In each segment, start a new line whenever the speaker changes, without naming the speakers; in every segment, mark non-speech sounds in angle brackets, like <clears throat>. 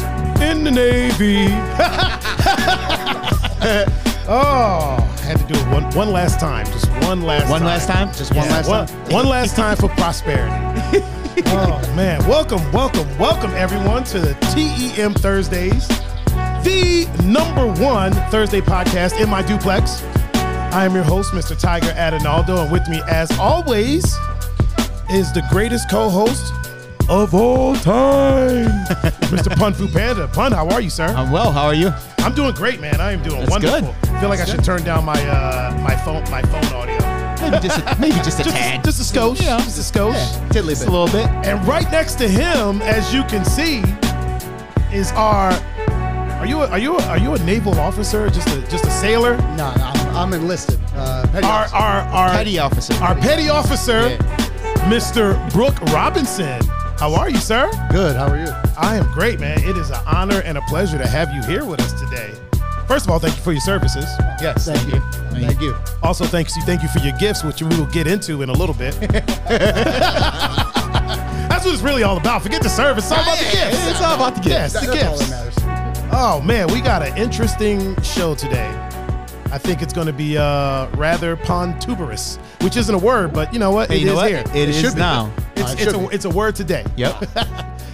the Navy. <laughs> oh, I had to do it one, one last time. Just one last
One
time.
last time? Just one
Yeah,
last
one,
time?
One last time for prosperity.
<laughs>
oh, man. Welcome, welcome, welcome, everyone, to the TEM Thursdays, the number one Thursday podcast in my duplex. I am your host, Mr. Tiger Adinaldo, and with me, as always, is the greatest co-host of all time,
<laughs>
Mr. Pun Fu Panda. Pun, how are you, sir?
I'm well. How are you?
I'm doing great, man. I am doing
That's
wonderful.
good.
I feel like
That's
I should turn down my uh, my phone my phone audio.
Maybe just <laughs> a, maybe just a tad.
Just a skosh.
Yeah.
Just a skosh.
Yeah, tiddly
Just a
bit.
little bit. And right next to him, as you can see, is our. Are you a, are you a, are you a naval officer? Just a just a sailor?
No, no I'm, I'm enlisted. Uh, petty
Our
officer.
our our
petty officer.
our petty officer, Mr. Brooke Robinson. How are you, sir?
Good. How are you?
I am great, man. It is an honor and a pleasure to have you here with us today. First of all, thank you for your services.
Yes.
Thank you. Thank you.
Also, thanks you, thank you for your gifts, which we will get into in a little
<laughs>
bit. That's what it's really all about. Forget the service, it's all about the
Yeah,
gifts.
It's all about the gift.
Yes, the
That's all that
gifts.
matters.
Oh man, we got an interesting show today. I think it's going to be uh, rather pontuberous, which isn't a word, but you know what?
Hey,
It
you know
is
what?
here.
It is
should be.
now.
It's,
Uh, it
it's,
should
a,
be.
it's a word today.
Yep.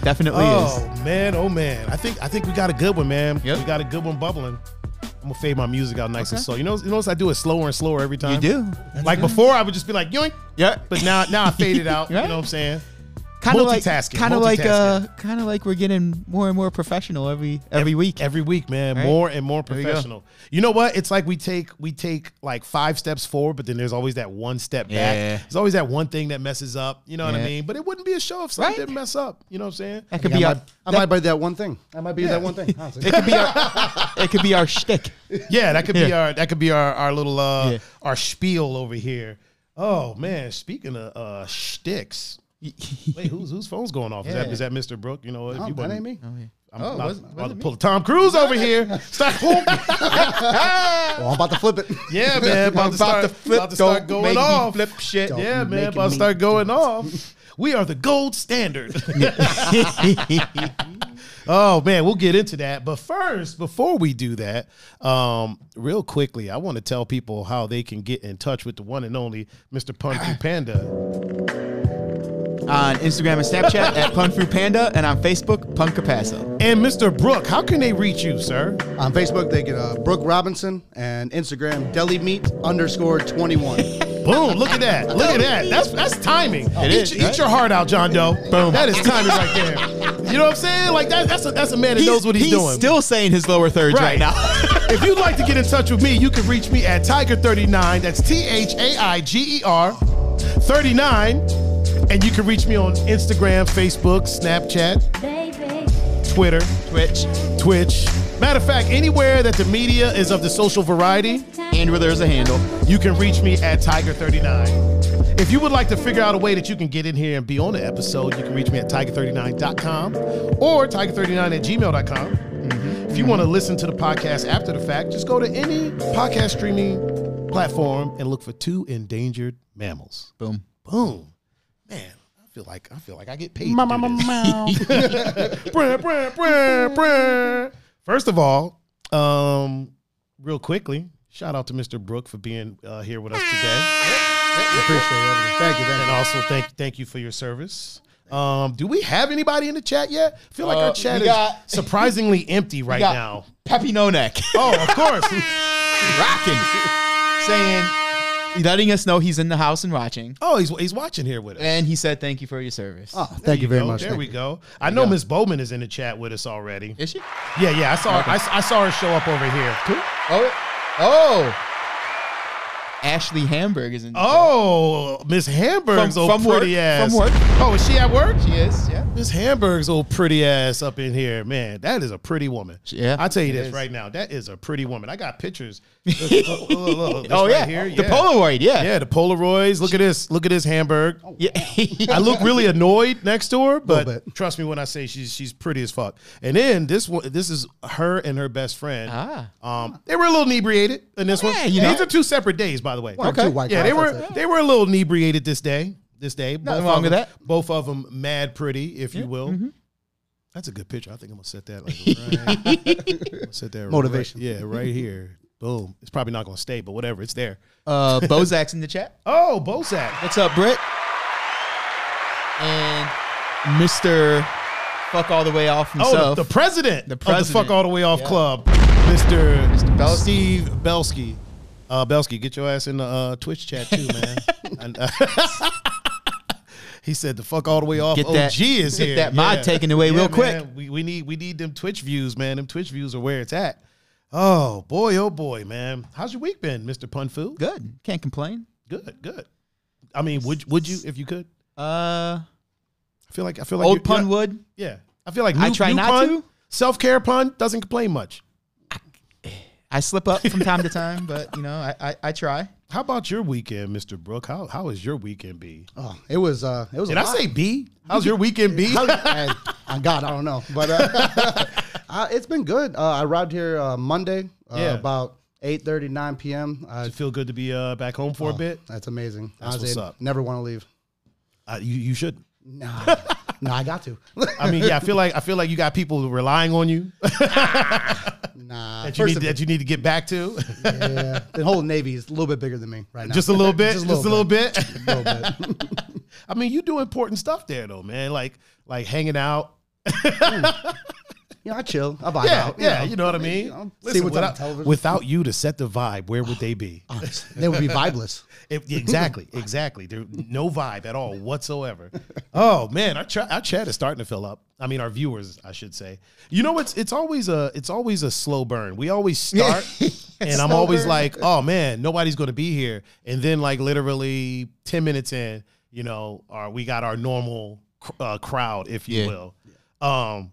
Definitely
Oh
is.
man, oh man. I think I think we got a good one, man.
Yep.
We got a good one bubbling. I'm gonna fade my music out nice and slow. You know, you notice I do it slower and slower every time.
You do.
Like before, I would just be like yoink,
Yeah.
but now now I fade it
<laughs>
out.
Right.
You know what I'm saying?
Kind of like
multitasking,
kind of like uh
multitasking.
kind of like we're getting more and more professional every every week.
Every week, man,
Right.
more and more
you go.
professional. You, know what? It's like we take we take like five steps forward, but then there's always that one step
Yeah.
back. There's always that one thing that messes up. You know what I
Yeah.
mean? But it wouldn't be a show if something
Right.
didn't mess up. You know what I'm saying?
That could
Yeah,
be
I,
our
might, I
that-
might be that one thing. I might be that one <laughs> thing. honestly.
it could be our it could be our shtick.
Yeah, that could be
Yeah.
our that could be our our little uh
Yeah.
our spiel over here. Oh man, speaking of uh shticks. Wait, who's whose phone's going off? Is that is that Mr. Brooke? You know, if
Oh,
you
that
wouldn't-
ain't me.
I'm,
Oh,
about-
wasn't-
about
wasn't
to pull Tom Cruise
<laughs>
over here. Stop.
Well, Oh, I'm about to <laughs> flip it.
<laughs> yeah, man. About, to, start, about to start going off.
flip shit.
Don't
Yeah, man.
make
About to
me
start going off. We are the gold <laughs> standard. Oh man, we'll get into that. But first, before we do that, um, real quickly, I want to tell people how they can get in touch with the one and only Mr. Pun Fu Panda.
on Instagram and Snapchat at Pun Fu Panda and on Facebook Pun Capasso.
And Mr. Brooke, how can they reach you, sir?
On Facebook, they get uh, Brooke Robinson and Instagram deli meat underscore twenty one.
Boom, look at that. Look at that. That's that's timing. It eat,
is,
eat
right?
your heart out, John Doe. Boom. That is timing right there. You know what I'm saying? Like that, that's a that's a man that knows what he's, doing.
still saying his lower thirds right,
Right.
now.
<laughs> if you'd like to get in touch with me, you can reach me at Tiger39. That's T H A I G E R 39. And you can reach me on Instagram, Facebook, Snapchat,
Baby.
Twitter,
Twitch.
Twitch. Matter of fact, anywhere that the media is of the social variety,
And where there's a handle.
you can reach me at Tiger39. If you would like to figure out a way that you can get in here and be on the episode, you can reach me at tiger39.com or tiger39 at gmail.com. Mm-hmm. If you want to listen to the podcast after the fact, just go to any podcast streaming platform and look for two endangered mammals.
Boom.
Boom. Man, I feel like I feel like I get paid. to do this. <laughs> Brr, brr, brr, brr. First of all, um, real quickly, shout out to Mr. Brooke for being uh, here with us today,
Appreciate it. Thank you. Thank
and also thank thank you for your service. Um, do we have anybody in the chat yet? I feel like
Uh,
our chat
we
is
got- <laughs>
surprisingly empty right
got-
now.
Peppy No Neck. <laughs>
Oh, of course. <laughs>
Rocking. Saying, letting us know he's in the house and watching.
Oh, he's he's watching here with us.
And he said, thank you for your service.
you. Oh, thank you very
Go,
much.
There
Thank
we
you.
go. I know Miss Bowman is in the chat with us already.
Is she?
Yeah, yeah. I saw her, I, s- I saw her show up over here.
Oh. Oh. Ashley Hamburg is in.
Oh, Miss Hamburg's
From-
old
from work,
pretty ass.
from work.
Oh, is she at work?
She is, yeah.
Miss Hamburg's old pretty ass up in here, man. That is a pretty woman.
Yeah,
I tell you
it
this
is.
right now. That is a pretty woman. I got pictures. <laughs> Look, look, look, look, this
oh,
right
yeah.
here,
The Polaroid, yeah.
Yeah, the Polaroids. Look at this. Look at this Hamburg.
yeah. <laughs>
I look really annoyed next to her, but
bit.
trust me when I say she's she's pretty as fuck. And then this one, this is her and her best friend.
Ah.
Um, they were a little inebriated in this
Yeah,
one.
you know.
These are two separate days, by the way.
One or Okay. two white
yeah, they
guys,
were
that's it.
they were a little inebriated this day. This day,
Nothing
Both
wrong
of
with
them-
that. mm-hmm.
Both of them mad pretty, if you will. That's a good picture. I think I'm gonna set
<laughs>
that like right. set that right-
Motivation.
yeah, right here. Boom. It's probably not gonna stay, but whatever. It's there.
Uh, Bozak's in the chat.
Oh, Bozak.
What's up, Britt? And Mr. Fuck all the way off
Oh,
himself.
the, the president.
The
Of the
president.
fuck all the way off
Yeah.
club, Mister
Mr. Belsky.
Steve Belsky. Uh, Belsky, get your ass in the uh, Twitch chat too,
<laughs>
man. And, uh, <laughs> he said the fuck all the way off.
Get
OG
that-
is
get
here.
that mod taken away real quick.
man. We, we need we need them Twitch views, man. Them Twitch views are where it's at. Oh boy, oh boy, man. How's your week been, Mister Punfu?
good. Can't complain.
Good, good. I mean, would would you if you could?
Uh,
I feel like I feel like
old
you're-
pun
you're-
would.
Yeah, I feel like new,
I try
new
not
pun,
to.
Self care pun doesn't complain much.
I slip up from time to time, but you know, I I, I try.
How about your weekend, Mr. Brooke? How how has your weekend be?
Oh, it was. Uh, it was.
Did
a
I
lot.
say B? How's your weekend be?
How- <laughs> I, I- God, I don't know, but uh, <laughs> uh, it's been good. Uh, I arrived here uh, Monday, uh,
Yeah.
about 8:30, 9 p.m. Uh,
Does it feel good to be uh, back home for a bit?
that's amazing.
That's
I was
what's
able-
up.
Never want to leave.
Uh, you you should.
No, <laughs> no, I got to. <laughs>
I mean, yeah, I feel like I feel like you got people relying on <laughs> you
nah,
that you need
of-
that you need to get back <laughs> to,
yeah, the whole Navy is a little bit bigger than me right now.
just a little bit, just
Just
a
a
little, bit. <laughs>
little bit.
I mean, you do important stuff there though, man. Like like hanging out.
You know, I chill. I vibe
Yeah,
out.
yeah, you know what I mean.
I'll see
Listen,
what's on
without,
television.
without you to set the vibe, where would they <sighs> be?
they would be vibeless.
It-
<laughs>
exactly, exactly. There no vibe at all whatsoever.
<laughs>
Oh man, our, chat our chat is starting to fill up. I mean, our viewers, I should say. You know, it's it's always a it's always a slow burn. We
<laughs>
always start, and I'm
Slow
always
burn.
like, oh man, nobody's going to be here, and then like literally ten minutes in, you know, our we got our normal cr- uh, crowd, if you
Yeah.
will. Um,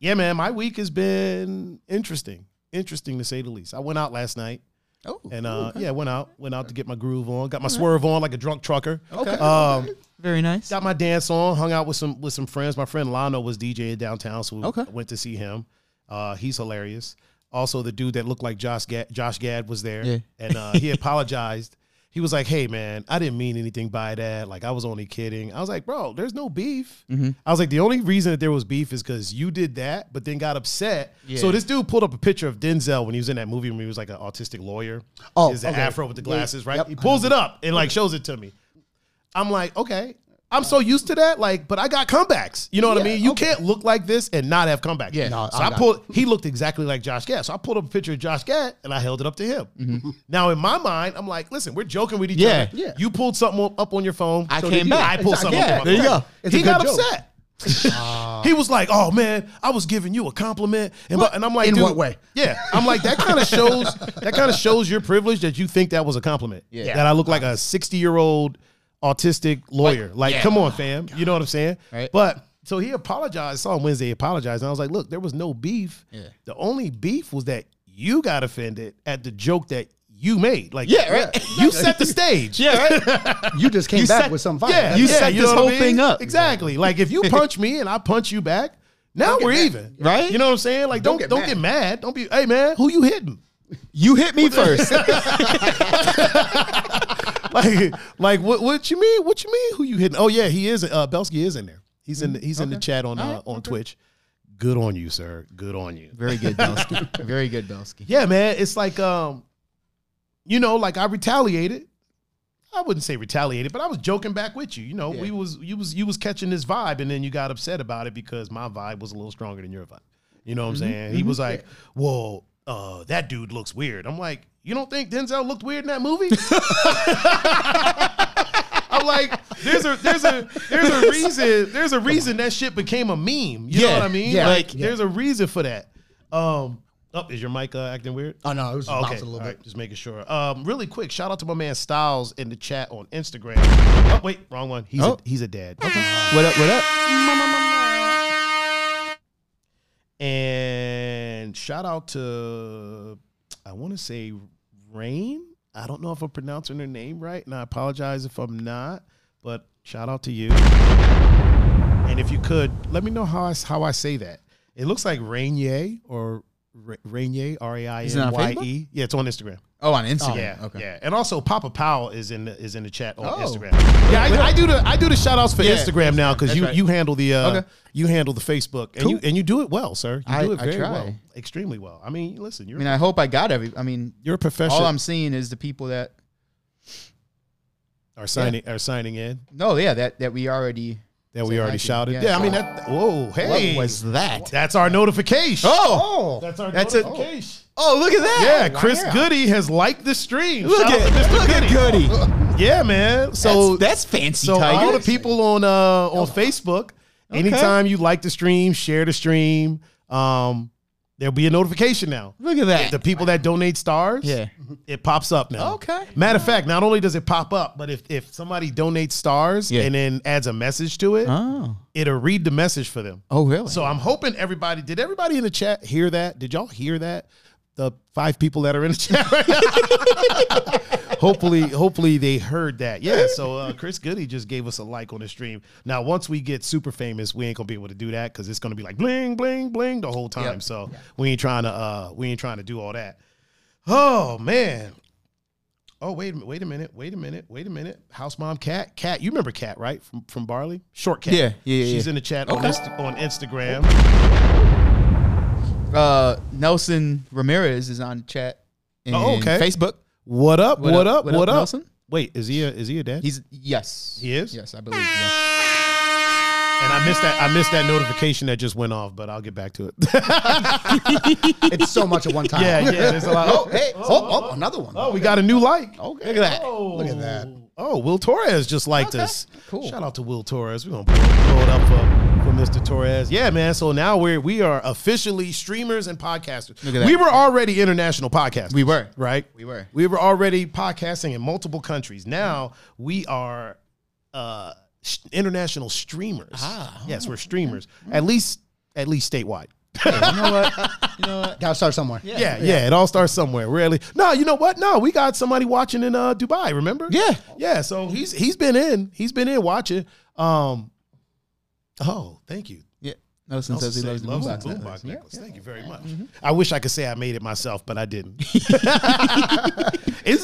yeah, man, my week has been interesting, interesting to say the least. I went out last night.
Oh,
And uh, yeah, went out, went out to get my groove on, got my swerve on like a drunk trucker.
Okay.
Um,
very nice.
got my dance on, hung out with some with some friends. My friend Lano was DJing downtown, so we
Okay.
went to see him. Uh, he's hilarious. Also, the dude that looked like Josh Gad, Josh Gad was there,
Yeah.
and uh, he apologized. He was like, "Hey, man, I didn't mean anything by that. Like, I was only kidding." I was like, "Bro, there's no beef." I was like, "The only reason that there was beef is because you did that, but then got upset." So
Yeah.
this dude pulled up a picture of Denzel when he was in that movie when he was like an autistic lawyer.
Oh,
is the
okay.
afro with the
Yeah.
glasses, right?
Yep,
He
I know
pulls it up and like shows it to me. I'm like, okay, I'm so used to that. Like, but I got comebacks. You know what I mean? You can't look like this and not have comebacks.
Yeah.
No,
so
I
I
got
pulled. He looked exactly like Josh Gad. So I pulled up a picture of Josh Gad and I held it up to him. Now in my mind, I'm like, listen, we're joking with each other.
Mm-hmm. Yeah.
Yeah.
You pulled something up- up on your phone.
I
so
came
did you.
back.
I pulled
Exactly.
something.
Yeah,
up on my
there you
phone.
go.
It's a
he
good
got
joke.
upset. <laughs> he was like, "Oh man, I was giving you a compliment," and, but, and I'm like,
In
Dude,
what way?
Yeah, I'm like that kind of shows that kind of shows your privilege that you think that was a compliment.
Yeah.
that I look like a 60 year old autistic lawyer. Like,
yeah.
come on, fam. You know what I'm saying?
Right.
But so he apologized. Saw him Wednesday. He apologized, and I was like, look, there was no beef.
Yeah.
The only beef was that you got offended at the joke that you made. Like,
Yeah, right.
You set the stage.
yeah, <laughs> right.
You just came
You
back
said-
with some fire.
Yeah,
That's-
You
yeah,
set
know
this
what I
whole
mean?
thing up.
Exactly. Like
<laughs>
if you punch me and I punch you back, now we're even.
Right?
You know what I'm saying? Like don't
get
don't
mad.
get mad. Don't be hey man, who you hitting?
You hit me first.
Like like what what you mean? What you mean? Who you hitting? Oh yeah, he is uh Belsky is in there. He's in the, he's in the chat on uh, on Twitch. Good on you, sir. Good on you.
<laughs> Very good, Belsky. Very good, Belsky.
Yeah, man. It's like um, you know, like I retaliated. I wouldn't say retaliated, but I was joking back with you. You know, we was you was you was catching this vibe, and then you got upset about it because my vibe was a little stronger than your vibe. You know what I'm
Mm-hmm.
saying? He was like, "Well, uh, that dude looks weird." I'm like, "You don't think Denzel looked weird in that
<laughs>
movie?" I'm like, "There's a there's a there's a reason there's a reason that shit became a meme." You know
Yeah,
what I mean?
yeah,
like,
yeah.
there's a reason for that. Um, oh, is your mic uh, acting weird?
Oh no, it was just
Oh,
bouncing
okay.
a little
All
bit.
right. Just making sure. Um, really quick, shout out to my man Styles in the chat on Instagram. Oh wait, wrong one. He's
Oh.
a, he's a dad.
What up? What up?
And shout out to I want to say Rain. I don't know if I'm pronouncing her name right, and I apologize if I'm not. But shout out to you. And if you could, let me know how I s- how I say that. It looks like Rainier or Ra- Rainier, R A I
Is it on
N Y
Facebook?
E. Yeah, it's on Instagram.
Oh, on Instagram.
yeah,
okay.
yeah, and also Papa Powell is in the, is in the chat on
Oh.
Instagram. Yeah, I, I do the I do the shout outs for
Yeah,
Instagram now because
that's
you
right.
you handle the uh,
Okay.
you handle the Facebook and you and you do it well, sir. You
I-
do it
I
very
try.
well, extremely well. I mean, listen, you're
I mean, I hope I got every. I mean,
you're a professional.
all I'm seeing is the people that.
are signing are signing in
No, yeah, that that we already.
that we already
thank you.
shouted. Yeah,
Yeah.
I mean that. Whoa, hey,
What was that?
that's our notification.
Oh,
that's our
That's a-
notification.
oh, look at
Yeah,
that.
Chris Goody has liked the stream.
Look
Shout out
at
to Mr.
look at Goody.
Goody. Yeah, man. So
So that's, fancy.
So
Tiger.
all the people on uh, on Facebook, anytime you like the stream, share the stream, um, there'll be a notification now.
Look at that.
The people that donate stars,
Yeah.
it pops up now.
Okay.
Matter of fact, not only does it pop up, but if if somebody donates stars
Yeah.
and then adds a message to it,
oh.
it'll read the message for them.
Oh, really?
So I'm hoping everybody did everybody in the chat hear that? Did y'all hear that? The five people that are in the chat right now. <laughs> hopefully, hopefully they heard that. Yeah. So uh, Chris Goody just gave us a like on the stream. Now, once we get super famous, we ain't gonna be able to do that because it's gonna be like bling, bling, bling the whole time.
Yep.
So we ain't trying to uh we ain't trying to do all that. Oh man. Oh wait, a mi- wait a minute, wait a minute, wait a minute. House mom, cat, cat. You remember cat, right? From from Barley, short cat.
Yeah, yeah, yeah,
She's
yeah.
in the chat on,
Okay.
Inst- on Instagram.
uh, Nelson Ramirez is on chat. And
Oh, okay.
Facebook.
What up? What,
What
up?
up, what
What
up,
up?
Nelson?
Wait, is he a is he a dad?
He's yes.
He is?
Yes, I believe. yes.
and I missed that. I missed that notification that just went off, but I'll get back to it.
It's so much at one
<laughs>
time.
yeah, yeah. There's a lot.
Oh,
Oh,
hey. Oh, oh, another one.
oh, we got a new like.
Okay.
Look at that.
Oh,
Look at that.
Oh, Will Torres just liked us.
cool.
Shout out to Will Torres. We're gonna pull, pull it up for, for Mr. Torres. Yeah, man. So now we're we are officially streamers and podcasters.
Look at that.
We were already international podcasters.
We were.
right.
We were.
We were already podcasting in multiple countries. Now we are uh, sh- international streamers. Ah, yes, we're streamers. At least at least <laughs> statewide.
you know what? You know what?
Gotta start somewhere.
Yeah, yeah, It all starts somewhere. Really. No, you know what? No, we got somebody watching in uh, Dubai. Remember?
Yeah.
yeah. So he's he's been in. He's been in watching. Um. Oh, thank you.
Yeah. Nelson says he
Say,
loves the
loves the
boombox.
boombox necklace. Thank you very much.
Mm-hmm.
I wish I could say I made it myself, but I
<laughs>
didn't. Isn't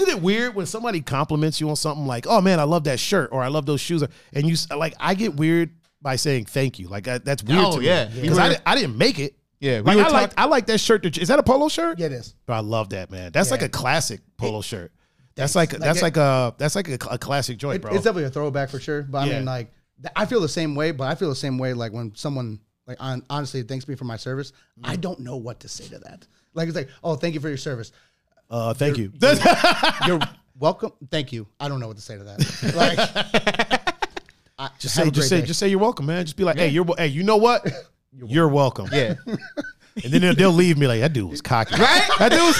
it weird when somebody compliments you on something like, "Oh man, I love that shirt," or "I love those shoes," or- and you s- like, I get weird by saying thank you. Like I, that's weird
Oh,
to me.
yeah. We
because I,
were-
di- I didn't make it.
Yeah, we
like,
were
I like
talk-
I like that shirt. That, you- is that a polo shirt?
Yeah, it is.
Bro, I love that man. That's like a classic polo shirt. That's like, that's like a that's like a, a classic joint,
It-
bro.
It's definitely a throwback for sure. But I
Yeah.
mean, like, th- I feel the same way. But I feel the same way. Like when someone like on, honestly thanks me for my service,
Mm-hmm.
I don't know what to say to that. Like it's like, oh, thank you for your service.
uh, thank you.
You're welcome. Thank you. I don't know what to say
<laughs>
to that. Like, I,
Just say,
have a great
just say,
day.
just say you're welcome, man. Just be like, hey, you're, wel- hey, you know <laughs> what? You're welcome.
Yeah.
<laughs> And then they'll, they'll leave me like that dude was cocky. Right? That dude was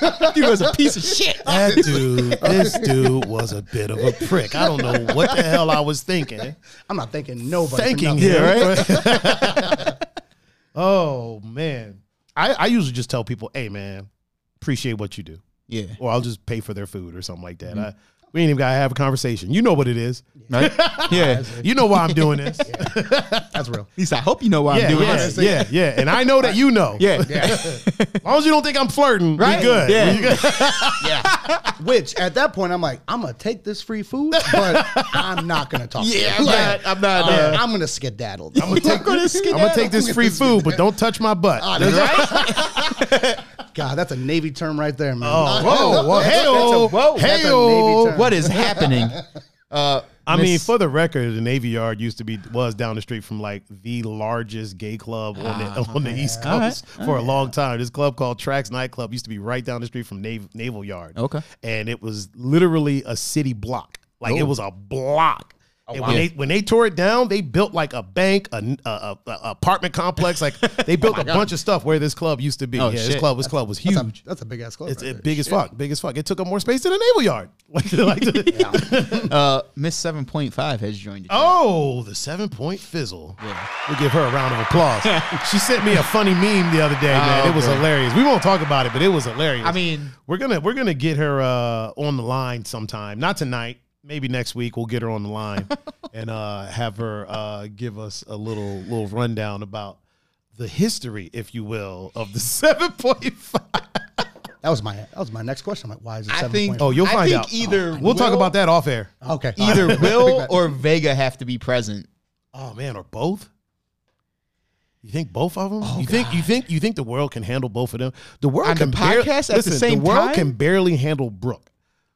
<laughs>
That dude, dude was a piece of shit.
that dude. This dude was a bit of a prick. I don't know what the hell I was thinking.
I'm not thanking nobody. for
Thanking
nothing.
him. Right? <laughs> oh man, I, I usually just tell people, hey man, appreciate what you do,
Yeah.
or I'll just pay for their food or something like that. I, we ain't even gotta have a conversation. You know what it is.
Right? <laughs> Yeah.
You know why I'm doing this. <laughs>
That's real.
He's. I hope you know why <laughs> I'm doing
yeah,
this.
yeah, yeah. And I know that you know. <laughs>
Yeah. <laughs>
As long as you don't think I'm flirting,
Right?
we good.
Yeah.
We good.
<laughs>
Which at that point, I'm like, I'm gonna take this free food,
<laughs>
but I'm not gonna talk.
Yeah,
to
I'm
you.
not- I'm not,
I'm-
uh,
I'm gonna skedaddle.
I'm gonna take this. I'm gonna take this free food, but don't touch my butt.
Ah,
God, that's a Navy term right there, man.
whoa, whoa, hey-o,
whoa.
That's a
hey-o.
Navy
<laughs>
term.
What is happening? Uh,
I mean,
Miss-
for the record, the Navy Yard used to be was down the street from like the largest gay club on the <laughs> on the East
Ah, All right,
Coast for a long time. This club called Tracks Nightclub used to be right down the street from Nav- Naval Yard.
Okay.
and it was literally a city block. Like it was a block. and when
Oh. wow.
they when they tore it down, they built like a bank, a, a, a- a apartment complex.
<laughs>
Like they built a bunch of stuff where this club used to be.
Oh,
yeah, this
shit.
club, this club was huge.
That's a, that's a big ass club.
It's
right
it,
there.
big as fuck, big as fuck. It took up more space than a naval yard. <laughs> Like,
<laughs>
like
uh, Miss Seven Point Five has joined. the
Oh, the seven point fizzle. We'll give her a round of <laughs> applause. she sent me a funny meme the other day, man.
Oh,
it was
boy.
hilarious. We won't talk about it, but it was hilarious.
I mean-
we're gonna we're gonna get her uh, on the line sometime. Not tonight. Maybe next week we'll get her on the <laughs> line and uh, have her uh, give us a little little rundown about the history, if you will, of the <laughs> 7.5.
That was my that was my next question. I'm like, why is it
I
seven
think.
Oh, you'll
I
find
think
out.
Either
We'll talk
Will-
about that off air.
<laughs> okay.
<laughs> Either Will or Vega have to be present.
Oh man, or both? You think both of them? you think you think you think the world can handle both of them? The world
Oh, On the
can barely-
podcast at the same
The world
time?
can barely handle Brooke.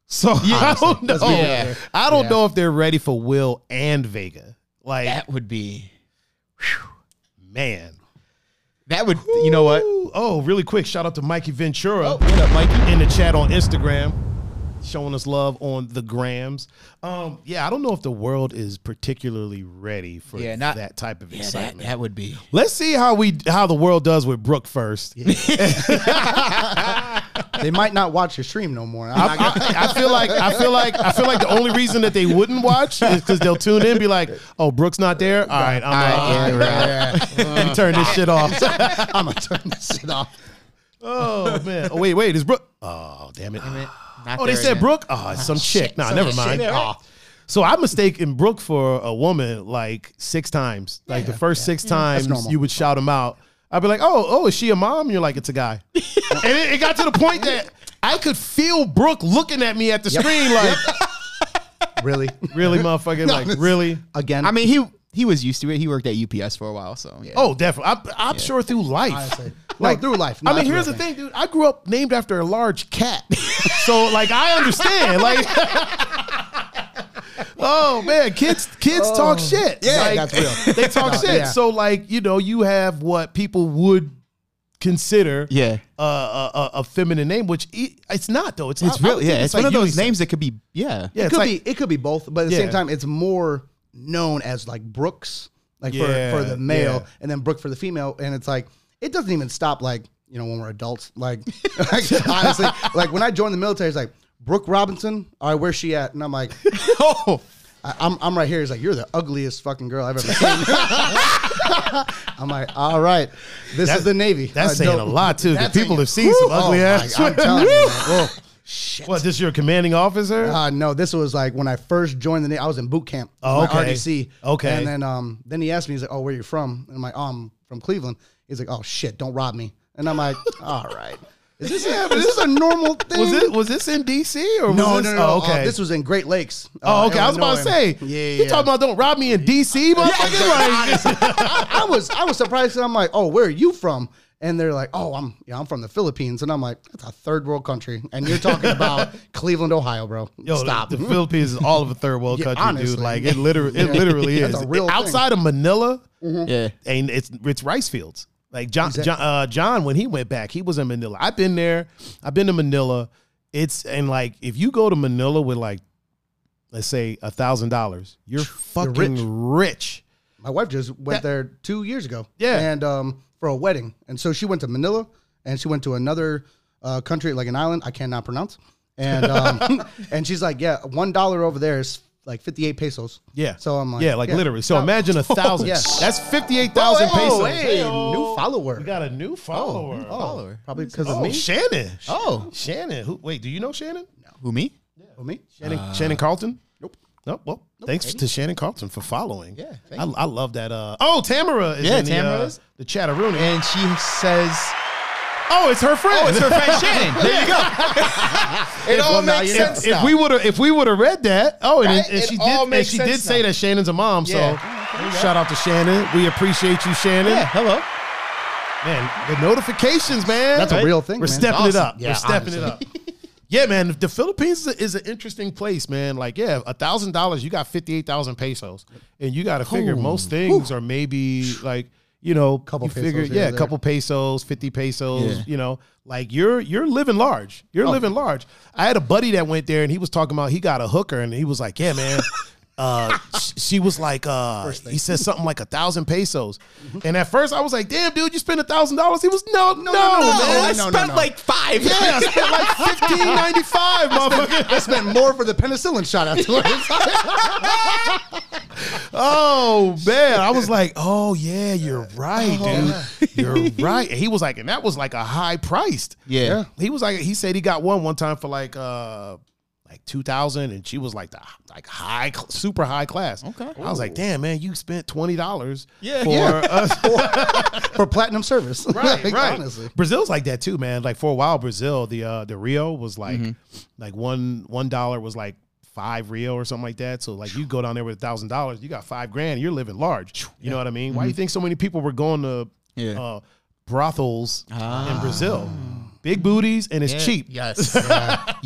So I don't know.
Let's be
real here.
I don't
Yeah.
know if they're ready for Will and Vega. Like
That would be.
man.
That would. You know what?
Ooh, oh, really quick, shout out to Mikey Ventura
Oh, what up, Mikey?
in the chat on Instagram, showing us love on the grams. Um, yeah, I don't know if the world is particularly ready for
Yeah, not-
that type of
Yeah, that,
excitement.
that would be.
Let's see how we how the world does with Brooke first.
they might not watch your stream no more. I'm not gonna-
I, I- I feel like I feel like I feel like the only reason that they wouldn't watch is because they'll tune in and be like, "Oh, Brooke's not there. All right, I'm out. <laughs> And turn this shit <laughs> off."
I'm gonna turn this shit off.
Oh man. Oh wait, wait. Is Brooke? Oh damn it.
Not
Oh, they
there
said
again.
Brooke. Oh, it's some chick. Nah, never mind. Oh. So I mistaken Brooke for a woman like six times. Like the first six times,
normal.
you would shout him out. I'd be like, "Oh, oh, is she a mom?" You're like, "It's a guy." and it, it got to the point that I could feel Brooke looking at me at the screen, like,
Really?
"Really, motherfucker? like, really?"
Again?
I mean, he he was used to it. He worked at UPS for a while, so yeah.
Oh, definitely. I'm, I'm sure through life.
Honestly.
<laughs>
No, through life. No,
I mean, here's
that's
the
real
thing, dude. I grew up named after a large
<laughs>
cat, so like I understand. Like, <laughs> oh man, kids, kids talk shit.
Oh. Yeah,
Like,
that's
<laughs>
real.
They talk
No,
shit.
yeah.
So like, you know, you have what people would consider
Yeah.
a, a, a- a feminine name, which e- it's not though. It's
It's
I- I would
really yeah.
think
It's, one
like
of those
unisex.
names that could be yeah.
Yeah,
it
it's
could
like-
be. It could be both, but at the
Yeah.
same time, it's more known as like Brooks, like
Yeah,
for, for the male,
yeah.
and then Brooke for the female, and it's like it doesn't even stop like you know when we're adults.
<laughs>
Like, <laughs> like, honestly, like when I joined the military, it's like Brooke Robinson. All right, where's she at? And I'm like,
<laughs> Oh,
I, I'm I'm right here. He's like, you're the ugliest fucking girl I've ever seen. <laughs> I'm like, all right, this is the Navy.
That's
I
saying a
don't-
lot too. 'cause
That's
people
saying-
have seen
Woo!
some ugly
Oh my-
ass.
I'm telling you, man. Whoa.
<laughs> What? This your commanding officer?
Uh, no, this was like when I first joined the Navy. I was in boot camp.
Oh,
my
okay.
RDC.
Okay.
And then um, then he asked me, he's like, "Oh, where you from?" And I'm like, "Oh, I'm from Cleveland." He's like, "Oh shit, don't rob me." And I'm like, <laughs> "All right, is this a, is this a normal
<laughs>
thing?"
was it was this in DC or
No,
was
no,
this,
no, no.
Oh,
okay.
okay.
this was in Great Lakes.
Oh,
uh,
okay. I was about to say, <laughs>
Illinois. Yeah, yeah.
you talking about don't rob me in DC,
<laughs>
motherfucker? Like,
I, I was I was surprised. And I'm like, "Oh, where are you from?" And they're like, "Oh, I'm yeah, I'm from the Philippines." And I'm like, "That's a third world country." And you're
<laughs>
talking about Cleveland, Ohio, bro.
yo,
Stop.
The, the Philippines is all of a third world
Yeah,
country, dude.
honestly.
Like it literally,
<laughs>
it literally
That's
is.
a real
It-
thing. Mm-hmm.
Outside of Manila,
yeah.
and it's it's rice fields. Like John, John, uh, John, when he went back, he was in Manila. I've been there. I've been to Manila. It's and like if you go to Manila with like, let's say a thousand dollars, you're fucking rich.
My wife just went there two years ago.
Yeah.
and um, for a wedding, and so she went to Manila, and she went to another uh, country, like an island I cannot pronounce.
<laughs>
And um, and she's like, yeah, one dollar over there is like fifty eight pesos.
Yeah.
So I'm like,
yeah, like literally. So imagine
<laughs>
a thousand.
yeah.
That's fifty-eight thousand
Whoa,
pesos.
hey,
Heyo.
new follower.
We got a
Oh,
new follower.
Follower.
probably because
Oh,
of me.
Shannon.
Oh.
Shannon. Who? Wait, do you know Shannon? No.
Who me?
Oh, me?
Shannon, Shannon Carlton.
Nope.
Nope. Well, thanks to Shannon Carlton for following.
Yeah, thank
I, I love that. Uh, oh, Tamara is
Yeah,
in the,
Tamara
uh,
is.
the chatteroony.
And she says,
oh, it's her friend.
"Oh, it's
<laughs>
her friend Shannon." There you go. it all
well, now
makes
you know.
sense.
if
now.
we would have, if we would have read that, oh, and,
Right?
and she
It all
did, and
makes
she
sense
did say
now.
that Shannon's a mom.
Yeah.
So, shout out to Shannon. We appreciate you, Shannon.
yeah, hello.
Man, the notifications, man.
That's a real thing,
We're
man.
stepping it
Awesome.
up. We're
Yeah,
stepping it up. <laughs> Yeah, man. The Philippines is, a, is an interesting place, man. Like, yeah, a thousand dollars, you got fifty eight thousand pesos, and you got to figure most things are maybe like you know,
Couple
you figure,
pesos here
yeah,
or
a
there.
couple pesos, fifty pesos.
Yeah.
You know, like you're you're living large. You're living large. I had a buddy that went there, and he was talking about he got a hooker, and he was like, yeah, man. Uh, sh- she was like, uh, he said something like a thousand pesos, and at first I was like, "Damn, dude, you spent a thousand dollars." He was, "No, no, no, man,
I
I
spent
spent like,
like five.
yeah, I spent like fifteen ninety five, motherfucker."
I spent more for the penicillin shot afterwards.
Oh man, I was like, "Oh yeah, you're right, dude, you're right." And he was like, and that was like a high priced.
Yeah.
he was like, he said he got one one time for like uh like 2000 and she was like the like high cl- super high class.
Okay.
I was like, "Damn, man, you spent $20 <laughs>
Yeah,
for <laughs>
yeah.
us
<laughs> for platinum service.
right,
<laughs> Like,
right.
Honestly,
Brazil's like that too, man. Like for a while, Brazil, the uh, the Rio was like
Mm-hmm.
like one one dollar was like five Rio or something like that. So like you go down there with a thousand dollars, you got five grand, you're living large. You know what I mean? Why do you think so many people were going to
Mm-hmm. Yeah. Ah.
uh, brothels in Brazil? Big booties and it's cheap.
Yes.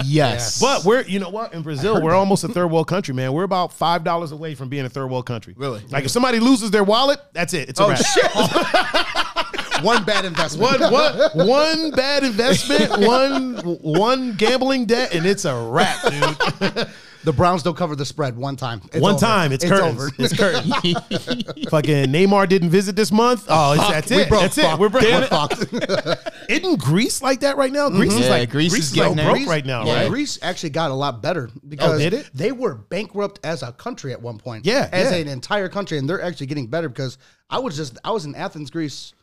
Yes.
<laughs> But we're, you know what? In Brazil, we're almost a third world country, man. We're about five dollars away from being a third world country.
Really?
Like if somebody loses their wallet, that's it. It's a
Oh,
wrap.
One
<laughs>
bad investment.
one, one, one bad investment, one one gambling debt, and it's a wrap, dude.
the Browns don't cover the spread one time. It's
one
over.
time, it's, curtains. <laughs>
over.
It's curtains. Fucking Neymar didn't visit this month. Oh, it's, that's
We
it.
broke.
that's
Fuck.
it. We're broke.
We're fucked.
Isn't Greece like that right now? Greece is
Yeah,
like
Greece
Greece,
is
is like
getting there.
broke
Greece-
right now,
yeah.
right? Oh,
Greece actually got a lot better because
did it?
they were bankrupt as a country at one point.
Yeah,
as
yeah.
an entire country, and they're actually getting better because I was just I was in Athens, Greece,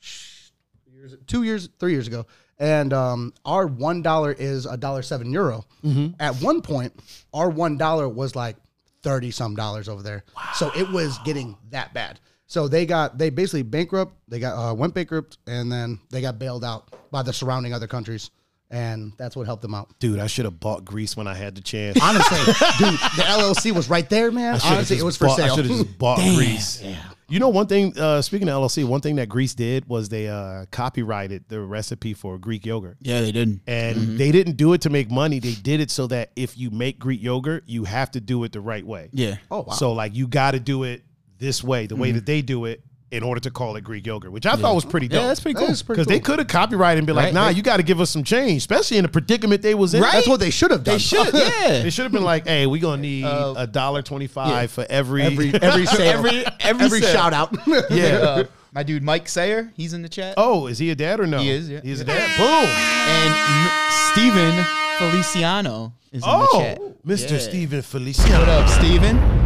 sh- years- two years, three years ago, and um, our one dollar is a dollar seven euro.
Mm-hmm.
At one point, our one dollar was like thirty some dollars over there, so it was getting that bad. So they got they basically bankrupt. They got uh, went bankrupt, and then they got bailed out by the surrounding other countries, and that's what helped them out.
Dude, I should have bought Greece when I had the chance. <laughs>
Honestly, dude, the LLC was right there, man.
should've
Honestly,
just
it was for
bought- I
sale.
should
<laughs>
have just bought Grease. You know, one thing. Uh, speaking of LLC, one thing that Grease did was they uh, copyrighted the recipe for Greek yogurt,
yeah, they didn't.
and they didn't do it to make money. They did it so that if you make Greek yogurt, you have to do it the right way.
Yeah.
Oh wow.
So like you got to do it this way, the way that they do it, in order to call it Greek yogurt, which I thought was pretty dope.
Yeah, that's pretty
That
cool.
is pretty
Because they
cool.
could have copyrighted and be like,
Right.
nah, you got to give us some change, especially in the predicament they was in.
Right?
That's what they should have done.
They should. <laughs> Yeah.
They should have been like, "Hey, we gonna need a dollar twenty-five for Uh, every <laughs>
every
<laughs>
every sale.
Every- every sale.
shout out.
<laughs> yeah. Uh, my dude Mike Sayer, he's in the chat.
Oh, is he a dad or no?
He is, yeah.
He's a
Yeah.
dad. Boom.
And M- Steven Feliciano is
Oh,
in the chat.
Mr.
Yeah.
Steven
What
Feliciano.
up, Steven?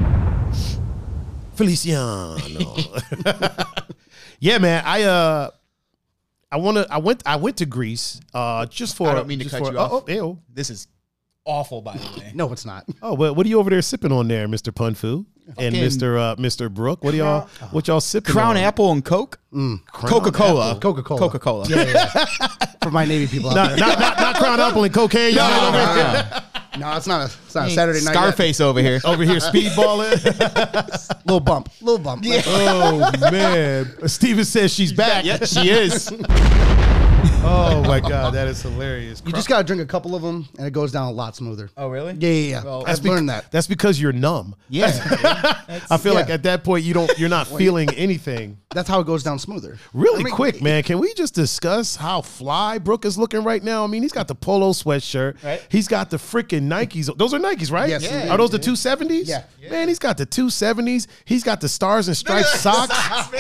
Feliciano. yeah, man. I uh, I wanna. I went. I went to Greece. Uh, just for.
I don't mean to
just
cut
for-
you
oh,
off.
Oh, ew.
This is awful, by the way.
No, it's not.
Oh, well, what are you over there sipping on there, Mr. Punfu and
Fucking-
Mr. Uh, Mr. Brook? What are y'all? What y'all sipping? on?
Crown Apple and Coke? Coca Cola.
Coca Cola.
Coca Cola.
Mm, Yeah, yeah, yeah. <laughs> For my Navy people out
Not,
there.
not, not, not Crown Apple and cocaine. Y'all ain't over here-
No, it's not a, it's not a Saturday night. Yet.
Scarface over here.
over here speedballing.
Little bump. Little bump. Yeah.
Oh man, Steven says she's back.
yeah, she is.
Oh my god, that is hilarious.
You just gotta drink a couple of them, and it goes down a lot smoother.
Oh, really?
Yeah, yeah, yeah.
Well,
I've
bec-
learned that.
That's because you're numb.
Yeah.
<laughs> I feel like
yeah.
at that point you don't you're not feeling anything.
That's how it goes down smoother.
Really
I mean,
quick, man. Can we just discuss how fly Brooke is looking right now? I mean, he's got the polo sweatshirt.
Right.
He's got the freaking Nikes. Those are Nikes, right?
Yes, Yeah.
Are those the two seventies?
Yeah.
Man, he's got the two seventies. He's got the stars and
<laughs>
stripes socks.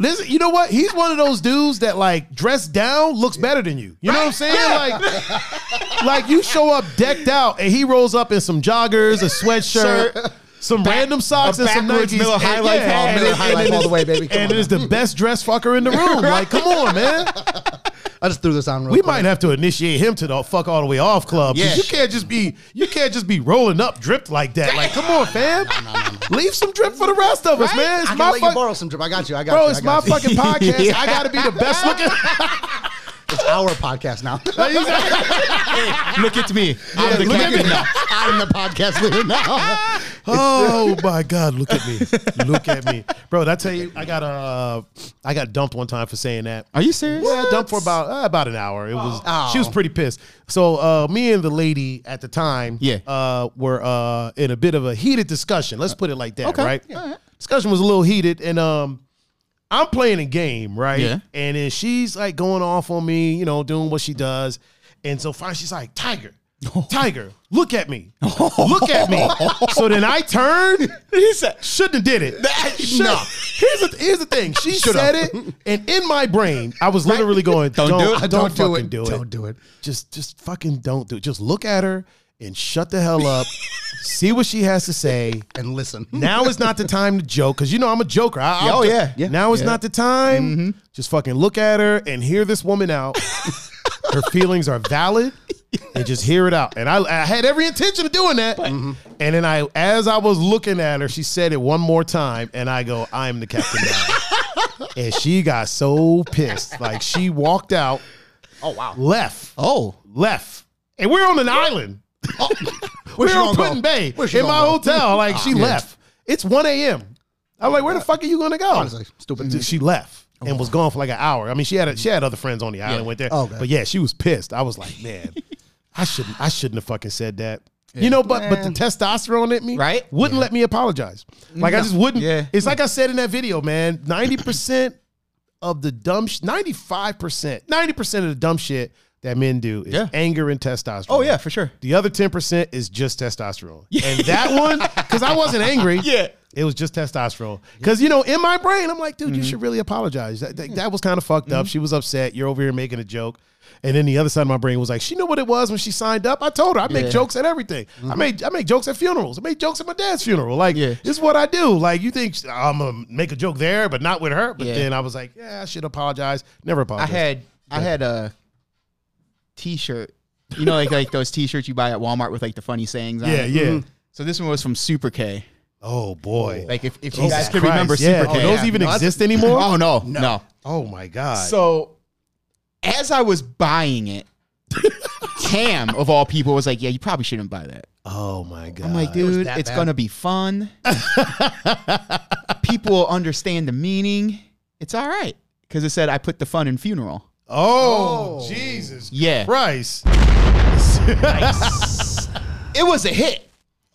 Listen, you know what? He's one of those dudes that like dressed down looks better than you. You know what I'm saying? Like, like you show up decked out and he rolls up in some joggers, a sweatshirt.
Shirt.
Some random socks
a
and some
backwards
Nikes.
Miller
and-
High Life
yeah,
all-
and-
Miller
and-
High
and
Life
it
all the
is-
way, baby. Come
<laughs> And
on.
it is the best dressed fucker in the room. Like, come on, man.
I just threw this on real
We
quick.
might have to initiate him to the fuck all the way off club. 'cause
Yeah.
You can't just be you can't just be rolling up dripped like that. Like, come on, fam. Leave some drip for the rest of us, man. It's
I can
my
let you
fuck-
borrow some drip. I got you. I got
Bro,
you. I
it's my
got you. <laughs>
fucking podcast. I gotta be the best looking.
It's our podcast now.
Look at
<laughs>
me. I'm the
look at
captain
me.
now.
I'm the podcast
<laughs>
leader now.
oh my god, look at me, look at me, bro. Did I tell you, I got uh, I got dumped one time for saying that.
Are you serious?
Yeah, I dumped for about uh, about an hour. It was
Oh.
she was pretty pissed. So uh, me and the lady at the time,
Yeah.
uh, were uh, in a bit of a heated discussion. Let's put it like that,
Okay.
right?
Yeah. All right.
Discussion was a little heated, and um, I'm playing a game, right?
Yeah.
And then she's like going off on me, you know, doing what she does, and so finally she's like,
<laughs>
"Tiger, Tiger, look at me, look at me." so then I turned.
He said,
Shouldn't have did it. Should-
no.
Here's the here's the thing. She said it, and in my brain, I was literally going, "Don't,
do
don't
it.
do
Don't do
fucking
it.
do it.
Don't do it.
Just just fucking don't do it. Just look at her and shut the hell up. see what she has to say.
And listen.
Now is not the time to joke because you know I'm a joker. I, I'll
Oh,
jo-
yeah. Yeah. Mm-hmm.
Now is not the time.
<laughs>
Just fucking look at her and hear this woman out. her feelings are valid. They just hear it out. And I, I had every intention of doing that. Mm-hmm. And then I, as I was looking at her, she said it one more time, and I go, "I'm the captain."
<laughs>
now." and she got so pissed, like she walked out.
Oh wow.
left.
Oh.
Left. And we're on an island. <laughs>
Where's
we're
Oh. she
on
gonna go?
Putin Bay
Where's she
in
gonna
my
go? Ah,
hotel. Like she
Yeah.
left. It's 1 a.m. I'm like, where the fuck are you gonna go?
Honestly, stupid.
Dude, She left and was gone for like an hour. I mean, she had a, she had other friends on the island went there.
Oh, Okay.
But yeah, she was pissed. I was
<laughs>
like, man, I shouldn't I shouldn't have fucking said that. You know, but but the testosterone at me
Right?
wouldn't let me apologize. Like I just wouldn't.
Yeah.
It's like I said in that video, man. Ninety percent of the dumb, ninety five percent, ninety percent of the dumb shit that men do is
Yeah.
anger and testosterone.
Oh yeah, for sure.
The other ten percent is just testosterone, and that one because I wasn't angry.
<laughs> Yeah.
it was just testosterone. Because you know, in my brain, I'm like, dude,
Mm-hmm.
you should really apologize. That, that, that was kind of fucked up. She was upset. You're over here making a joke, and then the other side of my brain was like, she knew what it was when she signed up. I told her I make
Yeah. Mm-hmm.
jokes at everything. I make I make jokes at funerals. I make jokes at my dad's funeral. Like
Yeah.
this is what I do. Like you think I'm gonna make a joke there, but not with her. But
Yeah.
then I was like, yeah, I should apologize. Never
I
apologize.
had I had a t-shirt. You know, like like those t-shirts you buy at Walmart with like the funny sayings. on
yeah,
it?
yeah.
So this one was from Super K.
Oh boy.
Like if, if you
Jesus
guys can
Christ,
remember
yeah.
Super Oh,
Do
K.
those even
No, that's-
exist anymore?
Oh no, no.
Oh my god.
So as I was buying it, Cam of all people was like, "Yeah, you probably shouldn't buy that."
oh my god.
I'm like, dude,
that
it's
bad?
gonna be fun. People will understand the meaning. It's all right because it said I put the fun in funeral.
Oh, Jesus
Yeah.
Christ.
It was a hit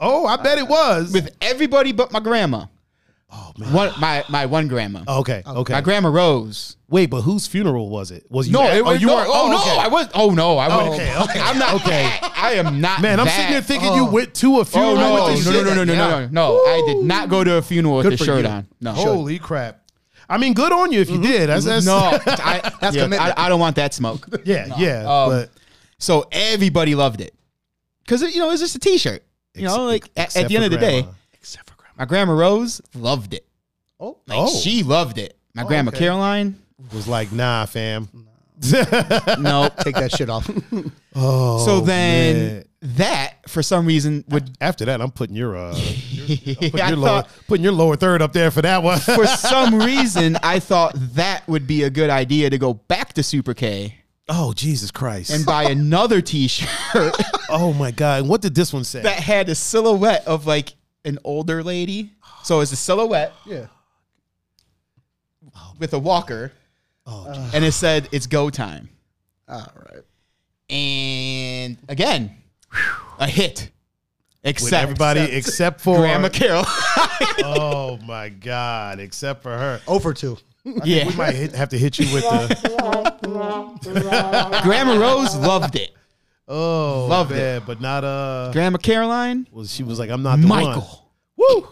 Oh, I bet it was.
with everybody but my grandma.
oh man.
One, my my one grandma.
Okay, okay.
My grandma Rose.
Wait, but whose funeral was it? Was you
No,
at-
it was,
oh, you
no,
weren't-
Oh, no,
okay.
I was. Oh no, I was.
okay, okay.
<laughs> I'm not. Okay, I am not.
Man, I'm sitting
that-
here thinking you went to a
Oh
funeral.
no,
with this
no, no,
shit.
no, no, no, no, no, no! I did not go to a funeral with
Good
this
for
shirt
you.
on. No, Oh,
Holy crap. I mean, good on you if you did. That's, that's
Mm-hmm.
<laughs>
no, I,
That's
yeah,
commitment.
I, I don't want that smoke.
yeah, <laughs> yeah.
Um,
but
So everybody loved it because you know it's just a T-shirt. You
<laughs>
know, like at, at
except
the end
for
of the day,
grandma. Except for grandma.
my grandma Rose loved it.
Oh.
Like
Oh.
she loved it. My grandma
okay. <laughs>
Caroline,
Was like, nah,
<laughs>
fam.
nope.
Take that
<laughs>
shit off.
Oh.
so then
man.
that for some reason would
after that, I'm putting your
<laughs>
uh, putting
I
your lower,
thought-
putting your lower third up there for that one.
<laughs> for some reason I thought that would be a good idea to go back to Super K
<laughs> oh Jesus Christ!
and buy another T-shirt <laughs>
oh my God! And what did this one say?
that had a silhouette of like an older lady. So it's a silhouette
yeah.
with a walker, Uh,
oh,
and it said it's go time.
All right.
and again, a hit.
with
Except
everybody except for <laughs>
Grandma Carol.
Oh my God! Except for her,
Over two.
we
yeah,
might hit, have to hit you with <laughs> the
Grandma Rose loved it.
oh
Love
man, but not uh.
Grandma Caroline,
well, she was like, I'm not the one. Oh,
Michael.
<laughs>
Woo!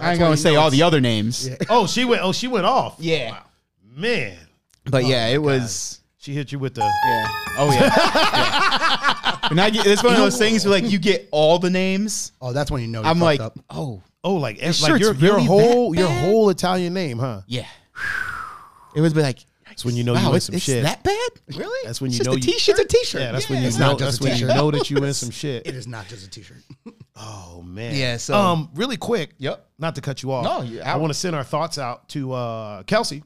I ain't gonna say all the other names. Yeah,
Oh, she went. Oh, she went off. man,
but yeah,
Oh
it was.
she hit you with the.
Yeah. Oh <laughs> yeah. yeah. And I get, it's one of those things where like you get all the names.
Oh, that's when you know. You
I'm
fucked
like,
up.
oh
Oh, like, ev-
shirt's
like your your
really
whole
that
your
bad?
whole Italian name, huh?
yeah. It would be like.
That's when you know
wow,
you in
it's,
some
it's
shit.
that bad? Really?
That's when
It's
you
just
know
a
you-
t-shirt's a t-shirt.
yeah, that's when you
it's
know.
not
That's
just a
when you
t-shirt.
know that you in some shit.
It is not just a T-shirt.
<laughs> Oh man.
Yeah, so-
um, really quick.
Yep.
Not to cut you off.
No, you-
I want to send our thoughts out to uh, Kelsey.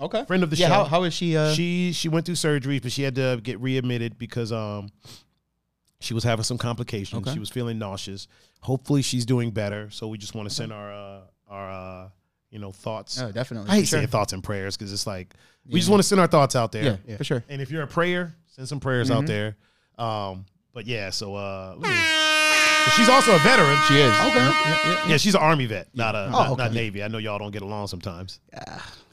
Okay.
Friend of the
yeah,
show.
How, how is she? Uh,
she she went through surgery, but she had to get readmitted because um she was having some complications.
Okay.
She was feeling nauseous. Hopefully, she's doing better. So we just want to send our uh, our uh, you know thoughts.
oh, definitely.
I hate
for sure.
saying thoughts and prayers because it's like we just want to send our thoughts out there.
Yeah, for sure. Mm-hmm.
And if you're a prayer, send some prayers out there. Um, but yeah, so uh, let me- she's also a veteran.
She is. Oh,
Okay.
yeah, she's an army vet, not a not, not
okay.
navy. I know y'all don't get along sometimes.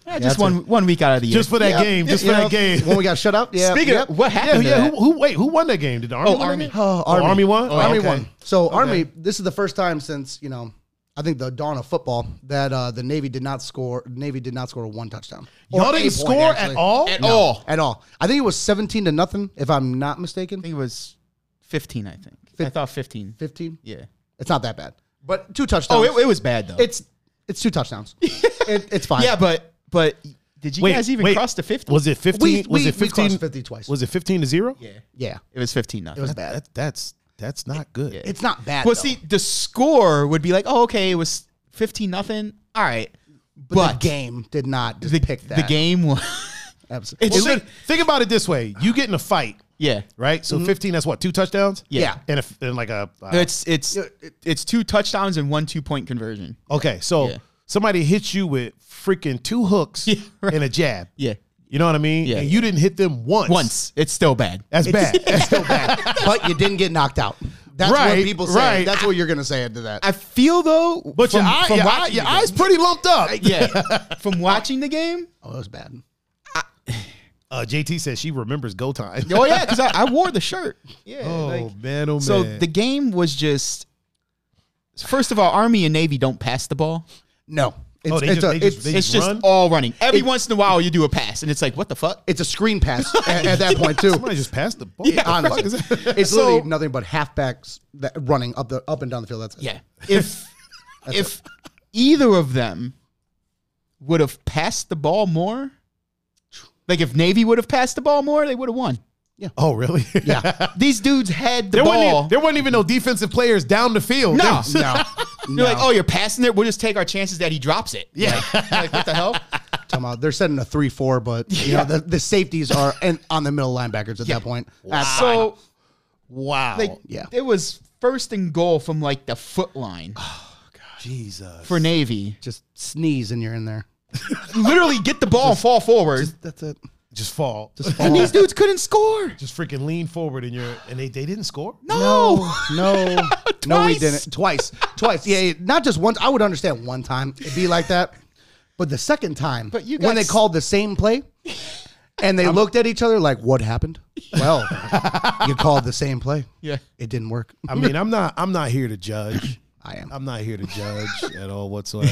Yeah, just one one week out of the year.
Just for that game, just for that game.
when we got shut
<laughs>
up. Yeah.
Speaking
yep.
of what
Yeah,
happened,
yeah.
to that?
Who, who? Wait, who won that game? Did the Army?
Oh,
win that
Army.
game?
Oh,
Oh,
Army.
Army won.
Oh,
Army
okay.
won. So Army, this is the first time since you know, I think the dawn of football that uh, the Navy did not score. Navy did not score one touchdown.
Y'all
Or a
didn't
point,
score at
actually.
all.
At
No.
all.
At all. I think it was seventeen to nothing, if I'm not
I
mistaken.
think it was fifteen. I think I thought fifteen.
Fifteen.
Yeah.
It's not that bad, but two touchdowns.
Oh, it, it was bad though.
it's it's two touchdowns. it, it's fine.
yeah, but but Did you
Wait,
guys even
wait.
cross the 50?
Was it fifteen?
We-
was
we-
it
we
fifteen?
crossed 50 twice.
Was it fifteen to zero?
yeah.
Yeah,
It was 15 nothing.
it was bad.
That, that's that's not good.
Yeah.
It's not bad.
Well,
though.
see, the score would be like, oh, okay, it was 15 nothing. All right. But,
but the game did not just
the,
pick that.
the game was.
Absolutely.
It's
Well,
like-
think, think about it this way: you get in a fight,
<laughs> yeah. Mm-hmm.
right? So fifteen. That's what two touchdowns.
Yeah.
and a, and like a uh,
It's it's
Yeah, it-
it's two touchdowns and one two point conversion.
okay. So
Yeah.
somebody hits you with freaking two hooks
<laughs> Yeah, right.
and a jab.
Yeah.
You know what I mean?
Yeah,
and you didn't hit them once.
Once. <laughs> It's still bad.
That's bad.
It's still bad, <laughs> but you didn't get knocked out. That's
Right,
what people say.
right.
That's what you're gonna say into that.
I feel though,
But
from,
your, eye,
from
your, eye,
watching
your
the
eyes pretty lumped up.
game- yeah, from watching the game.
oh, that was bad.
Uh, JT says she remembers go time. <laughs>
Oh yeah, because I, I wore the shirt. Yeah.
Oh
like-
man, oh
so
man.
the game was just. First of all, Army and Navy don't pass the ball.
No, it's,
Oh, they
it's
just-
a,
they just-
it's-
they-
It's just
run?
all running. Every once in a while, you do a pass, and it's like, what the fuck?
it's a screen pass at, at that point too.
somebody just passed the ball.
Yeah.
What the fuck
<laughs> Honestly,
is that?
it's
So-
literally nothing but halfbacks that running up the up and down the field. That's it.
Yeah. <laughs> If if either of them would have passed the ball more, like if Navy would have passed the ball more, they would have won.
Oh
<laughs>
really?
Yeah.
These dudes had the
There wasn't,
ball.
even, there wasn't even no defensive players down the field.
No.
There was-
No,
You're
no.
like, oh, you're passing it. We'll just take our chances that he drops it. Yeah. Like, like, what the hell?
Talking about- they're setting a three four, but you know the, the safeties are and on the middle linebackers at that point. That's fine.
So
Wow.
like,
yeah.
it was first and goal from like the foot line
Jesus.
for Navy.
just sneeze and you're in there.
Literally get the ball and fall forward.
That's it.
Just fall. Just
and these dudes couldn't score.
Just freaking lean forward and you're and they, they didn't score?
No.
<laughs> no, no, we
Twice.
didn't. Twice, twice. Yeah, yeah, not just once. I would understand one time it'd be like that, but the second time,
But you
when they
guys-
called the same play, and they looked at each other like, "What <laughs> happened?" Well, you called the same play.
Yeah.
it didn't work.
I mean, I'm not I'm not here to judge.
I am.
I'm not here to judge at all whatsoever.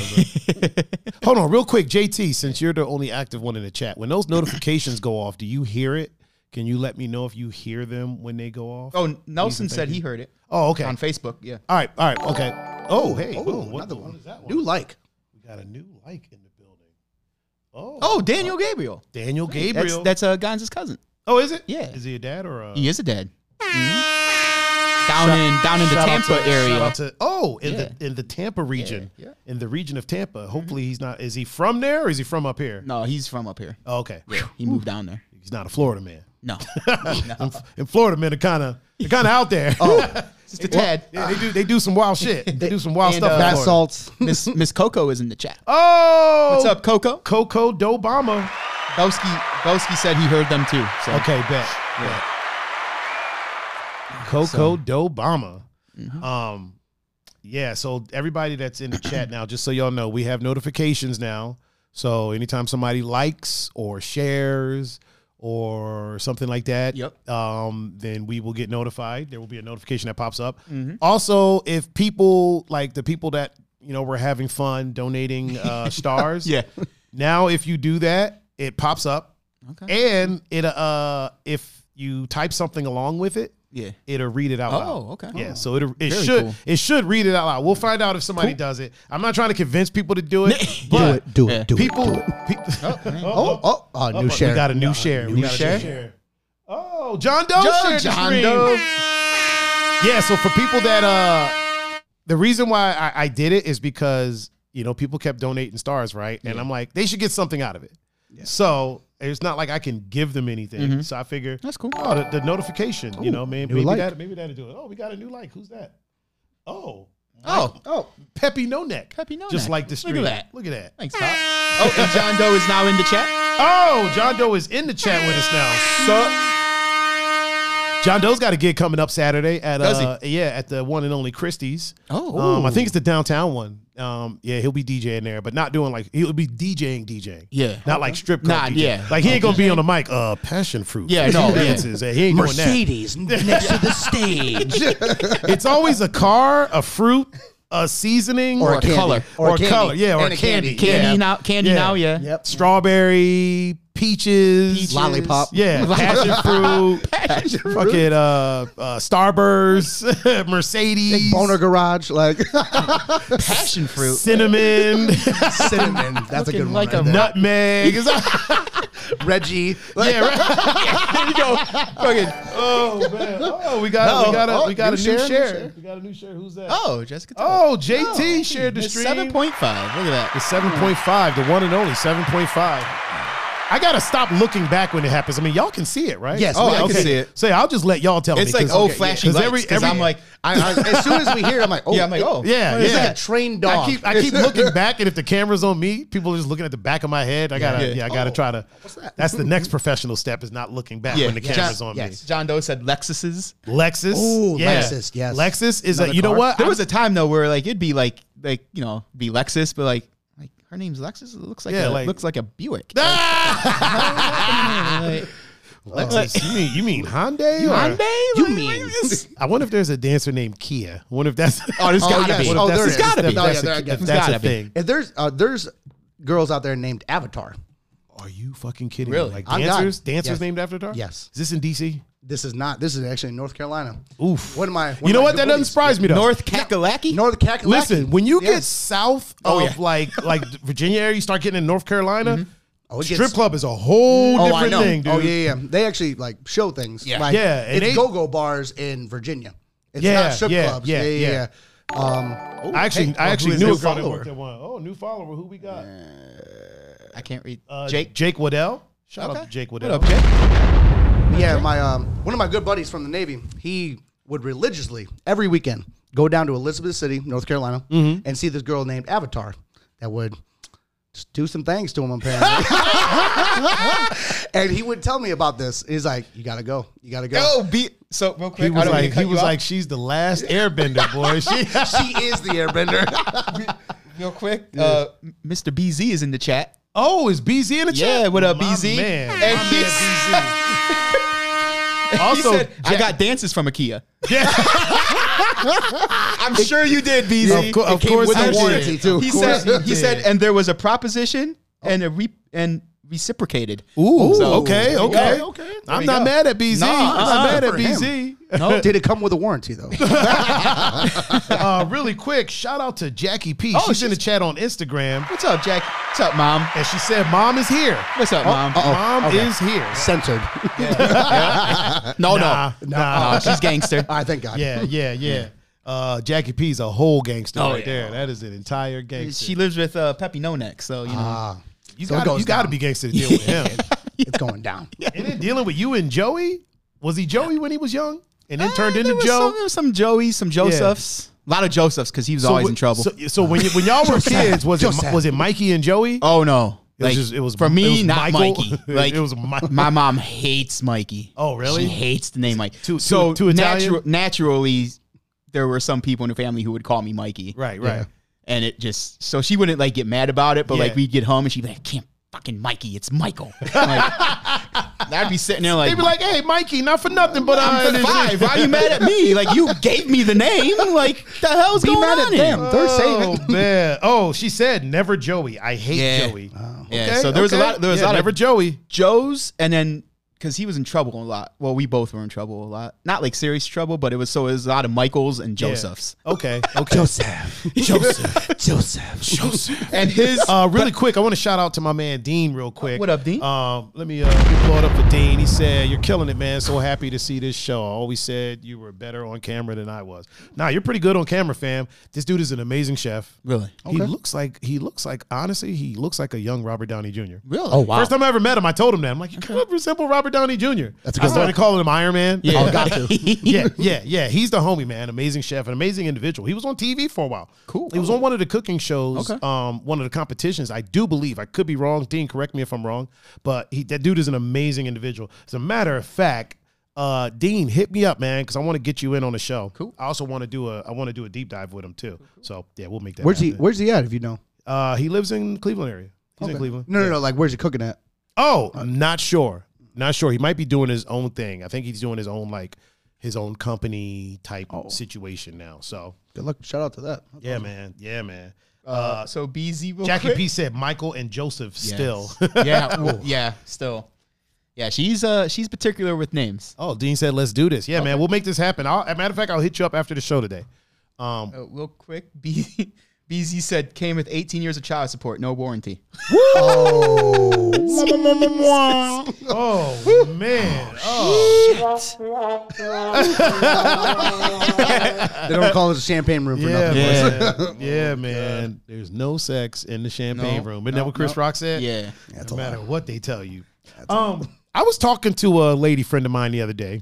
<laughs> Hold on, real quick, JT, since you're the only active one in the chat, when those notifications go off, do you hear it? Can you let me know if you hear them when they go off?
Oh, Nelson said he heard it
Oh, okay.
on Facebook. Yeah.
All right, all right, okay. Oh, hey,
Oh,
oh, what-
another
what
one.
is that
New like.
We got a new like in the building. Oh,
Oh, Daniel Gabriel.
Daniel
That's
Gabriel.
that's uh, Gonza's cousin.
oh, is it?
Yeah.
Is he a dad or a?
He is a dad. Down in down in the
Shout out
Tampa
to- shout
area.
out to- oh, in the
Yeah.
in the Tampa region,
Yeah, yeah.
in the region of Tampa. Hopefully, he's not. Is he from there or is he from up here?
No, he's from up here.
Oh, okay,
He moved down there.
he's not a Florida man.
<laughs> No,
In, in Florida, man, they're kind of they're kind of out there.
Oh,
<laughs>
just a tad.
yeah, they do they do some wild shit. They, do some wild
and,
stuff. in
uh,
Bath
Florida.
salts.
<laughs>
<laughs>
Miss Miss Coco is in the chat.
Oh,
What's up, Coco?
Coco Dobama?
Bowski Bowski said he heard them too. So
Okay, bet. bet. Coco
So-
Dobama.
Mm-hmm.
Um, yeah. So everybody that's in the chat now, just so y'all know, we have notifications now. So anytime somebody likes or shares or something like that,
Yep.
um, then we will get notified. There will be a notification that pops up.
Mm-hmm.
Also, if people like the people that you know were having fun donating
<laughs>
uh, stars,
Yeah.
Now, if you do that, it pops up,
Okay.
and it uh, if you type something along with it,
yeah.
it'll read it out loud.
Oh, okay.
Yeah,
Oh,
so it it
very
should
cool.
it should read it out loud. We'll find out if somebody does it. I'm not trying to convince people to
<laughs>
do it, but
do
Yeah.
it. Do it.
people.
do it.
people
Oh, oh, oh, new share.
We got a new share. we got
share?
a new share. Oh, John Doe
Yo,
shared the
John
stream.
Doe.
Yeah, so for people that uh the reason why I, I did it is because you know people kept donating stars, right? And I'm like, they should get something out of it. So it's not like I can give them anything. So I figure
That's cool.
Oh, the, the notification, you know, man,
new
maybe
like.
that maybe that'll do it. Oh, we got a new like. Who's that? Oh,
Oh,
Oh,
Peppy No Neck.
Peppy No
Just
Neck.
like the
Look at
stream.
that.
Look at that.
thanks, <laughs> Pop. Oh, and John Doe is now in the chat.
Oh, John Doe is in the chat with us now.
So
John Doe's got a gig coming up Saturday at
Does he?
uh, yeah at the one and only Christie's.
Oh.
um, I think it's the downtown one. Um, yeah, he'll be DJing there, but not doing like he'll be DJing DJing.
Yeah.
not like strip club.
Nah,
DJing.
yeah.
like he ain't gonna be on the mic. Uh, passion fruit.
Yeah, no, yeah.
dances. He ain't doing
<laughs> Mercedes next to the stage.
that. It's always a car, a fruit, a seasoning,
<laughs> Or a candy.
color.
or,
Or a
a
candy.
color. Yeah, or
And
a
a candy.
candy.
candy
Yeah.
now, candy now, yeah.
Yep.
Strawberry, peaches,
Peaches.
Lollipop.
yeah,
<laughs>
passion <laughs> fruit, fucking uh, uh, Starburst, <laughs> Mercedes,
Boner
<laughs>
Garage, like
passion fruit.
cinnamon,
<laughs>
cinnamon. <laughs> That's a
Looking
good one.
like
right
a <laughs>
there.
nutmeg.
Reggie.
yeah,
<laughs>
right. there you go. Fucking. Oh man. Oh, we got
Uh-oh.
we got a
Oh,
we got
new
a new
share,
share.
new share.
We got a new share. Who's that?
Oh, Jessica.
Oh, JT shared the stream.
Seven point five. Look at
The
that.
7.5, the one and only 7.5. I gotta stop looking back when it happens. I mean, y'all can see it, right? Oh,
Yes, we- I can see it.
Say, I'll just let y'all tell me.
It's like
'cause-
oh,
okay, yeah.
flashy
'Cause
lights.
every-
'cause
every-
I'm like,
I, I, as soon as we hear, it, I'm like, oh,
yeah, I'm like, oh,
<laughs> yeah,
it's
yeah.
like a trained dog.
I keep I keep looking back, and if the camera's on me, people are just looking at the back of my head. I gotta, yeah,
Yeah.
I gotta
Oh,
try to.
what's that?
That's the next professional step is not looking back
Yeah,
when the
yeah.
camera's
John,
on
yes. John Doe said Lexuses.
me. Lexus,
Ooh,
yeah.
Lexus, yes.
Lexus is a.
Another
You know
car.
what?
There
I'm-
was a time though where like it'd be like like you know be Lexus, but like like her name's Lexus. It looks like
Yeah,
a,
like- Ah!
looks like a Buick.
<laughs> <laughs> Lexus. You mean you mean Hyundai? or-
Hyundai?
You
Like,
mean?
like this-
<laughs> I wonder if there's a dancer named Kia. <laughs> I wonder if that's.
Oh, there's gotta be.
What if
Oh,
that's
there
a-
it is. Gotta be.
if
No,
that's
yeah,
a-
I guess
if
it's
that's
gotta
a
be.
thing.
If there's uh, there's girls out there named Avatar.
Are you fucking kidding
Really?
me? Like
I'm
dancers?
done.
Dancers
Yes.
named after Tar?
Yes.
Is this in DC?
This is not. This is actually in North Carolina.
Oof.
What am I?
you know what? That doesn't surprise me though.
North Kakalaki.
North Cackalacky.
Listen, when you get
Yes.
south
Oh,
of
yeah. <laughs> Mm-hmm.
like like Virginia area, you start getting in North Carolina.
Oh, it
strip
gets-
club is a whole
Oh, I
different
know.
thing, dude.
Oh yeah, yeah. They actually like show things.
Yeah.
like,
Yeah, and
It's
they-
go-go bars in Virginia. It's
Yeah,
not strip
yeah,
clubs.
yeah,
Yeah, yeah,
yeah.
yeah. Um,
I actually, I
who
actually
is
knew a
new
girl that
follower?
worked at one. Oh, new follower. Who we got?
I can't read.
Uh,
Jake.
Jake Waddell. Shout out
Okay.
to Jake
What
Waddell.
up, Jake?
yeah, my um, one of my good buddies from the Navy, he would religiously every weekend go down to Elizabeth City, North Carolina, and see this girl named Avatar that would just do some things to him <laughs> apparently. and he would tell me about this. He's like, "You gotta go. You gotta go." <laughs>
Oh, be so real quick.
He
I
was
don't mean to
like,
cut
he
you
was
off.
like, she's the last
<laughs>
Airbender, boy. She, <laughs>
She is the airbender.
real quick. Uh, Mr. BZ is in the chat.
oh, is BZ in the chat?
Yeah, what up,
My
BZ?
Man.
And
My
he-
man, BZ.
<laughs> He
Also,
said, I
Jack-
got dances from <laughs> IKEA.
yeah,
I'm sure you did, BZ.
Of cour- of
It came
course
with
I
a
did.
warranty
Of
He
course you
said, he
did. Oh.
said, and there was a proposition and a re- and reciprocated.
Ooh,
So-
okay,
"Oh, There
okay,
you go.
okay.
There
I'm
you
not
go.
mad at BZ.
Nah,
I'm not
uh-uh.
mad at
Good for him.
BZ.
Did it come with a warranty though?
Uh, really quick, shout out to Jackie P.
Oh,
she's, in the chat on Instagram,
What's up, Jack? What's up, Mom?
and she said, "Mom is here.
What's up, Mom?
Mom
okay.
is here."
<laughs> Censored.
No,
Nah,
no.
nah.
Oh,
<laughs>
she's gangster.
All right, thank God.
Yeah, yeah, yeah. Uh, Jackie P's a whole gangster
Oh,
right
yeah.
there. That is an entire gangster.
She lives with uh, Peppy No Neck, so you know.
Uh,
<laughs> Ah,
you
so it
gotta,
goes
you gotta
down.
be gangster to deal with
<laughs>
him.
it's going down.
And then dealing with you and Joey. Was he Joey when he was young? And then
Eh,
turned
there
into
was
Joe.
Some, there was some Joey, some Josephs. A lot of Josephs because he was always
wh-
in trouble.
So, so when you, when y'all
<laughs>
were kids, was it
Joseph.
was it Mikey and Joey?
oh no.
was
Like,
just- it was-
for
it
me,
was
not
Michael.
Mikey.
<laughs> It
Like
was Mi-
my mom hates Mikey.
Oh, really?
She hates the name Mike.
Too-
so
too- too Italian?
natu- naturally, there were some people in the family who would call me Mikey.
<laughs> Right, right.
Yeah. And it just so she wouldn't like get mad about it, but
Yeah.
like we'd get home and she'd be like, I "Can't fucking Mikey,
<laughs>
it's Michael." Like, I'd be sitting there like,
They'd be like, "Hey, Mikey, not for nothing, but
I'm
uh,
five. Why are you mad at me? Like you gave me the name. Like the hell's
Be
going
mad
on
at
here?
them. They're
oh
saving.
<laughs>
man, oh she said never Joey. I hate
Yeah. Oh.
Joey.
Yeah. so there was
okay.
a lot. There was
Yeah,
a lot
never
of
Joey.
Joes, and then because he was in trouble a lot. Well, we both were in trouble a lot. Not like serious trouble, but it was so it was a lot of Michaels and
Yeah.
Josephs.
Okay, okay.
Joseph.
<laughs>
Joseph. Joseph.
<laughs>
Joseph.
And his
Uh, really quick, I want to shout out to my man Dean real quick.
What up, Dean?
Um, let me uh, let me blow it up for Dean. He said, "You're killing it, man. So happy to see this show. I always said you were better on camera than I was. Nah, you're pretty good on camera, fam. This dude is an amazing chef.
really,
He looks like he looks like honestly, he looks like a young Robert Downey Jr.
really. Oh wow.
First time I ever met him, I told him that. I'm like, you kind of resemble Robert Downey Jr.
That's a
I
good
started
one.
calling him Iron Man.
Yeah.
Oh, got to.
<laughs> yeah, yeah, yeah. He's the homie, man. Amazing chef, an amazing individual. He was on TV for a while.
Cool.
He was on one of the cooking shows,
Okay.
um, one of the competitions. I do believe. I could be wrong. Dean, correct me if I'm wrong. But he, that dude is an amazing individual. As a matter of fact, uh, Dean, hit me up, man, because I want to get you in on the show. Cool. I also want to do a I want to do a deep dive with him too. So yeah, we'll make that.
Where's he?
happen.
Where's he at? If you know.
Uh, he lives in Cleveland area. He's in Cleveland.
No, no, no. Like, where's he cooking at?
Oh, I'm not sure. Not sure. He might be doing his own thing. I think he's doing his own like his own
Oh.
company type situation now. So
Good luck. Shout out to that.
yeah, man. Yeah, man.
Uh, so BZ real
Jackie
quick.
P said Michael and Joseph
Yes.
still. <laughs>
<laughs> yeah, w- yeah, still. Yeah, she's uh she's particular with names.
oh, Dean said, let's do this. Yeah, man, we'll make this happen. I'll, as a matter of fact, I'll hit you up after the show
<laughs>
today. Um,
Uh, real quick, <laughs> B- BZ said came with 18 years of child support,
<laughs>
no warranty.
oh, man. Oh,
They don't call it a champaign room for
yeah,
nothing.
man. <laughs> Yeah, man. There's no sex in the champagne
No,
room. Isn't that
no,
what Chris
no.
Rock said?
Yeah.
no matter what they tell you. Um, I was talking to a lady friend of mine the other day,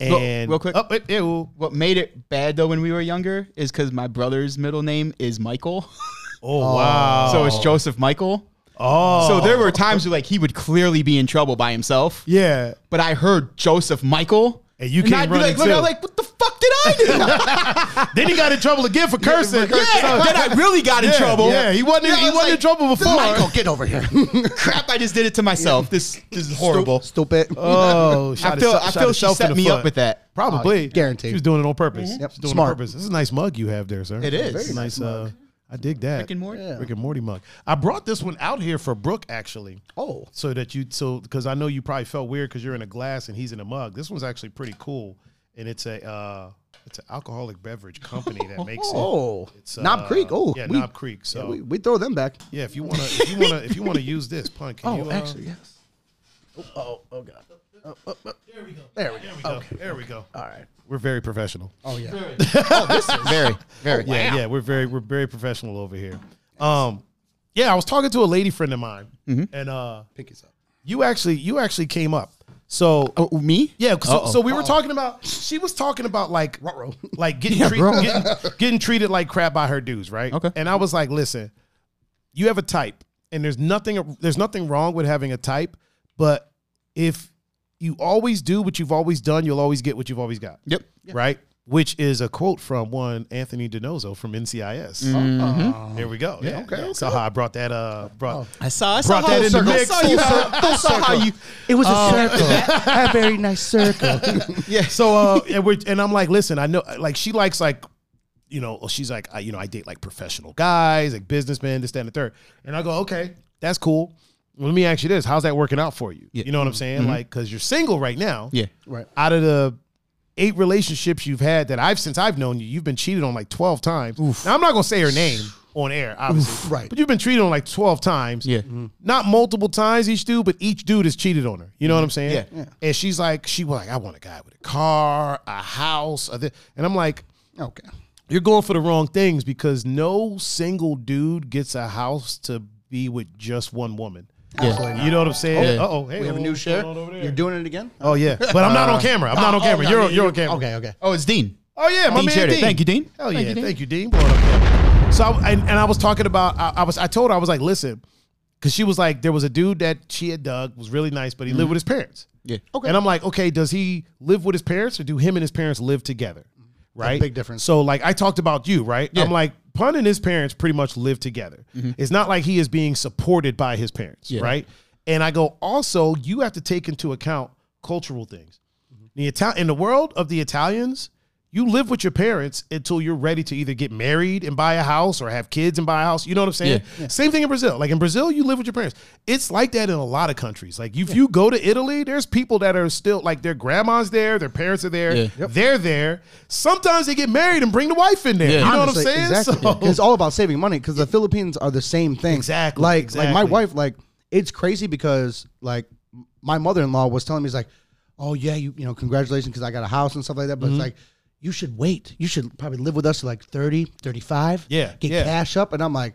Real-
and
real quick.
Oh, it, it will-
What made it bad though when we were younger is because my brother's middle name is Michael, <laughs>
oh, wow!
so it's Joseph Michael.
oh,
So there were times where like he would clearly be in trouble by himself,
yeah.
but I heard Joseph Michael,
And you came
I'd be
running
like, look,
too.
I'm like, what the fuck did
<laughs>
I do?
<laughs> Then he got in trouble again for cursing.
yeah, then I really got in
Yeah,
trouble.
yeah, he wasn't.
Yeah,
he
I was
wasn't in
like,
trouble before.
Michael, get over here.
Crap, I just did it to myself. This this is horrible.
Stupid.
<laughs> Oh,
I feel I feel she set me up with that.
Probably,
guaranteed.
She was doing it on purpose.
Yep.
She was doing It on
Smart.
purpose. This is a nice mug you have there, sir.
It is. Very
nice. uh, I dig that.
Rick and Morty? Yeah.
Rick and Morty mug. I brought this one out here for Brooke actually.
<laughs> Oh.
so that you so because I know you probably felt weird because you're in a glass and he's in a mug. This one's actually pretty cool, and it's a uh, it's an alcoholic beverage company that makes it.
Oh,
It's,
Knob
uh,
Creek. Oh,
yeah,
we,
Knob Creek. So
we, we throw them back.
yeah, if you wanna if you wanna if you wanna use this, pun,
<laughs>
can
Oh,
you? uh,
yes. Oh, oh, god. There we go. There we go.
there we go. There we go.
All right.
We're very professional.
<laughs> Oh yeah.
Very,
<laughs>
very.
Yeah, yeah, we're very we're very professional over here. Um, yeah, I was talking to a lady friend of mine, and uh,
Pinkies Mm-hmm. up.
you actually you actually came up. So
Oh, me?
yeah, so,
Uh-oh.
so we were talking about she was talking about like <laughs> like getting, treat,
ruh-roh.
getting getting treated like crap by her dudes, right?
Okay.
And I was like, listen, you have a type, and there's nothing there's nothing wrong with having a type, but if you always do what you've always done, you'll always get what you've always got.
Yep.
right? Which is a quote from one Anthony DiNozzo from NCIS.
Mm-hmm. Uh-huh.
There we go. Yeah, okay, So how I brought that uh brought
I saw. Oh. I
Brought that
saw how,
in the
circle.
mix.
I saw, you, I saw how you.
It was a circle. a very nice circle.
Yeah.
so uh and, we're, and I'm like, listen, I know like she likes like you know, she's like, I, you know, I date like professional guys, like businessmen, this, that, and the third. And I go, okay, that's cool. Let me ask you this: How's that working out for you?
Yeah. Mm-hmm.
You know what I'm saying? Like, because you're single right now.
Yeah.
Right.
Out of the eight relationships you've had that I've since I've known you, you've been cheated on like 12 times. Now I'm not gonna say her name on air, obviously.
right.
But you've been cheated on like 12 times.
Yeah. Mhm.
Not multiple times each dude, but each dude has cheated on her. You know what I'm saying?
Yeah. Yeah.
And she's like, she was like, I want a guy with a car, a house, a thi-" and I'm like,
Okay.
you're going for the wrong things because no single dude gets a house to be with just one woman.
Absolutely not.
You know what I'm saying?
Yeah.
Uh oh, hey,
We have a
oh,
new
what's
share.
going on over there?
You're doing it again.
oh
<laughs>
yeah, but I'm not on camera. I'm not on camera. you're on, you're on camera.
Okay. Okay.
Oh, it's Dean.
Oh yeah, my
Dean
man.
shared it.
Dean.
Thank you, Dean.
Hell
Thank
yeah,
you, Dean.
thank you, Dean. Blowing up there. So I, and, and I was talking about I, I was I told her I was like, listen, because she was like, there was a dude that she had dug was really nice, but he
Mm-hmm.
lived with his parents.
Yeah.
Okay. And I'm like, okay, does he live with his parents or do him and his parents live together? Right.
big difference.
So like I talked about you, right?
Yeah.
I'm like, Pun and his parents pretty much live together. It's not like he is being supported by his parents,
Yeah.
right? And I go, also, you have to take into account cultural things. The Ital- in the world of the Italians, you live with your parents until you're ready to either get married and buy a house or have kids and buy a house. You know what I'm saying? Same thing in Brazil. Like in Brazil, you live with your parents. It's like that in a lot of countries. Like if you go to Italy, there's people that are still like their grandma's there, their parents are there,
Yeah.
they're there. Sometimes they get married and bring the wife in there.
Yeah.
You know
Honestly,
what I'm saying?
Exactly.
So-
It's all about saving money because the Philippines are the same thing.
Exactly,
Like like
exactly.
my wife, like it's crazy because like m- my mother in law was telling me, it's like, oh yeah, you you know, congratulations because I got a house and stuff like that. But
Mm-hmm.
it's like you should wait. You should probably live with us to like 30, 35.
Yeah,
Get
yeah.
cash up. And I'm like,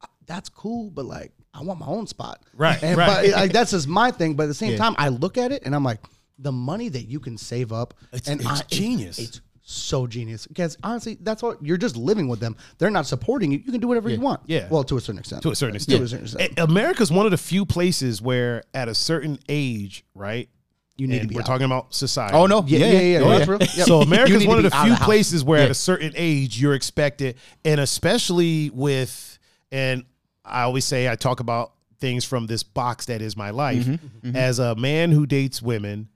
"Uh, that's cool, but like I want my own spot.
Right,
And,
right.
But it- like that's just my thing. But at
<laughs>
the same time, I look at it and I'm like, the money that you can save up
It's-
and
it's
I- it-
genius.
it's so genius because honestly, that's all you're just living with them. They're not supporting you. You can do whatever you want.
yeah.
Well, to a certain extent.
to a certain
To a
extent. Eh,
certain extent.
A- America's one of the few places where, at a certain age, right?
You need
and
to be
we're
out.
talking about society.
Oh no.
Yeah, yeah, yeah.
Oh,
That's real. Yep.
So
You
America's
need
one of
to
the
be out
few
of house.
places where, at
Yeah.
a certain age, you're expected, and especially with, and I always say I talk
Mm-hmm.
about things from this box that is my life. As a man who dates women,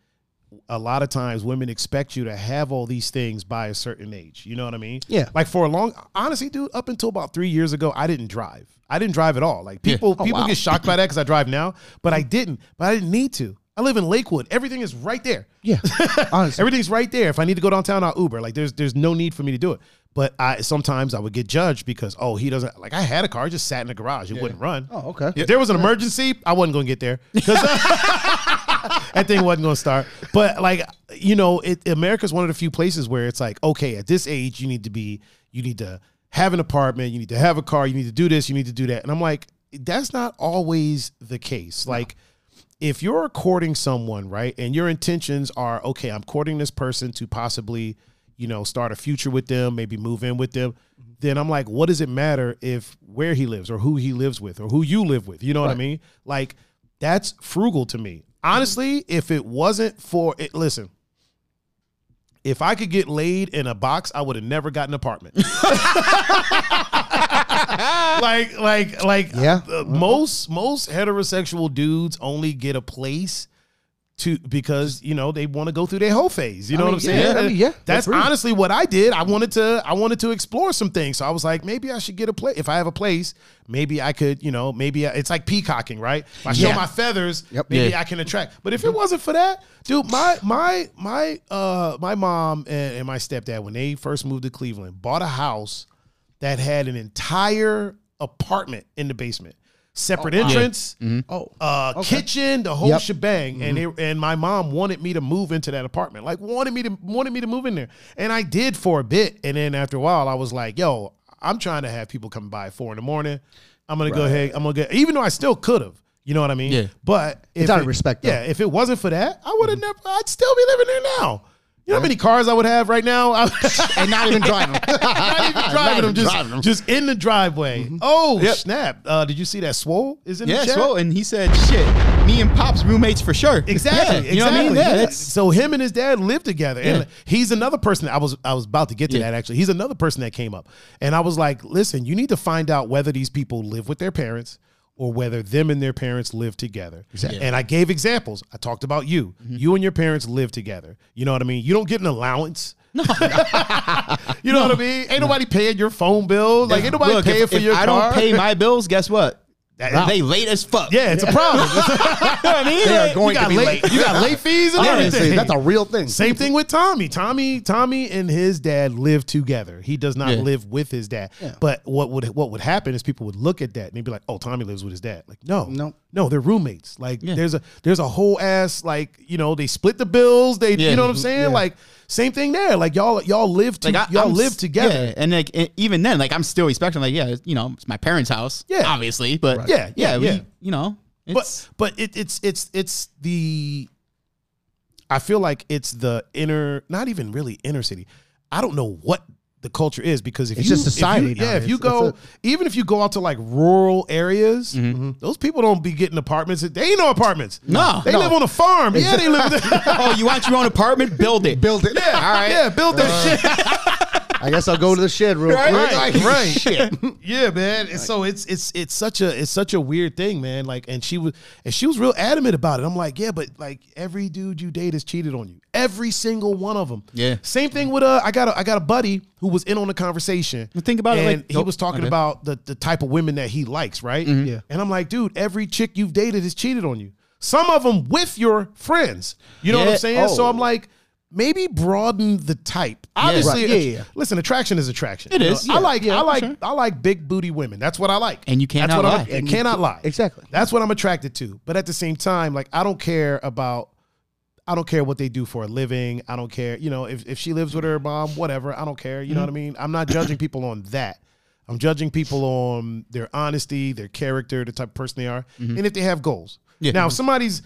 a lot of times women expect you to have all these things by a certain age. You know what I mean?
Yeah.
Like for a long, honestly, dude, up until about three years ago, I didn't drive. I didn't drive at all. Like people,
Oh,
people
wow.
get shocked by that because I drive now, but I didn't. But I didn't need to. I live in Lakewood. Everything is right there.
<laughs> Yeah, honestly.
Everything's right there. If I need to go downtown, I'll Uber. Like there's there's no need for me to do it. But I sometimes I would get judged because oh he doesn't like I had a car it just sat in the garage it wouldn't run.
Oh, okay.
If there was an emergency, I wasn't going to get there uh, because <laughs> that thing wasn't going to start. But like you know, it America's one of the few places where it's like okay at this age you need to be you need to have an apartment, you need to have a car, you need to do this, you need to do that. And I'm like that's not always the case. Like if you're courting someone, right, and your intentions are, okay, I'm courting this person to possibly, you know, start a future with them, maybe move in with them, then I'm like, what does it matter if where he lives or who he lives with or who you live with? You know what I mean? Like, that's frugal to me. Honestly, if it wasn't for it, listen, if I could get laid in a box, I would have never got an apartment. <laughs> like, like, like,
Yeah.
uh, most most heterosexual dudes only get a place to because you know they want to go through their whole phase. You know
mean,
what I'm saying?
yeah, I mean, yeah,
that's
that's real.
honestly what I did. I wanted to I wanted to explore some things, so I was like, maybe I should get a place. If I have a place, maybe I could, you know, maybe I, it's like peacocking, right? If I show
Yeah.
my feathers,
Yep.
maybe
Yeah.
I can attract. But if it wasn't for that, dude, my my my uh my mom and, and my stepdad when they first moved to Cleveland bought a house that had an entire apartment in the basement, separate entrance
Mm-hmm.
Oh,
uh, kitchen, the whole
Yep. Mm-hmm.
shebang, and they, and my mom wanted me to move into that apartment, like wanted me to wanted me to move in there, and I did for a bit, and then after a while, I was like, "Yo, I'm trying to have people come by at four in the morning. I'm gonna go ahead. I'm gonna get, even though I still could have, you know what I mean?
Yeah.
But if
out of respect, though.
yeah, if it wasn't for that, I would have
Mm-hmm.
never. I'd still be living there now. You know how many cars I would <laughs> have right now?
<laughs>
I,
and not even driving.
<laughs> not even driving them,
even
just
driving 'em. Mm-hmm.
just in the driveway. Oh
Yep.
snap! Uh, did you see that? Swole is in
yeah,
the chat.
so and he said, "Shit, me and Pop's roommates for sure." <laughs>
Exactly.
Yeah, you know what I mean?
exactly.
Yeah,
Yeah.
that's-
So him and his dad lived together,
Yeah.
and he's another person. That I was I was about to get to
Yeah.
that actually. He's another person that came up, and I was like, listen, you need to find out whether these people live with their parents or whether them and their parents live together.
Exactly. Mm-hmm.
And I gave examples. I talked about you. You and your parents live together. You know what I mean? You don't get an
<laughs>
allowance. No. <laughs> you know what I mean? Ain't nobody paying your phone bill. Like ain't nobody
Look,
paying
if,
for
if
your
I
car.
don't pay my bills, guess what? They late as
<laughs>
fuck.
yeah, it's a problem.
<laughs> You know what I mean?
they
Like,
are going you got late, You got late fees and
honestly,
everything.
that's a real thing.
Same thing with Tommy. Tommy, Tommy and his dad live together. He does not
Yeah.
live with his dad. But what would what would happen is people would look at that and they'd be like, "Oh, Tommy lives with his dad." Like, no,
No.
no, they're roommates. Like, there's a there's a whole ass like you know they split the bills. They
Yeah.
you know what I'm saying? Like, same thing there. Like y'all y'all live to,
Like, I-
y'all
I'm
live
s-
together.
yeah, and like e- even then, like I'm still expecting, like yeah, you know, it's my parents' house,
Yeah.
obviously, but
Right. Yeah, yeah,
we-
yeah.
you know,
but
it's,
but it, it's it's it's the I feel like it's the inner, not even really inner city. I don't know what the culture is because if
It's
you,
just
if you-
society now.
yeah, if you
It's- that's
go,
it.
even if you go out to like rural areas,
Mm-hmm.
mm-hmm, those people don't be getting apartments. They ain't no apartments.
No.
they
No.
live on a farm. Yeah, they
<laughs>
live. <laughs> There.
oh, you want your own apartment? Build it.
Build it.
Yeah,
right.
yeah, build that shit.
I guess I'll go to the shed real
Right,
quick.
right.
<laughs>
Shit.
<laughs> yeah, man. And so it's it's it's such a it's such a weird thing, man. Like, and she was and she was real adamant about it. I'm like, yeah, but like every dude you date has cheated on you. Every single one of them.
Yeah.
Same thing with uh, I got a I got a buddy who was in on the conversation.
But think about it,
and
like-
he
Nope. Mm-hmm.
was talking
Okay.
about the the type of women that he likes, right?
Yeah.
And I'm like, dude, every chick you've dated has cheated on you. Some of them with your friends. You know what I'm
Yeah.
saying? So
Oh.
I'm like. Maybe broaden the type. Obviously,
Right. Yeah, yeah, yeah.
listen. Attraction is attraction.
It
You
is,
know, I
yeah.
like. I
for
like.
sure.
I like big booty women. That's what I like.
And you cannot
That's what I
lie.
like.
And
I
you
cannot
ca-
lie.
Exactly.
That's what I'm attracted to. But at the same time, like I don't care about I don't care what they do for a living. I don't care, you know, if, if she lives with her mom, whatever. I don't care. You know
Mm-hmm.
what I mean? I'm not judging people on that. I'm judging people on their honesty, their character, the type of person they are,
Mm-hmm.
and if they have goals.
Yeah.
Now, if somebody's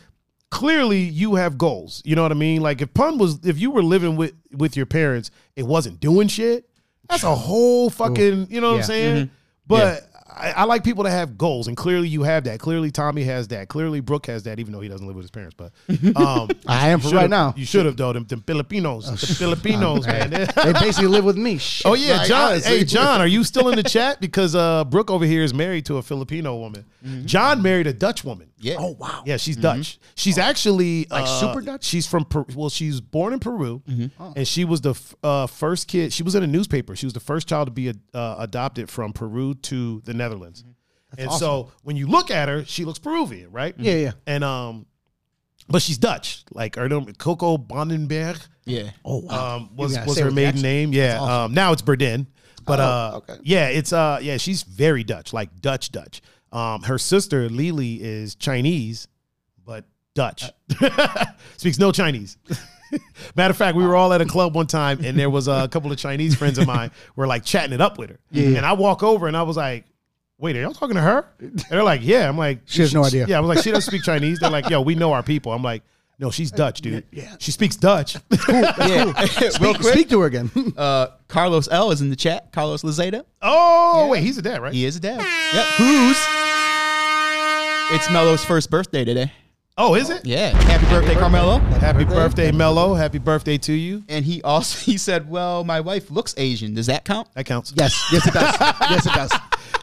clearly you have goals. You know what I mean? Like if pun was if you were living with with your parents, it wasn't doing shit. That's a whole fucking, you know what
Yeah.
I'm saying? But I, I like people that have goals, and clearly you have that. Clearly Tommy has that. Clearly Brooke has that, even though he doesn't live with his parents. But um,
I am for
you should've-
right now. Oh,
You should have though. Them, them Filipinos, the Filipinos, man.
<laughs>
They're-
They basically live with me.
Oh yeah,
Like,
John.
honestly.
Hey, John, are you still in the chat? Because uh, Brooke over here is married to a Filipino woman.
Mm-hmm.
John married a Dutch woman. <laughs>
Yeah.
Oh wow.
Yeah, she's Dutch. She's actually
Like
uh,
super Dutch? Mm-hmm.
She's from Peru. Well, she's born in Peru,
Oh.
and she was the f- uh, first kid. She was in a newspaper. She was the first child to be ad- uh, adopted from Peru to the Netherlands.
Mm-hmm.
And so when you look at her, she looks Peruvian, right?
Yeah, yeah.
And um, but she's Dutch. Like her name, Coco Bondenberg
Yeah.
Oh wow.
um, was
gotta
was
say
her
with the
maiden
accent.
name. Yeah. Um, now it's Berdin, but uh,
Oh, okay.
yeah, it's uh, yeah, she's very Dutch, like Dutch Dutch. Um, her sister Lily is Chinese, but Dutch <laughs> speaks no Chinese. <laughs> Matter of fact, we were all at a club one time, and there was a couple of Chinese friends of mine <laughs> were like chatting it up with her, and I walk over and I was like. Wait, are y'all talking to her? And they're like, yeah. I'm like,
She has no idea.
Yeah, I was like, she doesn't speak Chinese. They're like, yo, we know our people. I'm like, no, she's Dutch, dude.
Yeah.
She speaks Dutch. <laughs>
Yeah. Real
Speak,
quick,
speak to her again.
uh, Carlos L is in the chat. Carlos Lazada.
Oh wait, he's a dad, right?
He is a dad.
<laughs>
Yep. Who's? It's Melo's first birthday today.
Oh, is it?
Yeah. Happy birthday, Carmelo.
Happy birthday, Mello. Happy birthday to you.
And he also <laughs> he said, "Well, my wife looks Asian. Does that count?"
That counts.
yes, yes it does. Yes it does.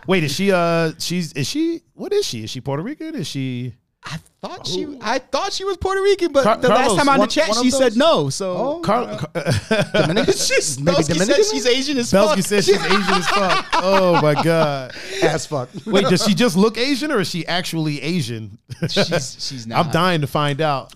Wait, is she? Uh, she's is she? What is she? Is she Puerto Rican? Is she?
I thought she I thought she was Puerto Rican, but
Oh. Car-
the
Carlos,
last time on
one- Oh.
the chat
one of
she said
those?
no. So
Carl, <laughs>
<laughs>
Dominican?
she's
Maybe
Belsky
Dominican?
says she's Asian as fuck.
Belsky says Uh, <laughs> she's Asian as fuck. Oh my god.
As
<laughs>
fuck.
Wait, does she just look Asian or is she actually <laughs> Asian?
she's, she's not.
I'm dying to find <laughs> out.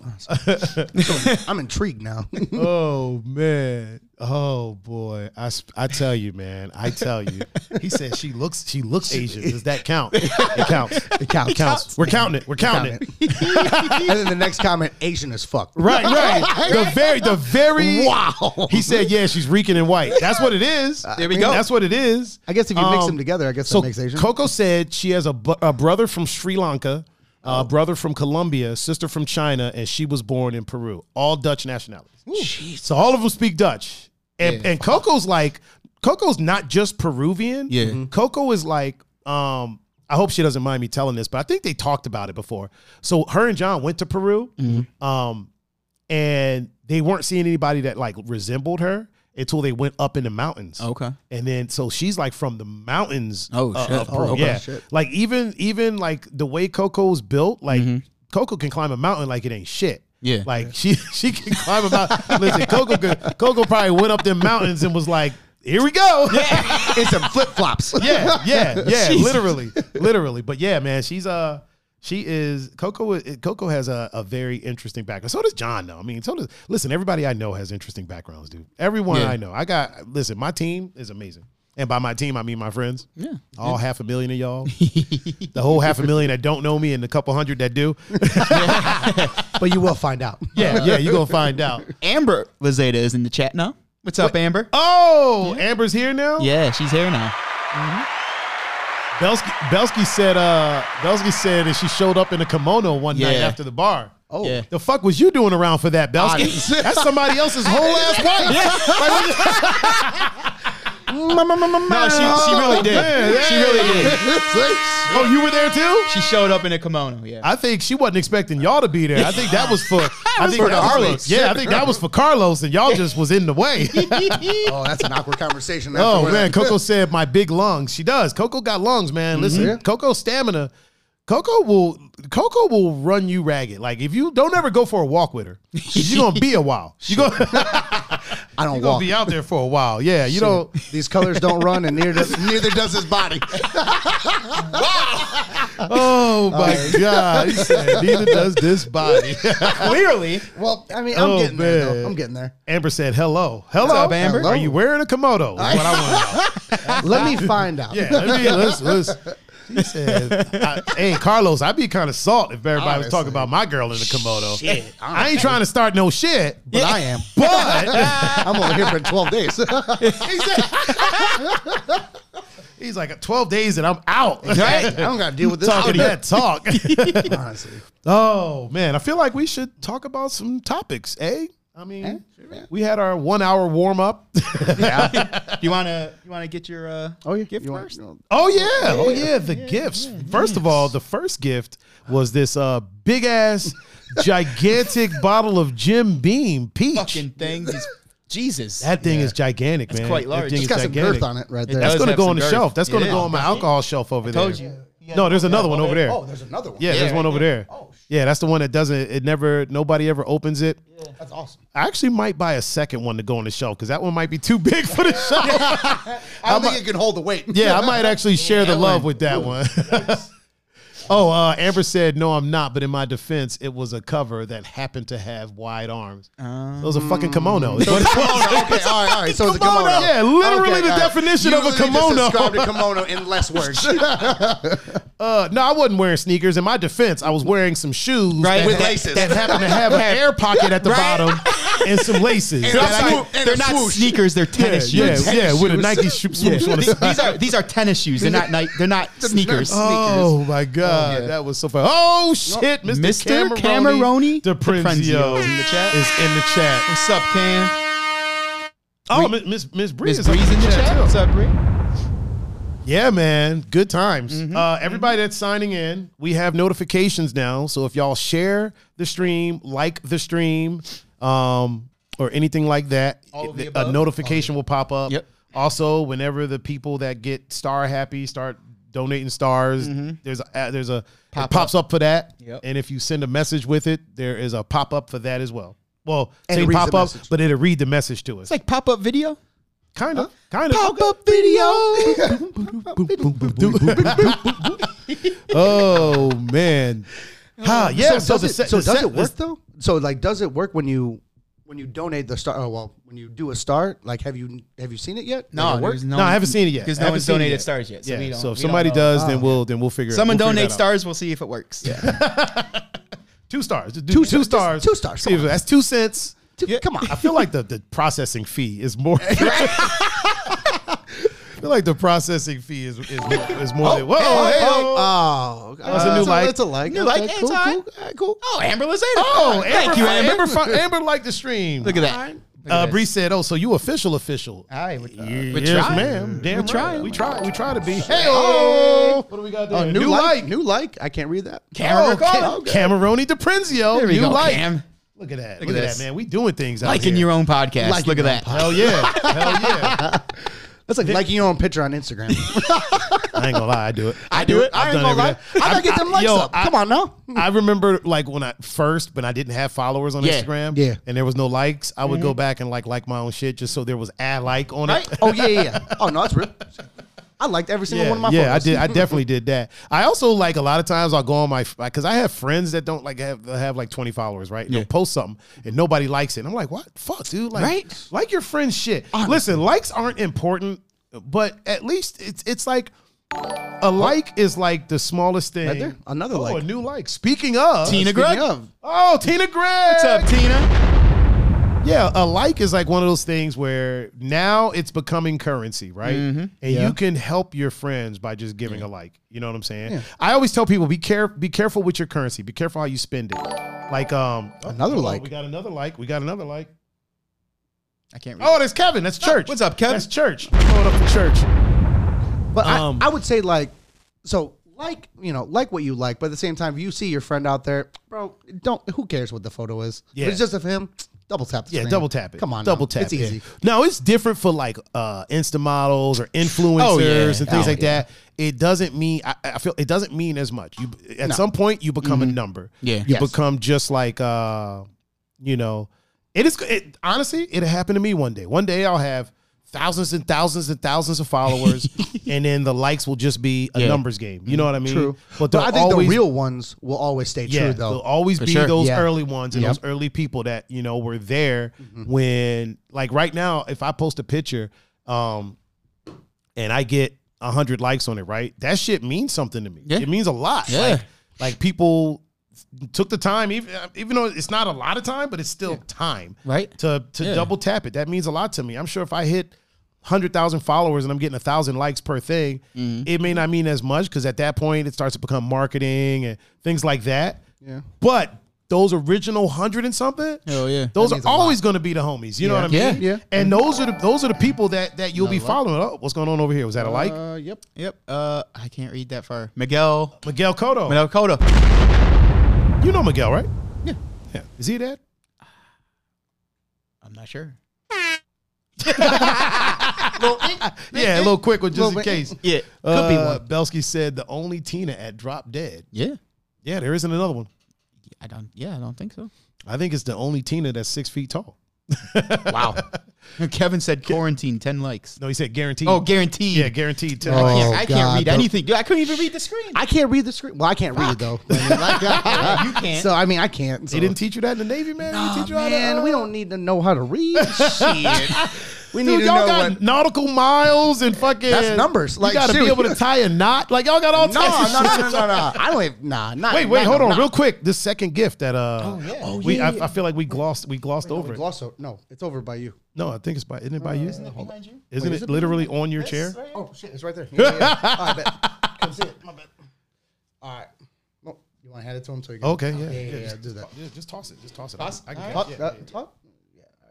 I'm intrigued now.
Oh man. Oh boy. I sp- I tell you, man. I tell you. He said she looks she looks Asian. Does <laughs> that count? It counts. It
counts.
It counts. We're counting it. We're counting it. <laughs>
and then the next comment, Asian as fuck.
<laughs>
Right, right. The very, the very.
Wow.
<laughs> He said, "Yeah, she's reeking and white. That's what it is.
Uh, There we go.
That's what it is."
I guess if you mix
Um,
them together, I guess
So
that makes Asian.
Coco said she has a, bu- a brother from Sri Lanka, a brother from Colombia, sister from China, and she was born in Peru. All Dutch nationalities. So all of them speak Dutch. And
Yeah.
and Coco's like Coco's not just Peruvian. Mm-hmm.
Yeah. Mhm.
Coco is like um I hope she doesn't mind me telling this, but I think they talked about it before. So her and John went to Peru. Um and they weren't seeing anybody that like resembled her until they went up in the mountains.
Okay.
And then so she's like from the mountains.
Oh,
uh,
shit.
of Peru.
Oh, okay.
yeah.
Shit.
Like even even like the way Coco's built, like Coco can climb a mountain like it ain't shit.
Mm-hmm. Yeah.
Like <laughs> she she can climb about. listen, Coco could, Coco probably went up them mountains and was like, here we go. Yeah.
it's some
<laughs>
flip flops.
Yeah, yeah, yeah.
Jesus.
Literally, literally. But yeah, man, she's uh she is Coco. is- Coco has a, a very interesting background. So does John, though. I mean, so does listen. Everybody I know has interesting backgrounds, dude. Everyone
Yeah.
I know. I got listen. My team is amazing, and by my team I mean my friends. Yeah, all half a million of y'all. the whole half a million that don't know me, and the couple hundred that do.
But you will find out. <laughs>
Yeah, yeah. You are gonna find out.
Amber Lazada is in the chat now. What's up, Amber?
Oh, Amber's here now.
Yeah, she's here now.
Belsky, Belsky said. Uh, Belsky said that she showed up in a kimono one night
Yeah.
after the bar.
Oh.
Yeah.
The fuck was you doing around for that, Belsky?
Honest.
That's somebody else's whole ass wife. <laughs>
No, she, she really did.
Oh, Man,
She really did.
Oh, you were there too?
She showed up in a kimono. Yeah.
I think she wasn't expecting y'all to be there. I think that was for I think
for
that was
Carlos.
yeah, I think that was for Carlos, and y'all just was in the way.
Oh, that's an awkward conversation.
oh
afterward.
man, Coco said my big lungs. She does. Coco got lungs, man. Listen,
Yeah.
Coco's stamina. Coco will Coco will run you ragged. Like if you don't ever go for a walk with her, you're gonna be a while. You're gonna,
I don't
you gonna
walk.
be out there for a while. Yeah, you know. <laughs>
These colors don't run, and neither does, neither does his body.
Oh my God. He said, neither does this body. <laughs>
Clearly.
Well, I mean, I'm
Oh,
getting there.
man.
though. I'm getting there.
Amber said, hello. Hello.
up, Amber?
Are you wearing a Komodo? Is what I want to know.
Let me find out.
<laughs> Yeah, let me, let's, let's. She said, I- hey, Carlos, I'd be kind of salt if everybody was talking
Honestly.
about my girl in the Komodo.
Shit,
I ain't trying to start no shit,
<laughs> But I am.
but.
<laughs> I'm only here for 12 days. <laughs>
He said- <laughs> He's like, 12 days and I'm out.
Right? I don't gotta deal with this.
Talking
<laughs>
that talk.
Honestly.
Oh man, I feel like we should talk about some topics, eh? I mean, we had our one hour warm up.
Yeah. <laughs> you wanna you wanna get your uh
Oh, yeah.
gift
You want-
first?
you know,
oh yeah, oh yeah, the gifts. first of all, the first gift was this uh big ass,
<laughs>
gigantic bottle of Jim Beam peach.
Fucking things is Jesus.
that thing is gigantic, man.
quite
That
large.
thing
It's
it's
is
got some girth
gigantic.
on it right
It
there.
That's
does
gonna
have
go
some
on the
girth.
shelf. That's
It
gonna
is.
go on my alcohol shelf over there.
told you.
No, there's another one over there.
Oh, there's another one.
Yeah, there's
Yeah. Oh,
one over there. Yeah, that's the one that doesn't. It never. Nobody ever opens it.
That's awesome.
I actually might buy a second one to go on the shelf because that one might be too big for
<laughs>
the shelf.
I don't think it can hold the weight.
yeah, I might actually share the love with that one. <laughs> oh, uh, Amber said, "No, I'm not." But in my defense, it was a cover that happened to have wide arms. it was a fucking
Um,
kimono. Is what it was.
<laughs> okay, all right, all right. So it's a
Kimono.
kimono.
Yeah, literally
Okay,
the
all right.
definition
You
of a
literally just
kimono.
described a kimono in less <laughs> words.
Uh, no, I wasn't wearing sneakers. In my defense, I was wearing some shoes
Right.
that,
With
that-
laces.
that happened to have an air pocket at the bottom and some laces.
And a
That I-
swoop.
they're not
swoosh.
sneakers, they're tennis
yeah,
shoes.
yeah, yeah, with a Nike sh- swoosh on the
These,
side.
these are these are tennis shoes. They're not night. They're not sneakers.
Oh my God,
yeah.
that was so fun! Oh shit, Mr.
Mr.
Cameroni,
Cameroni Oh,
DiPrenzio
DiPrenzio in the chat.
is in the chat.
What's up, Cam?
Oh, Mi- Miss Miss Bree
Miss
is up
Breeze in the chat.
too.
What's up, Bree?
Yeah, man. Good times.
Mm-hmm.
Uh, everybody that's signing in, we have notifications now. So if y'all share the stream, like the stream, um, or anything like that,
All of the
it- a
above?
notification will pop up.
Yep.
Also, whenever the people that get star happy start donating stars, there's a, uh, there's a it pops up. for that.
Mm-hmm. Yep.
And if you send a message with it, there is a pop up for that as well. Well,
it
same
reads the
pop up,
message.
but it'll read the message to us.
It's like pop up video.
kind of, kind of.
up video.
oh man. Ha, yeah. Oh. So,
does
the se-
it, so
the
does
se-
it work though? So like, does it work when you when you donate the star? Oh well, when you do a star, like have you have you seen it yet? Like,
No,
it
there's
works.
no,
No, I haven't seen it yet.
Because
I
no
haven't
one's
seen it
donated
yet.
stars yet. So
yeah.
we don't,
so if
we
somebody
don't know.
does, then we'll then we'll figure. it-
someone
we'll figure
donate
that out.
stars, we'll see if it works.
Two stars. Just do
Two
Two,
stars.
stars.
Two stars.
See,
Come on.
that's two cents.
Two- come on.
I feel like the, the processing fee is <laughs> more. I feel like the processing fee is is, is more than. Whoa,
Oh,
hey,
oh,
oh.
oh,
was a new
that's
like.
That's a like.
New
Okay,
like,
cool,
it's all
cool,
right.
all right, cool.
Oh, Amber Lazada.
Oh, Amber,
thank you, Amber.
Amber, fi- Amber liked the stream.
Look at that.
Alright.
Look at
Uh,
this.
Bree said, "Oh, so you official official?
Aye, we- uh, we're
yes,
trying.
ma'am. Damn,
We're
right.
trying.
We try. We try to be. Hey, what do we got there?
Oh, new, like. New like. I can't read that.
Camera
Oh, Cam- Cameroni
recording.
DiPrenzio.
There we
new
go,
like.
Cam.
Look at that. Look,
Look
at that,
at this.
man. We doing things out
Liking
here.
your own podcast.
Liking
Look at
your own
that.
Hell
<laughs>
yeah. Hell yeah.
That's like liking your own picture on Instagram.
I ain't gonna lie. I do it.
I do it. I
I've done
ain't gonna lie.
everything.
I gotta get
I-
them likes
yo,
up.
I-
Come on now.
I remember like when I first, when I didn't have followers on
Yeah.
Instagram,
Yeah. Mm-hmm.
and there was no likes, I would go back and like like my own shit just so there was a like on
Right?
it.
Oh yeah, yeah. yeah. Oh no, that's real. I liked every single
Yeah,
one of my
yeah,
photos.
I did.
<laughs>
I definitely did that. I also like a lot of times I'll go on my because I have friends that don't like have have like twenty followers, right? And They'll
Yeah.
post something and nobody likes it. And I'm like, what? Fuck, dude. Like,
Right?
like your friend's shit. Listen, likes aren't important, but at least it's it's like a like is like the smallest thing.
there? Another
oh,
like.
a new like. Speaking of
Tina
Speaking
Gregg.
of,
Oh, Tina Gray.
What's up, Tina?
Yeah, a like is like one of those things where now it's becoming currency, right?
Mm-hmm.
And you can help your friends by just giving a like. You know what I'm saying? I always tell people be care be careful with your currency. Be careful how you spend it. Like um
Another
oh,
like.
We got another like. We got another like.
I can't read.
Oh, that's Kevin. That's church.
what's up, Kevin?
That's church. Hold up for church.
But
Um,
I, I would say like, so like you know like what you like, but at the same time, if you see your friend out there, bro. Don't who cares what the photo is? If
Yeah.
it's just of him. Double tap. The
Yeah,
screen.
double tap it.
Come on,
double
now.
tap.
It's
yeah.
easy.
No, it's different for like uh Insta models or influencers
Oh, yeah.
and things
Oh,
like
yeah.
that. It doesn't mean I, I feel it doesn't mean as much. You at
No. Mm-hmm.
some point you become a number.
Yeah.
you
Yes.
become just like uh, you know, it is. It, honestly, it happened to me one day. One day I'll have thousands and thousands and thousands of
<laughs>
followers, and then the likes will just be a
Yeah.
numbers game. You know what I mean?
True. But,
they'll
I think
always-
the real ones will always stay
yeah,
true
There'll
though.
always
For
be
sure.
those
Yeah.
early ones and
Yep. Mm-hmm.
those early people that you know were there when, like, right now, if I post a picture, um, and I get a hundred likes on it, right? That shit means something to me.
Yeah.
It means a lot.
Yeah.
Like, like people took the time, even even though it's not a lot of time, but it's still time,
Right.
To to
Yeah.
double tap it. That means a lot to me. I'm sure if I hit. 100,000 followers and I'm getting a thousand likes per thing,
Mm-hmm.
it may not mean as much because at that point it starts to become marketing and things like that.
Yeah.
But those original hundred and something,
Hell yeah.
those
That
are
means a lot.
always going to be the homies. You know
Yeah.
what I mean?
Yeah.
Yeah.
And those are the those are the people that that you'll be
Another like.
following. Oh, what's going on over here? Was that a like?
Uh, yep.
Yep. Uh, I can't read that far. Miguel
Miguel Cotto.
Minocota.
You know Miguel, right?
Yeah.
Yeah. Is he that?
I'm not <laughs> sure.
Yeah, a little quick one, just
Little
in
bit.
case.
Yeah.
Could
Could be
uh,
one.
Belsky said the only Tina at Drop Dead.
Yeah.
Yeah, there isn't another one.
I don't. Yeah, I don't think so.
I think it's the only Tina that's six feet tall.
Wow. <laughs> Kevin said quarantine ten likes.
No, he said guaranteed.
Oh, guaranteed.
yeah, guaranteed. Ten
Oh.
likes.
Yeah, I can't
God,
read
don't-
anything. Dude, I couldn't even read the screen.
I can't read the screen. Well, I can't read it though.
<laughs>
you can't.
so I mean, I can't. So.
They didn't teach you that in the Navy, man. They
Aw,
teach you how to,
man,
uh,
we don't need to know how to read.
<laughs>
<laughs>
we need
Dude, y'all
to know
got
what.
nautical miles and fucking
That's numbers. Like,
you got to be
shoot.
able to tie a knot. Like y'all got <laughs> all
No,
types.
no,
of
no,
shit.
no, no, no. I don't. Even, nah, not.
Wait, wait,
not-
hold on,
not-
real quick. This second gift that uh,
yeah. Oh,
we
yeah,
I, I feel like we glossed we glossed over
We
it.
glossed over- No, it's over by you.
no, I think it's by isn't it by you? Isn't it,
behind you?
isn't it literally on your chair?
Oh shit, it's right
<laughs>
there. Yeah, yeah, yeah. All right, bet. Come see it. My bad. All right. Well, you want to hand it to him so you can. Oh,
Okay, yeah,
Yeah, yeah,
yeah,
yeah,
just-
do that.
Yeah, just toss it. Just toss it.
Toss?
I, I can
All
catch
Up,
it.
uh, up?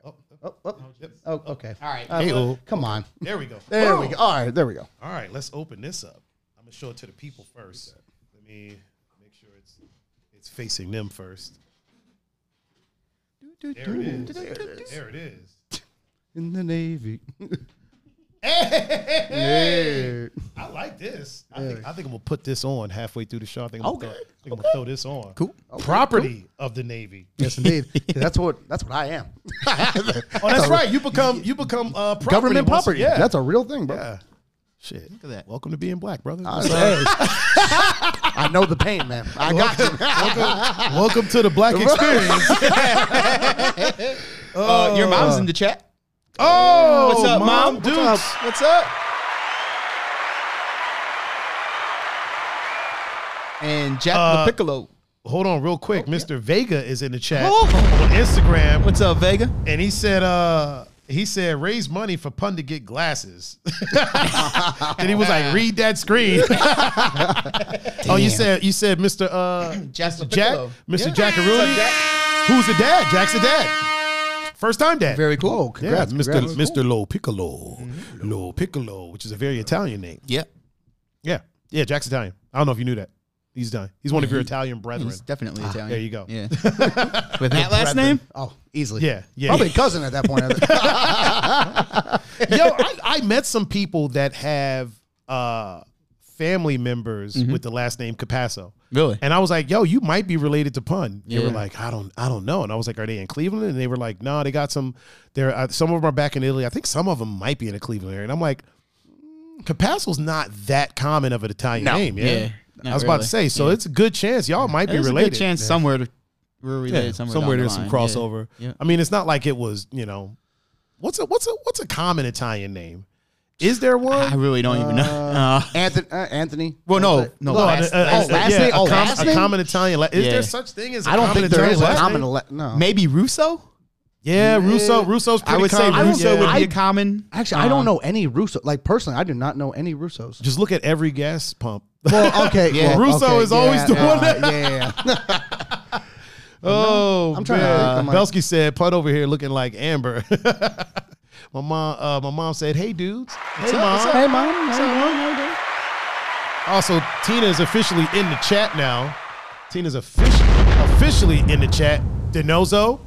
Oh,
Up, up.
Yep.
Oh, okay. All
right.
Hey, oh. <laughs>
Come on.
There we go.
There we go. All right,
<laughs>
there we go.
All right, let's open this up. I'm gonna show it to the people first. Let me make sure it's it's facing them first. There it is. There it is.
In the Navy. <laughs>
I like this. I think I think I'm gonna put this on halfway through the show. I think I'm, gonna,
Okay.
throw, I think I'm gonna throw this on. Cool. Property of the Navy.
Yes, <laughs> indeed. 'Cause That's what that's what I am.
Oh, that's right. You become you become uh, property
Government
once-
property.
Yeah.
That's a real thing, bro.
yeah. Shit. Look
at that.
Welcome to being black, brother.
Ah. Hey. <laughs> I know the pain, man. I got you.
Welcome to the black experience.
Uh, your mom's in the chat.
oh,
What's up, mom?
Dude,
What's up? What's up? And Jack
Uh,
the Piccolo.
hold on, real quick. Mr. Vega is in the chat
Oh.
on Instagram.
What's up, Vega?
and he said uh he said raise money for pun to get glasses <laughs> and he was like read that screen <laughs> oh you said you said mr uh
Jack the
jack
Piccolo.
mr
Yeah.
jack Arulli, who's the dad jack's the dad first time dad
Very cool.
Whoa,
yeah,
congrats,
Mr.
congrats.
Mr. Lo Piccolo, Lo Piccolo, which is a very Italian name.
Yeah.
Yeah, yeah, Jack's Italian. I don't know if you knew that. He's Italian. He's one of your Italian brethren.
He's definitely Italian.
Ah, there you go. <laughs>
Yeah. With that last name?
Oh, easily.
Yeah, yeah.
Probably a cousin at that <laughs> point.
Yo,
<laughs>
I, I met some people that have uh, family members with the last name Capasso.
Mm-hmm. Really?
And I was like, "Yo, you might be related to Pun." They were
Yeah.
like, "I don't, I don't know." And I was like, "Are they in Cleveland?" And they were like, "No, they got some. There, uh, some of them are back in Italy. I think some of them might be in the Cleveland area." And I'm like, mm, "Capasso's not that common of an Italian
No.
name, yeah."
Yeah,
I
not
was about to say,
really.
so
Yeah.
it's a good chance y'all might
There's
be
a
related.
good chance somewhere to, we're related
Yeah,
somewhere.
somewhere,
down
there's
the
some
line.
crossover.
Yeah. Yeah.
I mean, it's not like it was, you know, what's a what's a what's a common Italian name? Is there one?
I really don't even know. Uh,
Anthony. Uh, Anthony.
well,
What was
no,
it?
no.
Oh,
last,
uh, uh,
last-
uh,
last
yeah,
name?
a
Oh,
com-
last
A
name?
common Italian. la- Is
Yeah.
there such thing as? I
I don't think there is a common.
Name?
Le-
<laughs>
no.
maybe Russo.
Yeah, Russo. Russo's
I
pretty
would say
common.
Russo
Yeah.
would be
I-
a common.
Actually, I don't know any Russo. Like personally, I do not know any Russos.
Just look at every gas pump.
<laughs>
<laughs>
Well, okay.
Yeah.
well,
Russo
okay,
is always the one that-
yeah, uh, yeah, <laughs> yeah.
Oh,
I'm trying to
man.
think, I'm like-
Belsky said, "Put over here looking like Amber." <laughs> my mom, uh, my mom said, "Hey, dudes, hey,
What's up?
mom."
What's up? Hey, mom. Hey, mom. How you doing?
Also, Tina is officially in the chat now. Tina's officially officially in the chat. Denozo.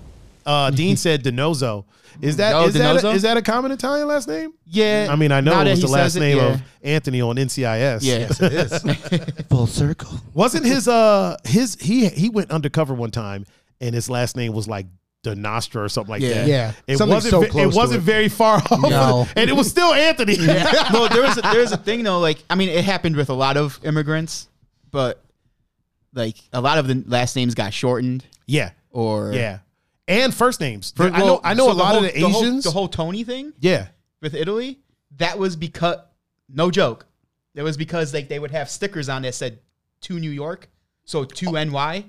Uh,
<laughs>
Dean said Denozo. Is that
Oh,
is that, a,
Dinozo?
is that a common Italian last name?
Yeah.
I mean, I know
now
it
that
was
he
the last
says it,
name
yeah.
of Anthony on NCIS.
Yeah.
It is full circle.
<laughs> Wasn't his uh his he he went undercover one time and his last name was like Denostra or something like
Yeah.
that.
Yeah.
It
Something
wasn't
so
ve-
close
it
to
wasn't
it.
very far <laughs> off.
No.
And it was still
<laughs>
Anthony.
<laughs> well, there was a, there was a thing though. Like, I mean, it happened with a lot of immigrants, but like a lot of the last names got shortened
yeah.
or
Yeah. And first names. I
Well,
know I know
so
a lot
whole-
of the
whole-
Asians.
The whole, Tony thing
yeah.
with Italy, that was because no joke. That was because like they would have stickers on that said to New York, so to
Oh.
NY,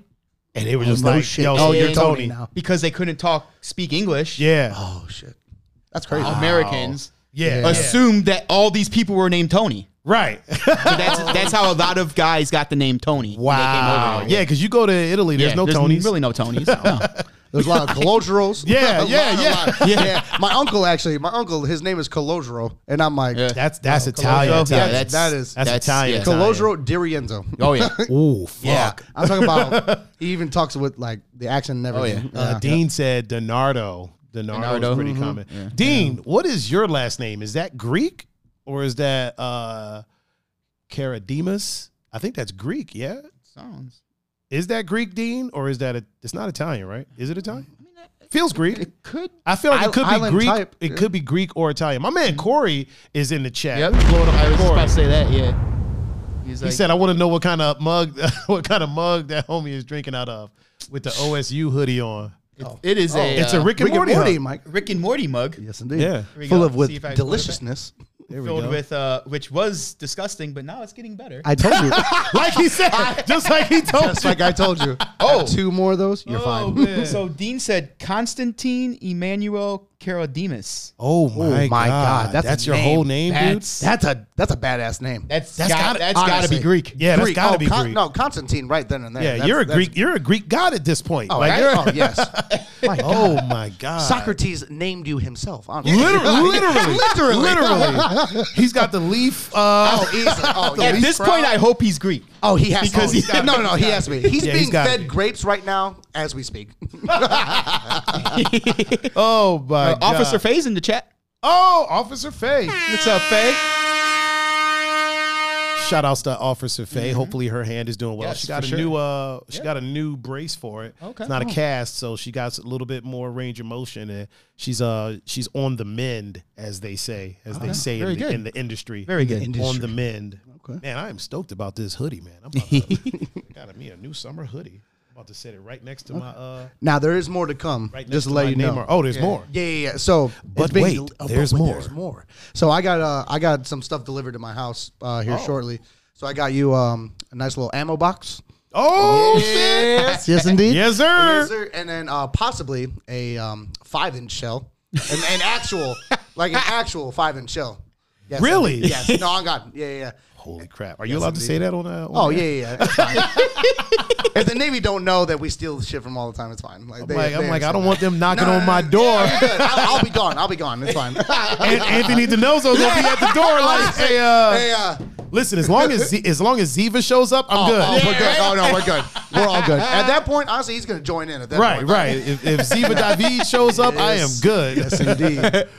And they were just
no
like,
shit.
yo, so
Oh,
you're
yeah.
Tony.
Tony now.
because they couldn't talk speak English.
Yeah.
Oh shit, that's crazy.
Americans.
Yeah. yeah.
Assumed that all these people were named Tony.
Right. <laughs>
So that's that's how a lot of guys got the name Tony. when they came
<laughs>
over.
Wow. Yeah, because you go to Italy, there's
Yeah,
no Tonys. Oh,
Really, no
<laughs>
Tonys. No.
There's a lot of <laughs> Colodros.
Yeah,
A
yeah,
lot, a
yeah.
<laughs> lot. My uncle actually, my uncle, his name is Colodro, and I'm like,
Yeah.
That's that's
Yeah,
Italian.
Colosio.
Italian.
that's- that is-
that's Italian.
yeah.
Colodro
<laughs>
Dirienzo.
Oh yeah.
Ooh, fuck.
Yeah.
I'm talking about. He even talks with like the accent and everything.
Uh, Dean said Donardo. Donardo is
Donardo.
pretty common. Dean, what is your last name? Is that Greek or is that uh Karadimas? I think that's Greek, yeah?
Sounds.
Is that Greek, Dean, or is that a, it's not Italian, right? Is it Italian? Feels Greek.
It could.
I feel like it could be
Island
Greek.
type.
It could be Greek or Italian. My man Corey is in the chat.
Yep. I was just
Corey.
about to say that. Yeah. He's
He
like,
said, "I want to know what kind of mug, <laughs> what kind of mug that homie is drinking out of, with the OSU hoodie on.
it is a.
oh. It's a
uh,
Rick and
Rick and
Morty.
Morty,
hug.
Mike.
Rick and Morty mug.
Yes, indeed.
Yeah.
we
Full
go.
of with
See if I can go to
deliciousness.
There we
filled
go.
with uh, which was disgusting, but now it's getting better.
<laughs> I told you.
<laughs>
<laughs>
like he said, just like he told
Just
you.
like I told you.
Oh.
two more of those, you're
Oh,
fine.
man. so Dean said Constantine Emmanuel Caradimus.
Oh my, god, that's,
a
your whole name, dude.
That's
That's a that's a badass name.
that's
that's
got,
gotta-
that's got to
honestly.
be Greek.
Yeah, that's gotta
Oh,
be
Con-
Greek.
No, Constantine, right then and there.
yeah,
That's-
you're a
that's-
Greek. You're a Greek god at this point.
Oh,
like,
right?
you're-
Oh, yes.
<laughs>
My God.
oh my god,
Socrates named you himself. <laughs> Honestly.
Literally, literally,
literally,
literally. He's got the leaf. Uh,
Oh, he's, oh, yeah,
At
he's
this
proud.
point, I hope he's <laughs> Greek.
Oh, he has
Because
to.
he-
<laughs> no, no, he has to be. He's
Yeah, he's
being
gotta
fed
be.
grapes right now as we speak. <laughs>
oh my
Uh,
god,
Officer Faye's in the chat.
Oh, Officer Faye.
What's up, Faye?
Shout outs to Officer Faye. Hopefully her hand is doing well.
Yes,
she got
for
a
sure.
new uh she got a new brace for it.
Okay.
It's not a cast, so she got a little bit more range of motion and she's uh she's on the mend, as they say, as they say
Very
in the,
good.
in the industry.
Very good.
On
Industry.
the mend.
Okay.
Man, I am stoked about this hoodie, man. I'm about to, I got me a new summer hoodie. I'm about to set it right next to my uh
now there is more to come.
right next
just
to
to let
my
you know.
Neymar. Oh, there's more.
Yeah, yeah, yeah. So,
But
it's being
wait,
del-
there's
wait,
more.
There's more. So I got uh, I got some stuff delivered to my house uh, here shortly. So I got you um, a nice little ammo box.
Oh shit.
Yes, yes, indeed.
Yes, sir.
Yes, sir. And then uh, possibly a um, five inch shell, an, an <laughs> actual, like an actual five inch shell. Yes,
Really?
indeed. Yes. No, I'm God. Yeah, yeah. yeah.
Holy crap. Are you allowed to say that on uh on
Oh
air?
yeah, yeah. yeah. It's fine. if the Navy don't know that we steal shit from all the time, it's fine. Like, they,
I'm like,
they
I'm like, I
understand
don't
that.
want
<laughs>
them knocking
No, no,
on
no,
my
no.
door.
Yeah, you're <laughs> good. I'll, I'll be gone. I'll be gone. It's
<laughs>
fine.
An- Anthony DiNozzo gonna be at
<laughs>
the door like, hey, uh,
Hey, uh,
listen, as long as Z- as long as Ziva shows up, I'm good.
oh, we're good. Oh no, we're good. We're all good. At that point, honestly, he's gonna join in. At that
<laughs> Right,
point.
right. If, if Ziva David shows up, I am
Yes.
good.
Yes, indeed.
<laughs>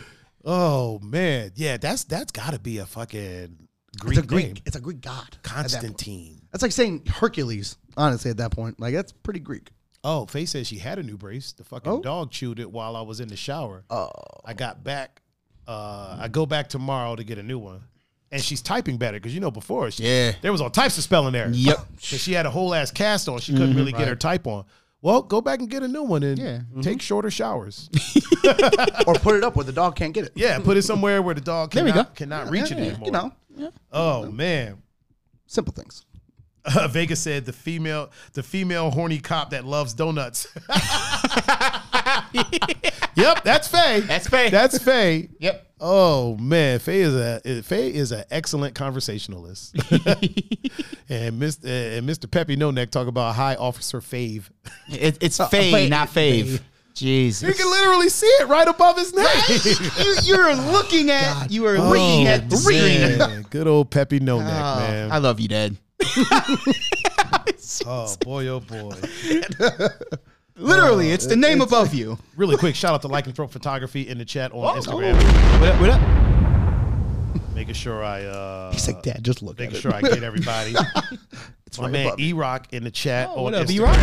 Oh man, yeah, that's that's got to be a fucking Greek,
It's a
name.
Greek. It's a Greek god. at that point.
Constantine.
That's like saying Hercules. Honestly, at that point, like that's pretty Greek.
Oh, Faye says she had a new brace. The fucking
Oh.
dog chewed it while I was in the shower. Oh, I got back. Uh, I go back tomorrow to get a new one, and she's typing better because you know before she,
Yeah.
there was all types of spelling errors.
Yep.
Because she had a whole ass cast on. She couldn't really get her type on. Well, go back and get a new one and
Mm-hmm. Yeah. Mm-hmm.
take shorter showers.
or put it up where the dog can't get it.
<laughs> yeah, put it somewhere where the dog
There we
cannot,
go.
cannot reach it
Yeah,
anymore.
You know,
Oh man. <laughs>
simple things.
Uh, Vega said the female the female horny cop that loves donuts. <laughs> yep, that's Faye.
That's Faye.
That's Faye.
Yep.
Oh man, Faye is a Faye is an excellent conversationalist. <laughs> and Mr. and Mr. Peppy No Neck talk about high officer Fave.
It, it's
Faye.
Uh, Faye, not Fave.
You
Jesus.
can
<laughs>
literally see it right above his name.
you, you're looking at. You are looking at the screen. <laughs>
man. <laughs> Good old Peppy No Neck,
Oh,
man.
I love you, Dad.
oh boy, oh boy.
Literally, Uh, it's the name above you.
Really quick, shout out to Lycanthrope Photography in the chat on Instagram.
What up? What up?
Making sure I uh
He's like, Dad, just look. At
making
it.
sure I get everybody. it's my
right
man
above
E Rock in the chat
Oh,
on
what up,
Instagram.
E-Rock?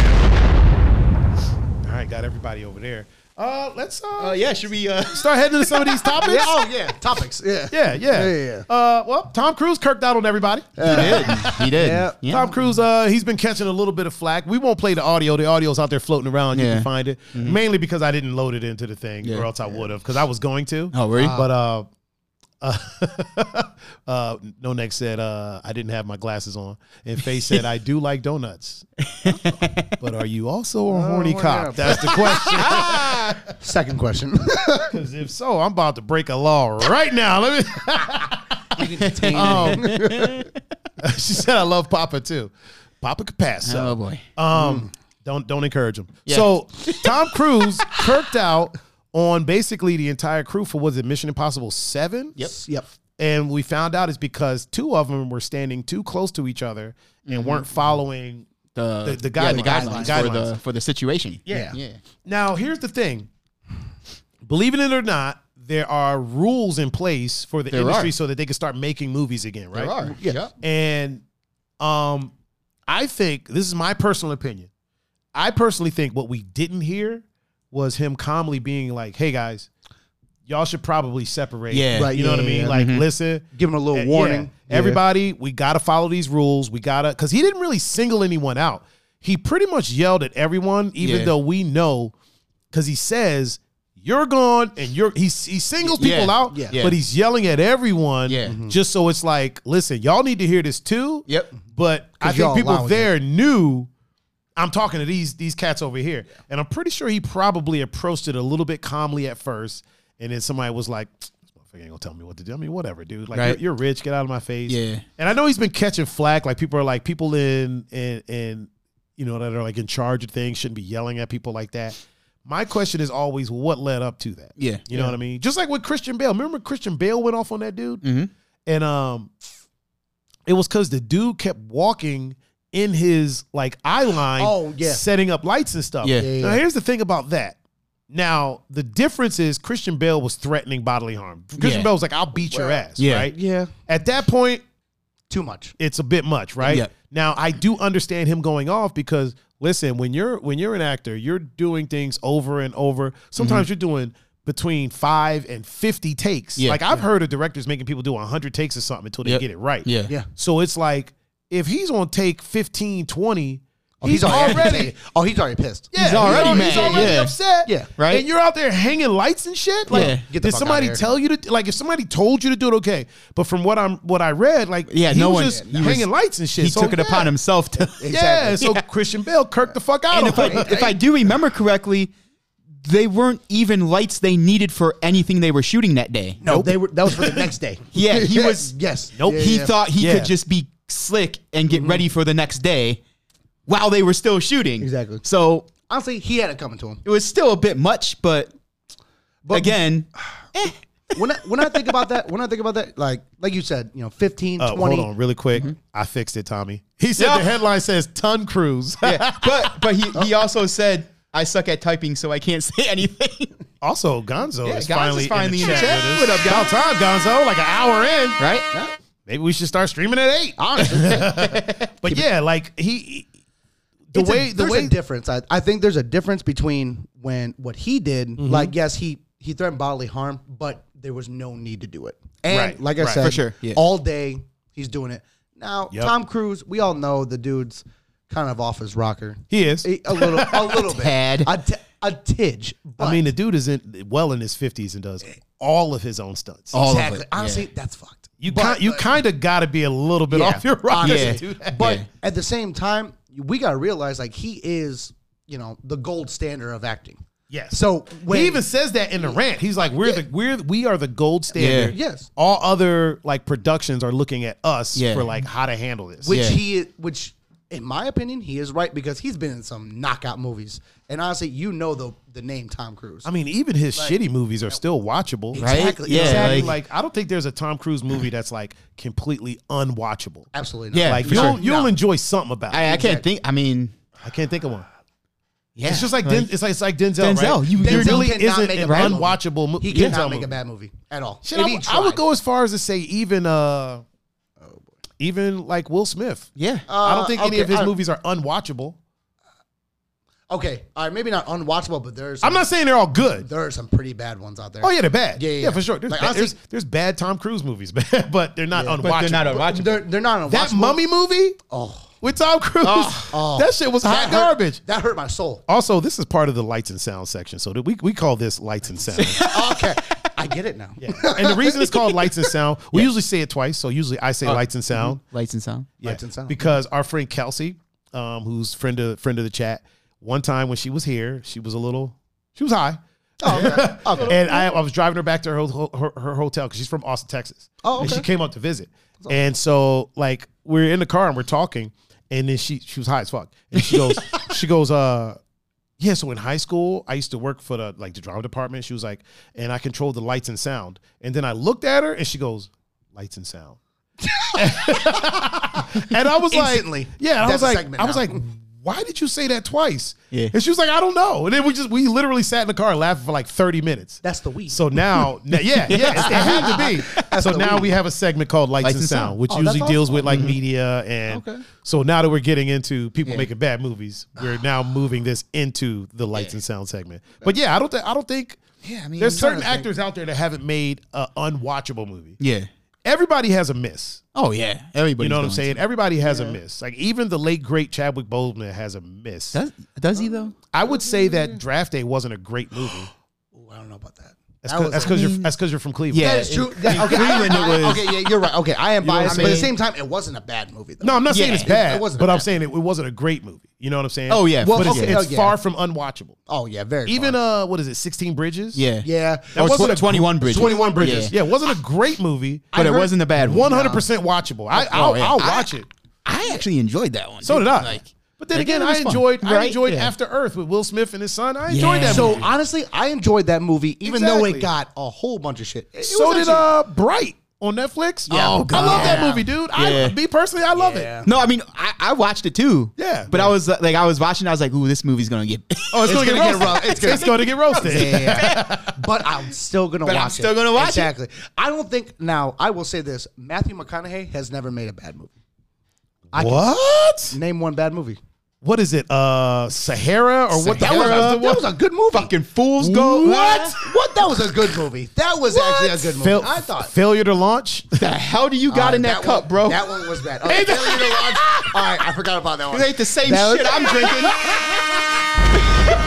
All right, got everybody over there. Uh let's uh,
Uh, yeah, should we? Uh,
start heading into some of these topics.
Yeah, oh yeah, topics. Yeah,
Yeah, yeah.
Yeah, yeah,
Uh, well, Tom Cruise kirked out on everybody.
he did. He did.
Yeah.
Tom Cruise, uh, he's been catching a little bit of flack. We won't play the audio. The audio's out there floating around. You
Yeah. Mm-hmm.
can find it. Mainly because I didn't load it into the thing,
Yeah.
or else I would have, because I was going to.
Oh, were you?
But uh, <laughs> Uh, uh, no neck said uh, I didn't have my glasses on, and Faye said I do like
<laughs>
donuts. but are you also a horny
horny
cop?
up.
That's the question.
Second question. <laughs>
Because if so, I'm about to break a law right now. Let
<laughs>
me.
Oh,
um, <laughs> she said I love Papa too. Papa could pass. so.
Oh boy.
Um, don't don't encourage him. So Tom Cruise <laughs> kirked out on basically the entire crew for was it Mission Impossible Seven? Yep.
yep.
And we found out is because two of them were standing too close to each other and
Mm-hmm.
weren't following.
The,
The- the
yeah,
guidelines.
for the for the situation.
Yeah.
Yeah.
Now here's the thing. Believe it or not, there are rules in place for the
There
industry
are.
so that they can start making movies again, right?
There are.
Yeah.
Yep.
And um, I think this is my personal opinion. I personally think what we didn't hear was him calmly being like, "Hey guys, y'all should probably separate."
Yeah.
you know what I
yeah,
mean.
yeah.
Like, listen,
Give him a little
Eh,
warning.
Uh, yeah, everybody, we gotta follow these rules. We gotta because he didn't really single anyone out. He pretty much yelled at everyone, even
Yeah.
though we know because he says. You're gone, and you're he, he singles
Yeah,
people out,
yeah.
but he's yelling at everyone,
Yeah. Mhm.
just so it's like, listen, y'all need to hear this too,
Yep.
but I think
y'all
people
allowing
there knew I'm talking to these these cats over here, and I'm pretty sure he probably approached it a little bit calmly at first, and then somebody was like, "This "Motherfucker ain't gonna tell me what to do." I mean, whatever, dude. Like,
Right.
you're, you're rich, get out of my face.
Yeah.
And I know he's been catching flack. Like people are like people in in in you know that are like in charge of things shouldn't be yelling at people like that. My question is always what led up to that.
Yeah.
You know what I mean? Just like with Christian Bale. Remember Christian Bale went off on that dude?
Mhm.
And um it was cuz the dude kept walking in his like eye line
Oh, yeah.
setting up lights and stuff.
Yeah.
Yeah, yeah,
Now
yeah.
here's the thing about that. Now, the difference is Christian Bale was threatening bodily harm. Christian
Yeah.
Bale was like, I'll beat your ass.
Yeah.
Right.
Yeah.
At that point,
Too much.
it's a bit much, right?
Yeah.
Now I do understand him going off because listen, when you're when you're an actor, you're doing things over and over. Sometimes you're doing between five and fifty takes.
Mm-hmm. Yeah.
Like I've heard of directors making people do hundred takes or something until they
Yep.
get it right.
Yeah.
Yeah.
So it's like if he's on take 15, 20,
Oh,
he's,
<laughs>
already
<laughs> Oh, he's already pissed.
yeah, he's
already
already, he's
mad,
already
yeah.
upset.
Yeah.
Right.
And you're out there hanging lights and shit. Like,
Yeah.
Get the
did
fuck
somebody
outta here.
tell you to like? If somebody told you to do it, okay. But from what I'm, what I read, like,
Yeah,
he
no
was
one-
just
he was-
hanging lights and shit.
He
So,
took it
yeah.
upon himself to
Yeah.
Exactly.
So Christian Bale kirked the fuck out
And
of
if I,
him.
if I do remember correctly, they weren't even lights they needed for anything they were shooting that day.
No, they were. That was for the next <laughs> day.
Yeah, he was-
Yes.
Nope.
Yeah,
he
yeah.
thought he
Yeah. Mm-hmm.
could just be slick and get ready for the next day while they were still shooting.
Exactly.
So
Honestly, he had it coming to him.
it was still a bit much, but, again,
When I, when I think about that, when I think about that, like like you said, you know, 15,
Uh,
20.
hold on, really quick. I fixed it, Tommy. He said
Yeah.
the headline says "Ton Cruise."
yeah, but but he, he also said, I suck at typing, so I can't <laughs> say anything.
<laughs> also, Gonzo
Yeah,
is
Gonzo's
finally,
finally
in
in
the
the
chat.
chat.
with us.
What
About
up,
time, Gonzo. Like an hour in,
right?
Maybe we should start streaming at eight.
Honestly,
<laughs> But yeah, like he, he- the
It's a-
way the
there's
way
a difference. I, I think there's a difference between when what he did. Like yes, he he threatened bodily harm, but there was no need to do it. And
Right,
like I
right.
said,
For sure, yeah.
all day he's doing it. Now
Yep.
Tom Cruise, we all know the dude's kind of off his rocker.
he is.
A a little,
<laughs>
a little bit,
Tad.
a, t- a tidge. But
I mean, the dude is in well in his fifties and does all of his own stunts.
All of
exactly.
it, yeah.
Honestly, that's fucked.
you
But-
ki- you kind of got to be a little bit off your rocker
Yeah.
to do that.
But
Yeah.
at the same time, we gotta realize like he is, you know, the gold standard of acting.
Yes.
So when
he even says that in the rant. He's like, "We're the we're we are the gold standard.
Yeah. Yes.
All other like productions are looking at us
Yeah.
for like how to handle this.
which
Yeah.
he which in my opinion he is right because he's been in some knockout movies and honestly you know the the name Tom Cruise.
I mean, even his shitty movies are still watchable.
Right?
Exactly.
Yeah.
Exactly. Like,
like-
I don't think there's a Tom Cruise movie that's like completely unwatchable.
Absolutely. Not.
Yeah.
Like
for
you'll
sure.
you'll
No.
enjoy something about.
I,
it.
I can't think. I mean,
I can't think of one.
yeah.
It's just like, Den- it's like it's like Denzel.
Denzel,
right?
you-
There
Denzel
really
cannot
isn't
make
an
a bad movie.
unwatchable mo-
he
Denzel
cannot make
movie.
a bad movie at all.
Shit,
If
I,
he
would- I would
tried.
go as far as to say even uh, even like Will Smith.
yeah.
I don't think any
Uh, okay,
of his
I-
movies are unwatchable.
Okay, all right, maybe not unwatchable, but there's
I'm not saying they're all good.
there are some pretty bad ones out there.
Oh yeah, they're bad.
Yeah, yeah, yeah.
for sure. There's,
Like,
bad,
honestly-
there's there's bad Tom Cruise movies, <laughs> but they're not unwatchable.
but they're not unwatchable.
They're, they're not unwatchable.
that Mummy movie
Oh,
with Tom Cruise. <laughs>
oh.
that shit was hot
that hurt-
garbage.
that hurt my soul.
<laughs> Also, this is part of the lights and sound section, so that we we call this lights and sound.
okay, I get it now.
Yeah. And the reason it's
<laughs>
called lights and sound, we usually say it twice. So usually I say lights and sound.
Lights and sound.
Yeah,
Uh, mm-hmm. Lights and sound.
Because our friend Kelsey, um, who's friend of friend of the chat, one time when she was here, she was a little, she was high.
Oh,
<laughs>
okay.
And I, I was driving her back to her ho- her, her hotel because she's from Austin, Texas.
Oh,
And she
okay.
came up to visit, and so like we're in the car and we're talking, and then she she was high as fuck, and she
<laughs>
goes she goes uh. Yeah, so in high school, I used to work for the like the drama department. She was like, and I controlled the lights and sound. And then I looked at her, and she goes, "Lights and
<laughs>
sound." and I was
Instantly.
like, "Yeah." and I
That's
was
a
like,
segment
"I was
now.
like, why did you say that twice?"
Yeah.
And she was like, "I don't know." And then we just we literally sat in the car laughing for like thirty minutes.
That's the weed.
So now, n- yeah, yeah, it had to be. So now we have a segment called Lights, and, Sound, which
Oh, that's
usually deals
awesome.
with like media and.
Okay.
So now that we're getting into people making bad movies, we're now moving this into the Lights and Sound segment. But yeah, I don't think I don't think.
Yeah, I mean,
there's certain
I'm trying to think.
actors out there that haven't made an unwatchable movie.
Yeah.
Everybody has a miss.
Oh yeah. Everybody.
You know what I'm saying? Everybody has a miss. Like even the late great Chadwick Boseman has a miss.
Does does he though?
I would say that Draft Day wasn't a great movie.
Ooh, I don't know about that.
That's
That was-
because you're
mean-
that's because you're from Cleveland.
Yeah,
That is
in-
true. That- okay, I-
Cleveland, it
I-
was-
<laughs> okay, yeah, you're right. Okay, I am
know what
biased,
I'm
but at the
saying?
same time, it wasn't a bad movie. Though.
No, I'm not saying
Yeah.
it's bad,
It wasn't
but
a
I'm
bad-
saying it, it wasn't a great movie. You know what I'm saying?
Oh, yeah,
Well,
for
it's,
sure.
it's
Yeah.
far from unwatchable.
Oh yeah, very.
Even
far.
uh, what is it? 16 Bridges.
Yeah.
yeah,
That
Or
wasn't
tw-
a-
21 Bridges.
21 Bridges.
yeah, it wasn't a great movie,
But it wasn't a bad one.
100 percent watchable. I I'll,
yeah.
I'll
I-
watch it.
I actually enjoyed that one.
So did I.
Like,
but then
like,
again,
it was
I
fun.
enjoyed I
Right?
enjoyed
Yeah.
After Earth with Will Smith and his son. I enjoyed
Yeah.
that.
So
So
So honestly, I enjoyed that movie, even though
Exactly.
it got a whole bunch of shit. It- it
so
was
did uh
actually-
Bright on Netflix.
Yeah. Oh,
I
God.
love that movie, dude. I
Yeah.
me personally, I love
Yeah.
it.
No, I mean, I, I watched it too.
Yeah.
But I was uh, like, I was watching. I was like, ooh, this movie's gonna get. <laughs>
Oh, it's, gonna, get roasted. It's, going to get roasted.
Yeah, yeah, yeah. but I'm still gonna
But I'm
watch
still gonna watch it.
exactly. I don't think now. I will say this: Matthew McConaughey has never made a bad movie. I can
<laughs> What?
name one bad movie.
What is it? Uh, Sahara or what? the
That was,
hell is
a,
the
that was a good movie.
fucking fools go.
What?
What? That was a good movie. That was actually a good movie.
Fail-
I thought.
failure to <laughs> launch. Uh,
The hell do you got in that, cup,
one,
bro?
That one was bad. Okay, failure
<laughs>
to launch. All right, I forgot about that one.
It ain't the same
That was-
shit I'm
<laughs>
drinking.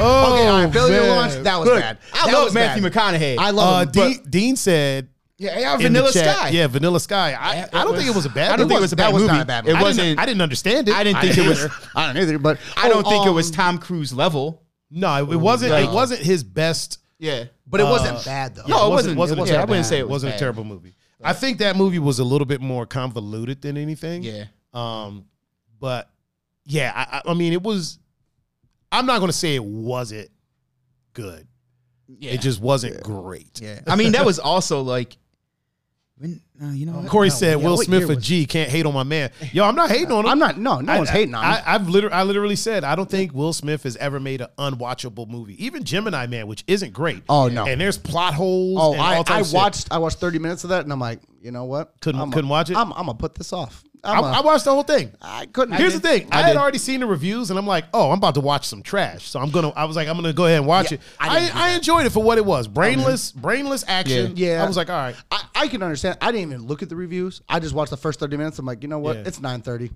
Oh,
okay, all right, failure to
man.
launch. That was
Look,
bad.
I
that
love
was
Matthew
bad.
McConaughey.
I
Uh,
love him,
Dean, Dean said
yeah, yeah,
in the
Vanilla
chat-
Sky.
Yeah, Vanilla Sky. I,
That
I don't
was-
think it was a bad.
I don't
movie.
think it was a bad
was
movie.
not a bad movie.
It
I didn't,
wasn't.
I didn't understand it.
<laughs> I didn't think it was.
either.
I don't either, but
I don't
oh,
think it was
um,
Tom Cruise level.
No, it wasn't. It wasn't his best.
Yeah.
But it wasn't bad though.
No, it wasn't.
Wasn't. a
it wasn't. uh, Yeah, I
terrible-
wouldn't say it was
wasn't a
bad.
terrible movie. I think that movie was a little bit more convoluted than anything.
Yeah.
Um, but yeah, I, I I mean, it was. I'm not gonna say it wasn't good.
Yeah.
It just wasn't great.
Yeah. I mean, that was also like, when, uh, you know, what?
Corey
No,
said,
yeah,
"Will
what
Smith
year
a
was-
G can't hate on my man." Yo, I'm not hating on him.
I'm not. No, no one's hating on
I,
him.
I- I've literally, I literally said I don't think Will Smith has ever made an unwatchable movie. Even Gemini Man, which isn't great.
Oh, no.
And there's plot holes.
Oh,
and
I,
all
I
types of shit.
watched. I watched 30 minutes of that, and I'm like, you know what?
Couldn't-
I'm a-
couldn't watch it?
I'm, I'm gonna put this off.
I,
I'm
I
a,
watched the whole thing.
I couldn't.
Here's the thing: I, had
did.
already seen the reviews, and I'm like, "Oh, I'm about to watch some trash." So I'm gonna. I was like, "I'm gonna go ahead and watch
Yeah,
it."
I didn't
I,
do
I, enjoyed it for what it was: brainless, brainless action.
Yeah. Yeah.
I was like, "All right."
I, I can understand. I didn't even look at the reviews. I just watched the first 30 minutes. I'm like, you know what?
Yeah. <laughs>
It's 9:30.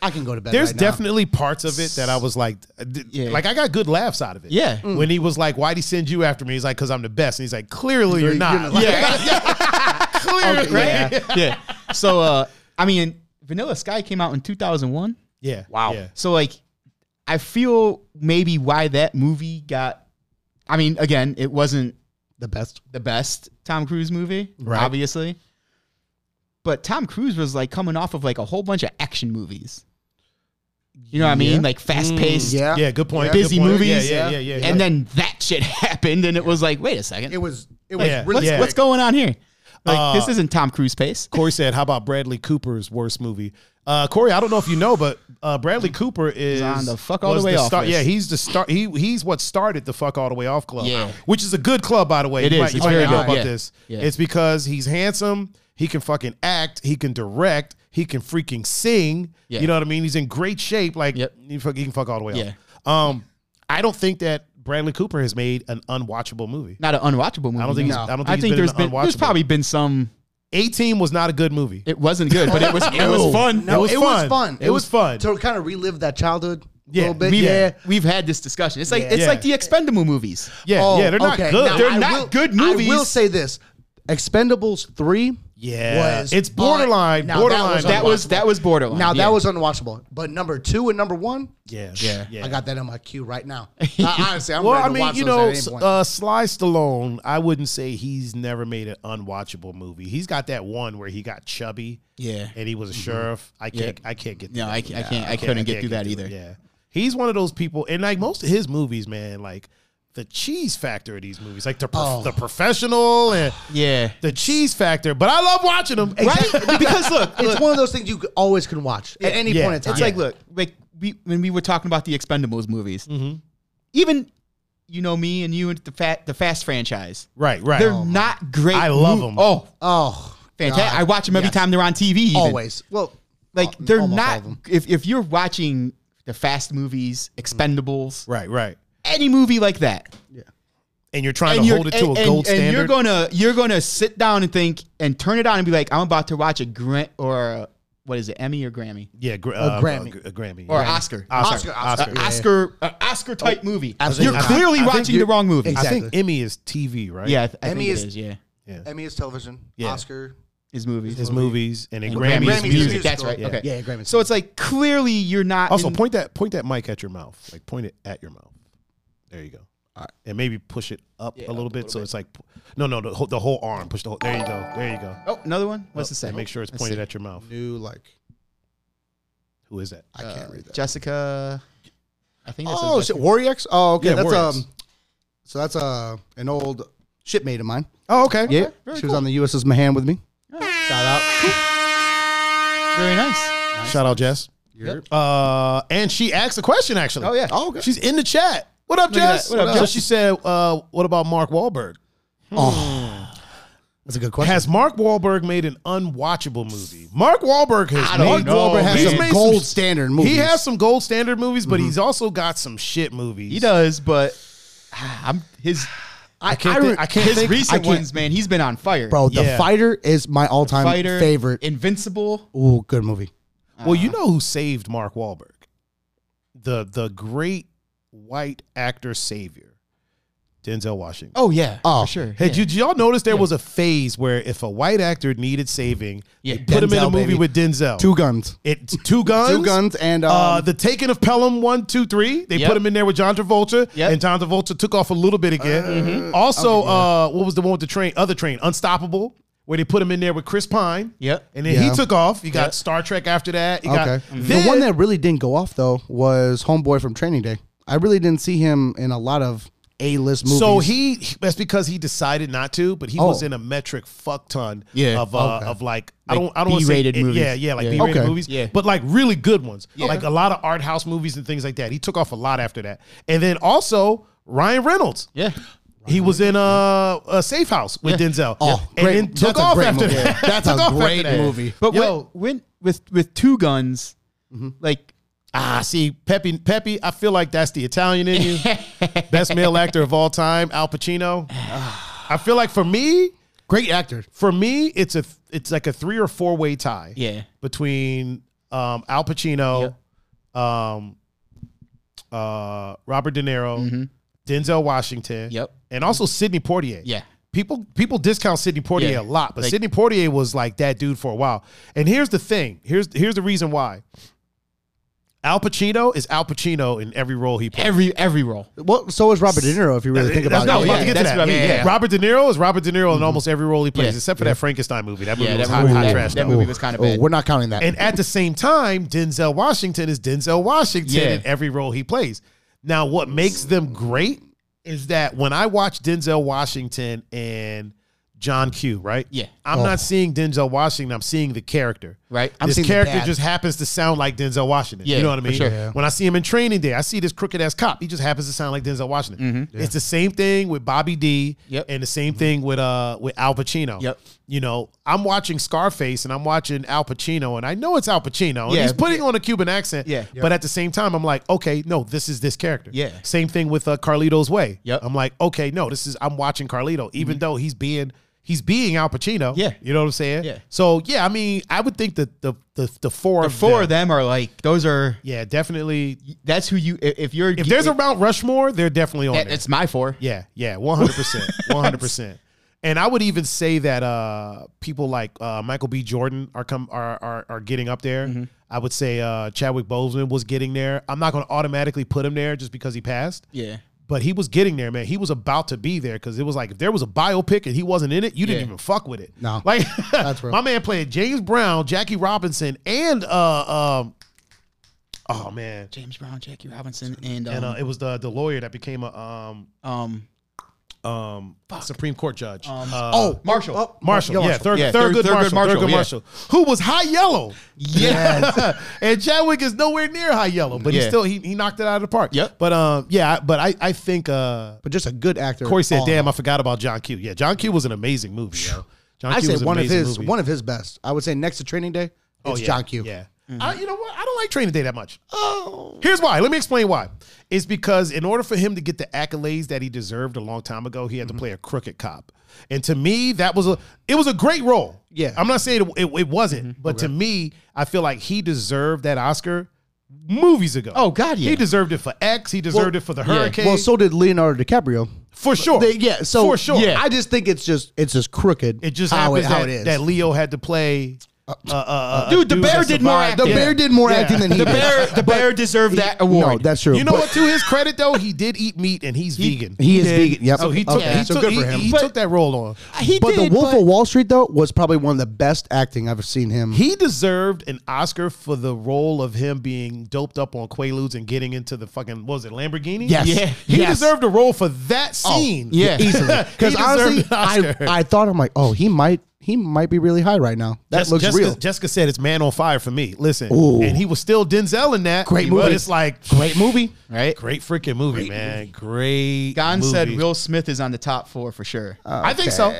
I can go to bed.
There's
right now.
definitely parts of it that I was like, uh, d-
Yeah.
like I got good laughs out of it. Mm.
Yeah.
When he was like, "Why'd he send you after me?" He's like, "Cause I'm the best." And he's like, "Clearly you're not." Like, <laughs>
<laughs>
Clearly, right?
Oh, Yeah. yeah. <laughs> So, uh, I mean, Vanilla Sky came out in 2001.
Yeah. Yeah.
So, like, I feel maybe why that movie got, I mean, again, it wasn't
the best.
the best Tom Cruise movie,
Right.
obviously. But Tom Cruise was like coming off of like a whole bunch of action movies. You know what I mean? Like fast paced,
Mm, Yeah.
Yeah, good point.
Yeah.
Good
busy
point.
movies.
Yeah, yeah, yeah, yeah.
And then that shit <laughs> happened, and it was like, wait a second,
It was. It was
Yeah.
really.
what's,
Yeah.
what's going on here? Like
Uh,
this isn't Tom Cruise pace.
Corey said, "How about Bradley Cooper's worst movie?" Uh, Corey, I don't know if you know, but uh, Bradley Cooper is
on the Fuck All
was
the Way Off
star-
list.
Yeah, he's the star. He he's what started the fuck all the way off club.
Yeah.
which is a good club, by the way.
It
you
is.
Might, you
It's
might
very
not know
good.
about
Yeah.
this.
Yeah.
It's because he's handsome. He can fucking act. He can direct. He can freaking sing.
Yeah.
You know what I mean? He's in great shape. Like
Yep.
he, fuck, he can fuck all the way
Yeah.
off. Um, I don't think that Bradley Cooper has made an unwatchable movie.
Not an unwatchable movie.
I don't think.
no.
He's, I don't think.
I
he's
think
been
there's
an
been there's
unwatchable.
probably been some.
Eighteen was not a good movie.
<laughs> It wasn't good, but it was it was fun.
No, it was fun. It was fun.
To kind of relive that childhood.
Yeah,
little bit.
We've,
yeah.
we've had this discussion. It's like it's
Yeah.
like the Expendable movies.
Yeah,
Oh,
yeah, they're not
okay.
good.
Now,
They're
I
not
will-
good
I will
movies.
say this: Expendables three.
Yeah.
was
It's borderline,
Now,
borderline.
That was that was borderline.
Now that
Yeah.
was unwatchable, but number two and number one,
yeah,
Yeah.
yeah.
I got that on my queue
<laughs>
right now. I, honestly, I'm
Well,
ready
I
to
mean,
watch
you
those
know,
at any
S-
point.
uh, Sly Stallone. I wouldn't say he's never made an unwatchable movie. He's got that one where he got chubby.
Yeah. Mm-hmm.
and he was a sheriff. I can't. I can't get.
No,
through
I
that.
ca- I can't- I couldn't get through that
it.
either.
Yeah, he's one of those people, and like most of his movies, man, like the cheese factor of these movies, like the prof-
Oh.
the professional and
yeah.
the cheese factor. But I love watching them.
Right? <laughs> because look,
it's
look,
one of those things you c- always can watch at any
yeah.
point in time.
It's like look, like we when we were talking about the Expendables movies,
Mm-hmm.
even you know me and you and the fat the Fast franchise,
Right, Oh, right.
they're not great.
I love
mov-
'em.
Oh,
oh,
fantastic!
God.
I watch them every
Yes.
time they're on TV. even.
Always. Well,
like
al-
they're
almost all
not.
of 'em.
If if you're watching the Fast movies,
Mm-hmm.
Expendables,
right, right.
any movie like that,
And you're trying
and
to
you're
hold it to
and-
a
and-
gold
and
standard.
you're gonna you're gonna sit down and think and turn it on and be like, I'm about to watch a grant or a, what is it, Emmy or Grammy
yeah, gr- uh,
Grammy.
a, Grammy
or
yeah.
Oscar.
Oscar,
Oscar,
Oscar.
Oscar.
a Oscar a Oscar type movie.
absolutely.
You're
I-
clearly
I think
watching the
you're-
wrong movie.
I
Exactly.
think Emmy is TV, right?
Yeah, I, th- I
Emmy
think
is-
it is. Yeah,
Emmy is television.
Yeah.
Oscar.
his movies.
His movies and then
And
Grammy,
Grammys
is music.
That's right.
Yeah.
Okay.
Yeah, Grammys.
So it's like clearly you're not.
Also,
in-
point that point that mic at your mouth. Like point it at your mouth. There you go. All right. And maybe push it up a little bit so it's like no, no, the whole, the whole arm. Push the whole. There you go. There you go.
Oh, another one. What's the
And
second?
make sure it's
Let's
pointed
see.
at your mouth.
new. Like
Who is that?
I can't read that.
Jessica. I think that's.
Oh,
a
shit, Warriors. Oh, okay.
Yeah,
that's
Warriors.
um. So that's uh an old shipmate of mine.
Oh, okay.
Yeah,
very
she was on the USS Mahan with me. Shout out.
very nice.
Shout out Jess.
Yep.
Uh, and she asked a question actually.
Oh, yeah.
Oh, okay. She's in the chat. What up,
at
Jess?
that. What up,
So
Jess?
she said, uh, "What about Mark Wahlberg?
That's a good question.
Has Mark Wahlberg made an unwatchable movie? Mark Wahlberg has.
I don't
made-
know, Wahlberg has
He's
some
made
gold standard movies. Mm-hmm.
He has some gold standard movies, but he's also got some shit movies.
He does, but ah, I'm his.
I can't. thi- I can't
his
think. I
recent
can't-
ones, man. He's been on fire,
Bro, The
Yeah.
Fighter is my all-time
Fighter
favorite.
Invincible.
Ooh, good movie.
Well, you know who saved Mark Wahlberg? The the great white actor savior, Denzel Washington.
Oh yeah.
Oh.
for sure.
Hey,
yeah.
did y'all notice there was a phase where if a white actor needed saving,
Yeah,
they put him in a
Denzel,
movie
baby.
with Denzel.
Two guns.
It's two guns.
Two guns and um,
Uh, the Taking of Pelham one, two, three. They
Yep.
put him in there with John Travolta,
Yep. Uh,
and John Travolta took off a little bit again. Also, uh, what was the one with the train? Other train, Unstoppable, where they put him in there with Chris Pine.
Yep.
And then he
Yeah.
took off. You got Star Trek after that. You
okay.
Got,
Mm-hmm.
The one that really didn't go off though was Homeboy from Training Day. I really didn't see him in a lot of A-list movies.
So he that's because he decided not to, but he
Oh.
was in a metric fuck ton
Yeah.
of uh,
Okay.
of like, I
Like
don't I don't wanna say-
B-rated
it-
movies.
Yeah, yeah, like
Yeah.
B-rated
Okay.
movies.
Yeah.
But like really good ones. Like a lot of art house movies and things like that. He took off a lot after that. And then also Ryan Reynolds.
Yeah.
He was in uh, a safe house with Denzel.
Oh,
and
great.
then took
That's a
off
great
after
movie.
that. <laughs>
That's
Took
a
off after
great
that.
movie.
But
Yo,
when, when with with two guns, like
Ah, see, Pepe, Pepe, I feel like that's the Italian in
<laughs>
you. Best male actor of all time, Al Pacino.
Ah.
I feel like for me,
great actor.
for me, it's a it's like a three or four way tie.
Yeah.
between um, Al Pacino, um, uh, Robert De Niro,
Mm-hmm.
Denzel Washington.
Yep.
and also Sidney Poitier.
Yeah.
people people discount Sidney Poitier
Yeah.
a lot, but
Like-
Sidney Poitier was like that dude for a while. And here's the thing. Here's here's the reason why. Al Pacino is Al Pacino in every role he plays.
every every role.
Well, so is Robert De Niro if you really think
Uh, That's
about
not
it.
about to
yeah,
get to
that's
that.
what I mean,
Yeah,
yeah. Mm-hmm.
yeah. Robert De Niro is Robert De Niro in almost every role he plays,
Yeah.
except for that Frankenstein movie. That movie
Yeah,
was
that
hot,
movie-
hot
that-
trash.
that
though.
movie was kinda
Oh,
bad.
we're not counting that.
And at the same time, Denzel Washington is Denzel Washington
Yeah.
in every role he plays. Now, what makes them great is that when I watch Denzel Washington and John Q, right?
Yeah. Oh.
I'm not seeing Denzel Washington, I'm seeing the character.
Right.
I'm
I'm
this
seeing the
character
dad.
just happens to sound like Denzel Washington.
Yeah,
you know what I
for
mean?
sure. Yeah.
When I see him in Training Day, I see this crooked ass cop. He just happens to sound like Denzel Washington. It's the same thing with Bobby D.
Mm-hmm. Yep.
And the same thing with uh with Al Pacino.
Yep.
You know, I'm watching Scarface and I'm watching Al Pacino, and I know it's Al Pacino, and
Yeah.
he's putting on a Cuban accent.
Yeah. Yep.
But at the same time, I'm like, okay, no, this is this character.
Yeah.
Same thing with uh, Carlito's Way.
Yep. Mm-hmm.
I'm like, okay, no, this is I'm watching Carlito, even though he's being. He's being Al Pacino.
Yeah.
you know what I'm saying.
Yeah.
So yeah, I mean, I would think that the the the four
The
of
four
them,
of them are like those are.
Yeah, definitely.
That's who you. i- If you're
If there's a Mount Rushmore, they're definitely on
that,
there.
that's my four.
Yeah, yeah, one hundred percent,
<laughs>
one hundred percent. And I would even say that uh, people like uh, Michael B. Jordan are come are are, are getting up there.
Mm-hmm.
I would say uh, Chadwick Boseman was getting there. I'm not going to automatically put him there just because he passed,
Yeah.
but he was getting there, man. He was about to be there because it was like if there was a biopic and he wasn't in it, you didn't
Yeah.
even fuck with it.
No.
<laughs> like
That's real.
my man played James Brown, Jackie Robinson, and uh, um, oh man,
James Brown, Jackie Robinson, and um,
and uh, it was the the lawyer that became a um
um
um Supreme Court judge. Uh,
oh Marshall.
Oh,
Marshall,
yo,
yeah, third,
Yeah,
third,
third-
good
third
Marshall,
good
third good Marshall,
Marshall,
who was high yellow.
yeah.
<laughs> and Chadwick is nowhere near high yellow, but he
Yeah.
still he, he knocked it out of the park.
Yep.
But um, yeah, I- but I I think uh,
But just a good actor.
Corey said,
all in all.
"Damn, I forgot about John Q." Yeah, John Q was an amazing movie. Yo. John
I
Q
say
was an
one of
amazing
his
movie.
one of his best. I would say next to Training Day, it's
Oh, yeah.
John Q.
Yeah. I, you know what? I don't like Training Day that much. Oh. Here's why. Let me explain why. It's because in order for him to get the accolades that he deserved a long time ago, he had to
Mm-hmm.
play a crooked cop. And to me, that was a it was a great role.
Yeah. Mm-hmm.
I'm not saying it, it, it wasn't, but to me, I feel like he deserved that Oscar movies ago.
Oh, God, yeah.
He deserved it for X. He deserved it for the Hurricane.
Well, so did Leonardo DiCaprio.
for sure.
They- yeah, so
for sure.
Yeah.
I just think it's just it's just crooked.
It just
how
happens
it, how
that,
it is.
that Leo had to play. Uh, uh, uh,
Dude, the
a
bear
that
did more
survived.
acting.
the
Yeah.
bear did more
Yeah.
acting than he
The
did.
bear, the bear deserved that award.
No, that's true.
You know
But
what? To his credit, though, he did eat meat and he's vegan.
He is vegan. Yep.
So he took,
Okay,
he,
so
took
good
he-
for him.
He,
But-
took that role on.
He
But
did,
the Wolf
but-
of Wall Street though was probably one of the best acting I've seen him.
He deserved an Oscar for the role of him being doped up on Quaaludes and getting into the fucking what was it Lamborghini?
Yes. Oh,
Yeah.
He
Yes.
deserved a role for that scene. <laughs>
yeah.
easily.
Because honestly, I, I thought I'm like, oh, he might he might be really high right now. That looks
Jessica,
real.
Jessica said it's Man on Fire for me. Listen,
Ooh.
and he was still Denzel in that.
Great
But
movie.
it's like great movie,
Right.
Great freaking movie, man. Great.
Gon
movie.
said Will Smith is on the top four for sure.
I think so.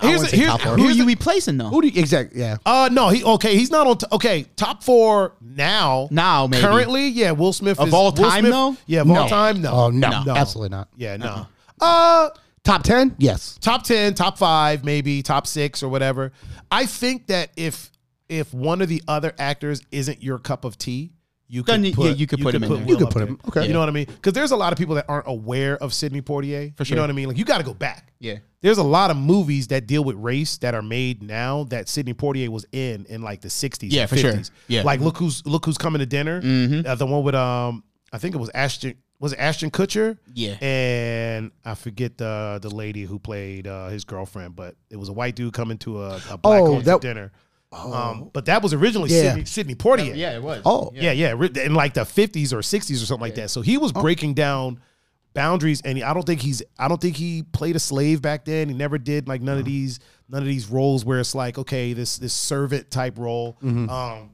Here's,
wouldn't
the-
say
here's,
top four.
Who are
here's the-
you replacing though?
Who do you, exactly? Yeah.
Uh no, he okay. He's not on. T- okay, top four now.
Now, maybe.
currently, yeah. Will Smith
Of
is,
all
Will
time,
Smith-
though?
Yeah, of
No.
all time, no.
Oh no,
No.
absolutely not.
yeah, no.
Uh-uh.
Uh,
Top ten? Yes.
top ten, top five, maybe top six or whatever. I think that if if one of the other actors isn't your cup of tea, you
Then
could
you-
put,
yeah, you could put him in there.
Will
You
could
up
put
there.
him- okay.
you know what I mean? Because there's a lot of people that aren't aware of Sidney Poitier. For You
sure.
know what I mean? Like you got to go back.
Yeah.
There's a lot of movies that deal with race that are made now that Sidney Poitier was in in like the 60s.
Yeah,
and
for sure.
50s.
Yeah.
like look who's look who's coming to dinner.
Mm-hmm.
Uh, the one with um, I think it was Ashton. Was it Ashton Kutcher?
Yeah.
and I forget the the lady who played uh, his girlfriend, but it was a white dude coming to a, a black
Oh,
oh,
that- Oh.
dinner. Um, but that was originally
Yeah.
Sidney, Sidney Poitier.
yeah, it was.
Oh.
yeah, yeah, ri- in like the fifties or sixties or something like that. So he was breaking down boundaries, and I don't think he's, I don't think he played a slave back then. He never did like none of these, none of these roles where it's like, okay, this this servant type role. Um,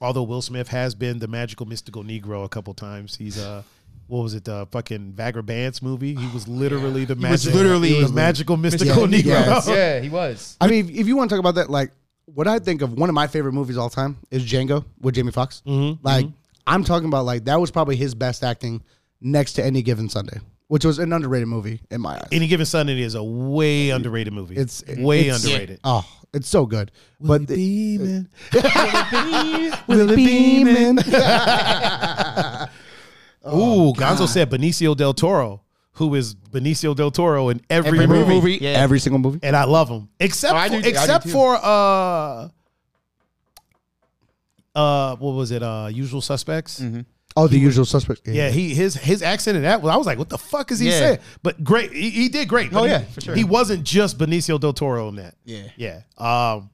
although Will Smith has been the magical mystical Negro a couple times, he's uh what was it the fucking Vagabonds movie? He was literally the magic,
was literally-
the magical mystical
Yeah,
Negro. <laughs>
yes.
yeah, he was.
I mean, if you want to talk about that, like what I think of one of my favorite movies of all time is Django with Jamie Foxx. Like I'm talking about, like that was probably his best acting next to Any Given Sunday, which was an underrated movie in my eyes.
Any given Sunday is a way underrated movie.
It's-
way
it's-
underrated.
Oh, it's so good. but the,
Beaming.
<laughs> Will it be man?
Oh,
Ooh, Gonzo said Benicio del Toro, who is Benicio del Toro in every,
Every
movie.
movie. Yeah.
Every single movie.
and I love him. Except
Oh, I
for,
do too. I do
except
too.
for uh uh what was it? Uh Usual Suspects.
Mm-hmm.
Oh, The Usual Suspects.
Yeah, he his his accent in that was I was like, what the fuck is he
Yeah.
saying? But great, he, he did great. but
Oh,
he-
yeah, for sure.
He wasn't just Benicio del Toro in that.
Yeah.
yeah. Um,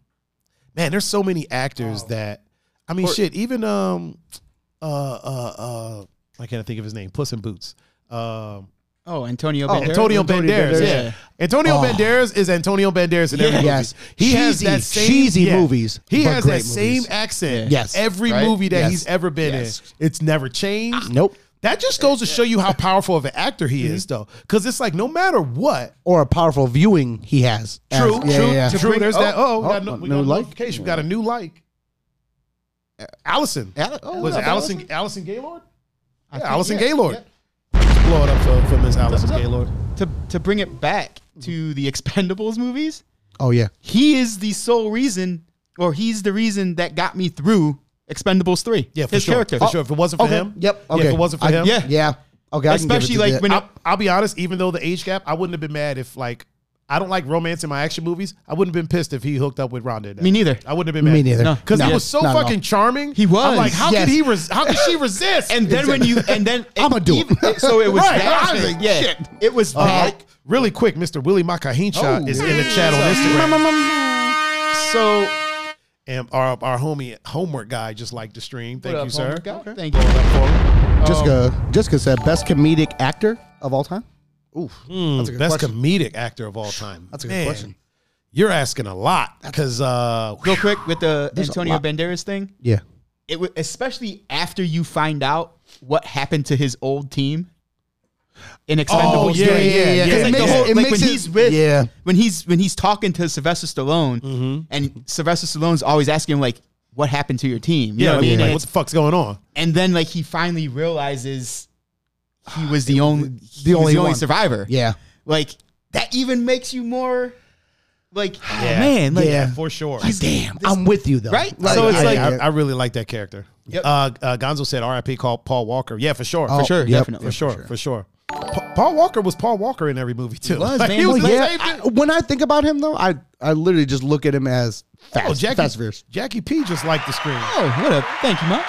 man, there's so many actors that I mean, shit. Even um, uh, uh, uh, I can't think of his name. Puss in Boots. Um,
Oh, Antonio.
Oh,
Banderas.
Antonio,
Antonio
Banderas.
Banderas.
Yeah. Antonio Banderas is Antonio Banderas in every movie.
Yes.
He has
Cheesy,
that same
cheesy movies,
He
but
has that
great
same
movies.
accent.
Yeah. Yes.
Every
Right?
movie that
Yes.
he's ever been
Yes.
in. It's never changed.
Nope.
That just goes to show you how powerful of an actor he is, though. Because it's like no matter what.
Or a powerful viewing he has. as-
True,
yeah,
true,
yeah, yeah.
true. There's that. Oh, we got,
oh,
no, we
new
got a
like?
notification. We got a new like. Allison.
Al- oh,
was it
yeah,
oh,
Allison? Allison Gaylord?
I
Yeah,
think-
Allison
yeah,
Gaylord.
yeah.
blow it up for, for Ms. Allison Gaylord.
to to bring it back to the <laughs> Expendables movies,
Oh yeah.
he is the sole reason, or he's the reason that got me through Expendables three.
Yeah, for
his
sure.
character.
For sure. If it wasn't for
okay.
him,
Yep,
yeah, if
okay.
it wasn't for
I-
him,
yeah.
Yeah. Okay. I can give it
Especially
to
like
that.
when
I'll, I'll be honest. Even though the age gap, I wouldn't have been mad if like I don't like romance in my action movies. I wouldn't have been pissed if he hooked up with Rhonda. in that.
Me neither.
I wouldn't have been
Me
mad.
neither. No.
Because he
No.
was so
Not at all.
fucking charming.
He was.
I'm like, how
Yes.
could he? Res- how could she resist?
and then when you and then
I'ma do it.
even- so it was
Right,
that.
I was
thing.
like,
yeah,
shit.
it was
Uh,
that.
really quick, Mr. Willie Makahincha
Oh.
is in the chat <laughs> on Instagram. So, and our our homie homework guy just liked the stream. Thank
What
you,
up,
sir.
homie? God, Thank you.
Jessica Jessica said best comedic actor of all time. Ooh, that's a good
Hmm, Best
question.
comedic actor of all time.
That's a good
Man,
question.
You're asking a lot because uh,
Real quick with the
There's a
Antonio
lot.
Banderas thing.
yeah.
It was especially after you find out what happened to his old team in Expendables.
Oh, yeah,
three.
yeah, yeah.
'Cause,
It
Like, the
makes-
whole-
it
like,
makes
when
it-
he's with,
yeah.
when he's when he's talking to Sylvester Stallone,
Mm-hmm.
and Sylvester Stallone's always asking him like, "What happened to your team?" You
yeah,
know what I mean?
like,
And
what the fuck's going on?
and then like he finally realizes he was
<sighs>
the only he
the
was
only
the only
one.
survivor.
Yeah.
like that even makes you more like oh,
Yeah.
man, like
Yeah.
For sure.
Damn, I'm with you though.
Right?
Like,
so it's
I-
like I,
I-
I really like that character.
Yep.
Uh, uh, Gonzo said R.I.P. Called Paul Walker. Yeah, for sure.
Oh,
for sure.
sure,
yep.
definitely.
For sure. For sure. Pa- Paul Walker was Paul Walker in every movie too. He <laughs>
was, man.
He was
Well,
the
yeah,
same thing.
I- when I think about him though, I I literally just look at him as fast,
Oh, Jackie,
fast fierce.
Jackie P just liked the screen.
Oh, what a thank you, mom.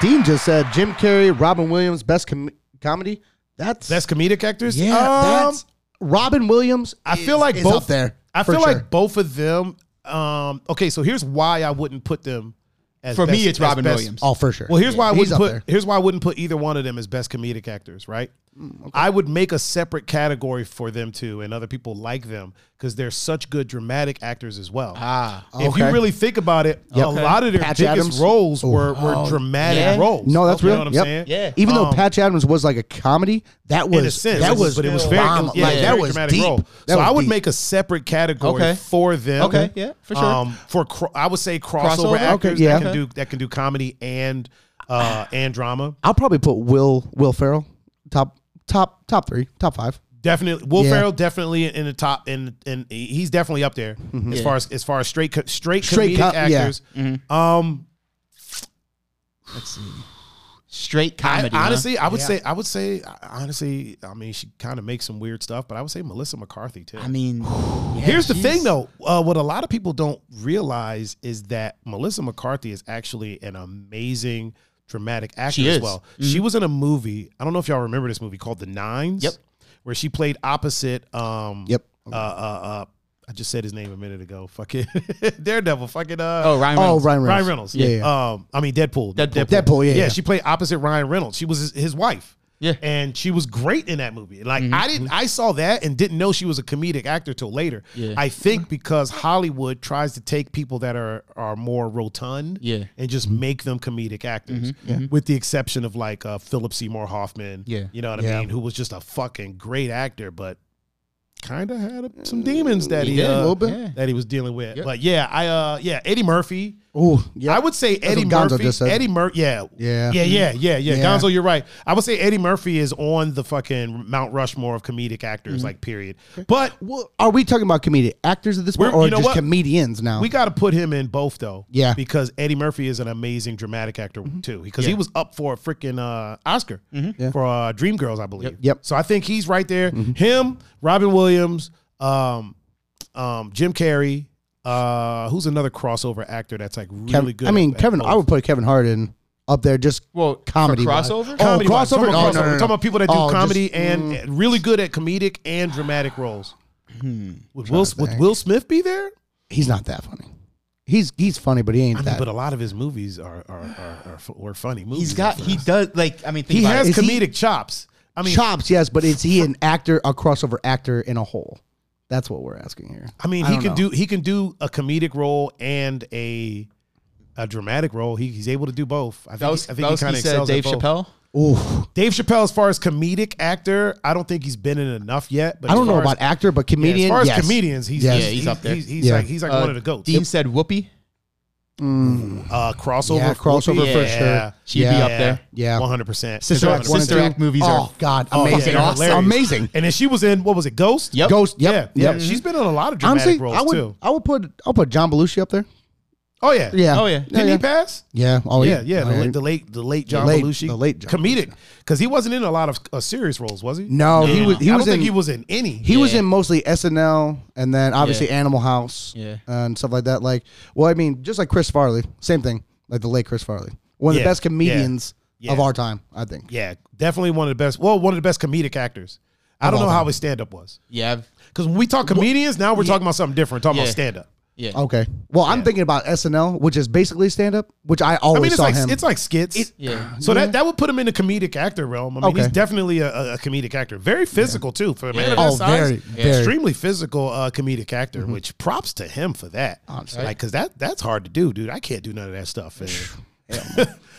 Dean just said Jim Carrey, Robin Williams, best com- comedy. That's
That's comedic actors.
yeah.
Um,
that's Robin Williams.
I feel
is-
like
is
both
up there.
I
for
feel
sure.
like both of them. Um, okay, so here's why I wouldn't put them. As
For me,
best-
it's
as
Robin
best-
Williams.
oh for sure.
Well, here's why I
He's
wouldn't
up
put
there.
here's why I wouldn't put either one of them as best comedic actors, right?
Mm,
I would make a separate category for them too, and other people like them because they're such good dramatic actors as well.
Ah,
if you
okay.
really think about it, a lot of their
Patch
biggest
Adams.
roles were, were
Oh,
dramatic
yeah.
roles.
No, that's
you
real.
Know what I'm
Yep.
saying?
Yeah.
Even though
Um,
Patch Adams was like a comedy, that was
in a sense,
that
it
was
but it was
still
very,
drama.
yeah,
like
it was
that
very
was
dramatic
deep.
role.
That
so
was
I would
deep.
make a separate category
Okay.
for them. um,
Okay, yeah, for sure.
for cro- I would say crossover,
Crossover?
actors
Okay, yeah.
that can do that can do comedy and uh and drama.
I'll probably put Will Will Ferrell top top top three top five.
Definitely, Will
Yeah.
Ferrell definitely in the top, and and he's definitely up there as
Yeah.
far as as far as straight co- straight,
Mm-hmm. Straight
comedic
com- yeah.
actors. Um,
let's see. Straight
I-
comedy. huh?
honestly, I would say I would say honestly, I mean, she kind of makes some weird stuff, but I would say Melissa McCarthy too.
I
<sighs>
mean, yeah,
Here's the
she's-
thing, though. Uh, what a lot of people don't realize is that Melissa McCarthy is actually an amazing dramatic actor
She
as
is. Mm-hmm.
well. She was in a movie. I don't know if y'all remember this movie called The Nines.
Yep.
Where she played opposite. Um,
Yep.
Uh, uh, uh, I just said his name a minute ago. Fucking <laughs> Daredevil. Fucking uh,
Oh, Ryan.
Oh,
Reynolds.
Ryan Reynolds.
Ryan Reynolds.
Yeah. yeah.
Um, I mean Deadpool.
Deadpool.
Deadpool, yeah,
Yeah.
yeah.
She played opposite Ryan Reynolds. She was his, his wife.
Yeah. Mm-hmm.
And she was great in that movie. Like I didn't, I saw that and didn't know she was a comedic actor till later.
Yeah.
I think because Hollywood tries to take people that are are more rotund,
Yeah. Mm-hmm.
and just make them comedic actors, with the exception of like uh, Philip Seymour Hoffman.
Yeah.
You know what I
Yeah.
mean? Who was just a fucking great actor, but kind of had a- some demons that he,
did, a
uh,
little bit. Yeah.
that he was dealing with. But yeah, I uh yeah Eddie Murphy.
Ooh, yeah.
I would say Eddie
what Gonzo
Murphy.
just said.
Eddie Murphy. Yeah.
Yeah.
Yeah. Yeah. Yeah. Yeah.
Yeah.
Gonzo, you're right. I would say Eddie Murphy is on the fucking Mount Rushmore of comedic actors,
Mm-hmm.
like period. But
Well, are we talking about comedic actors at this point,
We're-
or
you know
just
what?
comedians now?
we got to put him in both though.
Yeah. Mm-hmm.
Because Eddie Murphy is an amazing dramatic actor too. Because he was up for a freaking uh, Oscar
Yeah.
for uh, Dreamgirls, I believe.
Yep. Mm-hmm.
So I think he's right there. Him, Robin Williams, um, um, Jim Carrey. Uh, who's another crossover actor that's like really
Kev-
good?
I mean,
at- at
Kevin.
both?
I would put Kevin Hart in up there. Just
Well,
comedy
for
wise.
crossover.
Oh,
comedy wise.
crossover?
Talking about
No, no, no,
crossover.
no.
Talking about people that do
Oh, just-
comedy and and really good at comedic and dramatic roles.
Hmm.
Would Will Would Will Smith be there?
mm, He's not that funny. He's he's funny, but he ain't
I mean,
that.
but a lot of his movies are are are, are, f- were funny movies.
He's got. He does. Like I mean, think
he
about
has
it.
Is he-
comedic chops. I mean,
Chops, yes, but is he an actor, a crossover actor in a whole? That's what we're asking here.
I mean,
I
he
don't
can
know.
do he can do a comedic role and a a dramatic role. He, he's able to do both. I think
Those-
he, I think
those
he kind of
said
excels
Dave
at both.
Chappelle.
Ooh,
Dave Chappelle, as far as comedic actor, I don't think he's been in enough yet. But
I
as
don't know
far as-
about actor, but
yeah,
comedian.
as far as
yes.
comedians, he's
Yes.
he's,
Yeah, he's up there.
He's, he's
Yeah.
like he's like
Uh,
one of the goats.
Dean said Whoopi.
Uh, crossover,
Yeah, crossover for sure.
She'd be up there.
Yeah.
one hundred percent.
Sister Act,
one and
Sister
two.
Act movies are
Oh God,
Oh, yeah,
amazing,
they're hilarious.
amazing.
And then she was in what was it, Ghost?
Yep.
Ghost, yep,
Yeah, yeah.
yep.
She's been in a lot of dramatic
Honestly,
roles
I would,
too.
I would put, I'll put John Belushi up there.
Oh yeah,
Yeah.
Oh, yeah.
Didn't
yeah.
he pass?
Yeah. Oh
yeah, yeah. The,
Oh,
late, the late, the late John
late-
Belushi,
the late John
comedic, because he wasn't in a lot of uh, serious roles, was he?
No, he was. He
I don't
was in.
think he was in any.
He was
Yeah.
in mostly SNL and then obviously
Yeah.
Animal House
Yeah.
and stuff like that. Like, well, I mean, just like Chris Farley, same thing. Like the late Chris Farley, one of
Yeah,
the best comedians
yeah,
of
yeah.
our time, I think.
yeah, definitely one of the best. Well, one of the best comedic actors. I don't know how his stand up was,
Yeah. I've-
because when we talk comedians, now we're talking about something different. Talking
Yeah.
about stand up.
Yeah. <laughs>
Okay. Well, I'm thinking about SNL, which is basically stand up, which I always
I mean, it's
saw
like
him. Mm-hmm.
it's like skits.
Yeah.
So that, that would put him in the comedic actor realm. I mean, he's
Okay.
definitely a- a, a comedic actor. Very physical too for a man of
Yeah.
that
Oh,
size.
very, Yeah. very.
Extremely physical uh, comedic actor. Which props to him for that.
Honestly.
like because that that's hard to do, dude. I can't do none of that stuff. man.
I'm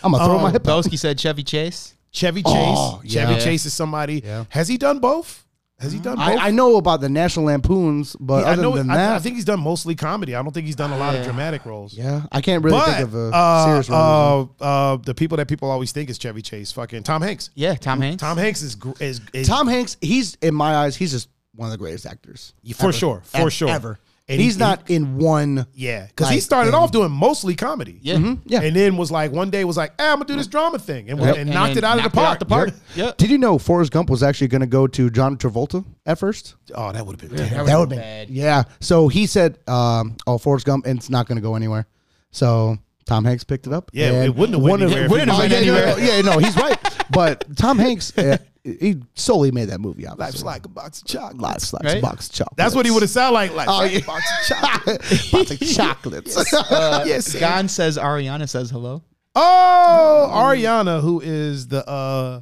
gonna
Oh.
throw my hip out.
Belsky said Chevy Chase.
Chevy Chase.
Oh,
Chevy
yeah.
Chase is somebody.
Yeah. Mm-hmm.
Has he done both? Has he done both?
I, I know about the National Lampoons, but
I
other
know.
than
I,
that,
I think he's done mostly comedy. I don't think he's done a lot of dramatic roles.
yeah, I can't really
But
think of a
uh,
serious role.
uh, uh, the people that people always think is Chevy Chase, fucking Tom Hanks.
Yeah. Tom Hanks.
Tom Hanks is gr- is, is
Tom Hanks, he's in my eyes, he's just one of the greatest actors
for sure, for
ever,
sure.
Ever,
And
he's
he-
not in one.
Yeah, because he
Like,
started
and-
off doing mostly comedy. Mm-hmm.
Yeah.
<laughs>
Yeah.
and then was like one day was like, "Ah, I'm gonna do this drama thing," and, and
And
knocked
then
it out of the
knocked it
park.
out the park. Yep.
Did you know Forrest Gump was actually going to go to John Travolta at first?
Oh, that would have been. terrible.
That would be
bad.
yeah. So he said, um, "Oh, Forrest Gump, and it's not going to go anywhere." So Tom Hanks picked it up.
Yeah, it
and
wouldn't have went
one of-
anywhere if
it wouldn't
he
have
was
went
in
anywhere. Yeah, no, he's right.
<laughs>
But Tom Hanks, uh, he solely made that movie. Obviously.
Life's like a box of chocolates.
Life's like
Right?
box of chocolates.
That's what he would have sounded like. Like,
Oh,
"Life's
yeah.
a box of chocolates. <laughs>
box of chocolates. <laughs>
Uh,
Yes, sir.
Gon says Ariana says hello.
Oh, Ariana, who is the uh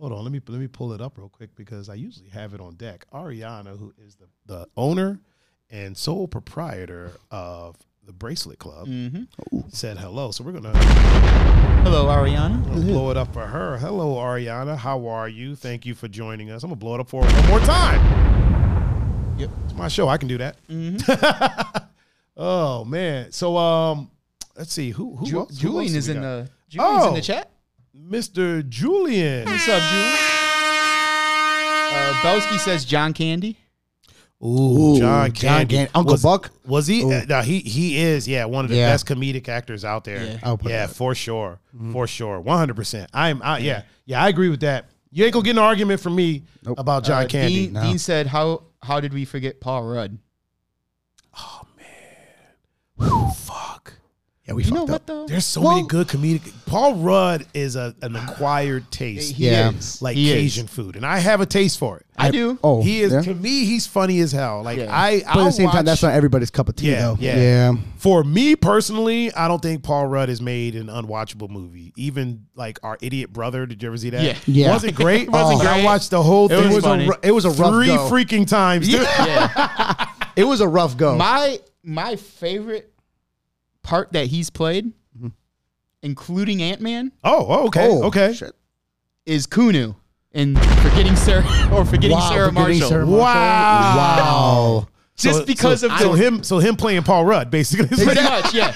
hold on, let me let me pull it up real quick because I usually have it on deck. Ariana, who is the, the owner and sole proprietor of the Bracelet Club, said hello. So we're gonna
Hello, Ariana.
blow it up for her. Hello, Ariana. How are you? Thank you for joining us. I'm gonna blow it up for her one more time.
Yep. Mm-hmm.
It's my show. I can do that. <laughs> oh man. So um let's see who who,
Ju-
else- who else
Julian
do
is
we
in
got?
the Julian's in
Oh.
the chat.
Mr. Julian.
What's up, Julian? Uh, Belsky says John Candy.
Ooh, John Candy.
John Candy. Uncle
was,
Buck?
Was he?
Ooh.
Uh, no, he he is. Yeah, one of the
Yeah.
best comedic actors out there.
Yeah.
Yeah,
I'll put that. Mm-hmm.
for sure, for sure, one hundred percent. I'm. I, yeah, yeah, I agree with that. You ain't gonna get an argument from me about John
Uh,
Candy.
Dean, Dean said, "How how did we forget Paul Rudd?"
Fuck.
yeah, we
You know
fucked
what
up.
though?
There's so
Well,
many good comedic. Paul Rudd is a, an acquired taste,
He
Yeah.
is.
like
He is.
Cajun food, and I have a taste for it.
I do.
Oh,
he is
yeah.
to me. He's funny as hell. Like
Yeah.
I.
But
I'll
at the same time, that's
watch-
not everybody's cup of tea,
Yeah,
though.
yeah. For me personally, I don't think Paul Rudd has made an unwatchable movie. Even like our idiot brother, did you ever see that?
Yeah.
Yeah.
wasn't
<laughs>
great.
wasn't
but I
great.
watched the whole thing.
was
a
funny.
ru-
It was a rough
three
go.
freaking times. dude.
Yeah.
It was a rough go.
my my favorite part that he's played, including Ant Man,
Oh, okay,
Oh,
okay.
shit.
is Kunu in forgetting Sarah <laughs> or forgetting
Wow,
Sarah
forgetting
Marshall.
Sarah Marshall.
Wow.
Wow.
Just
So-
because
so-
of
so
the-
him, so him playing Paul Rudd, basically.
<laughs>
<laughs>
Pretty much, yeah.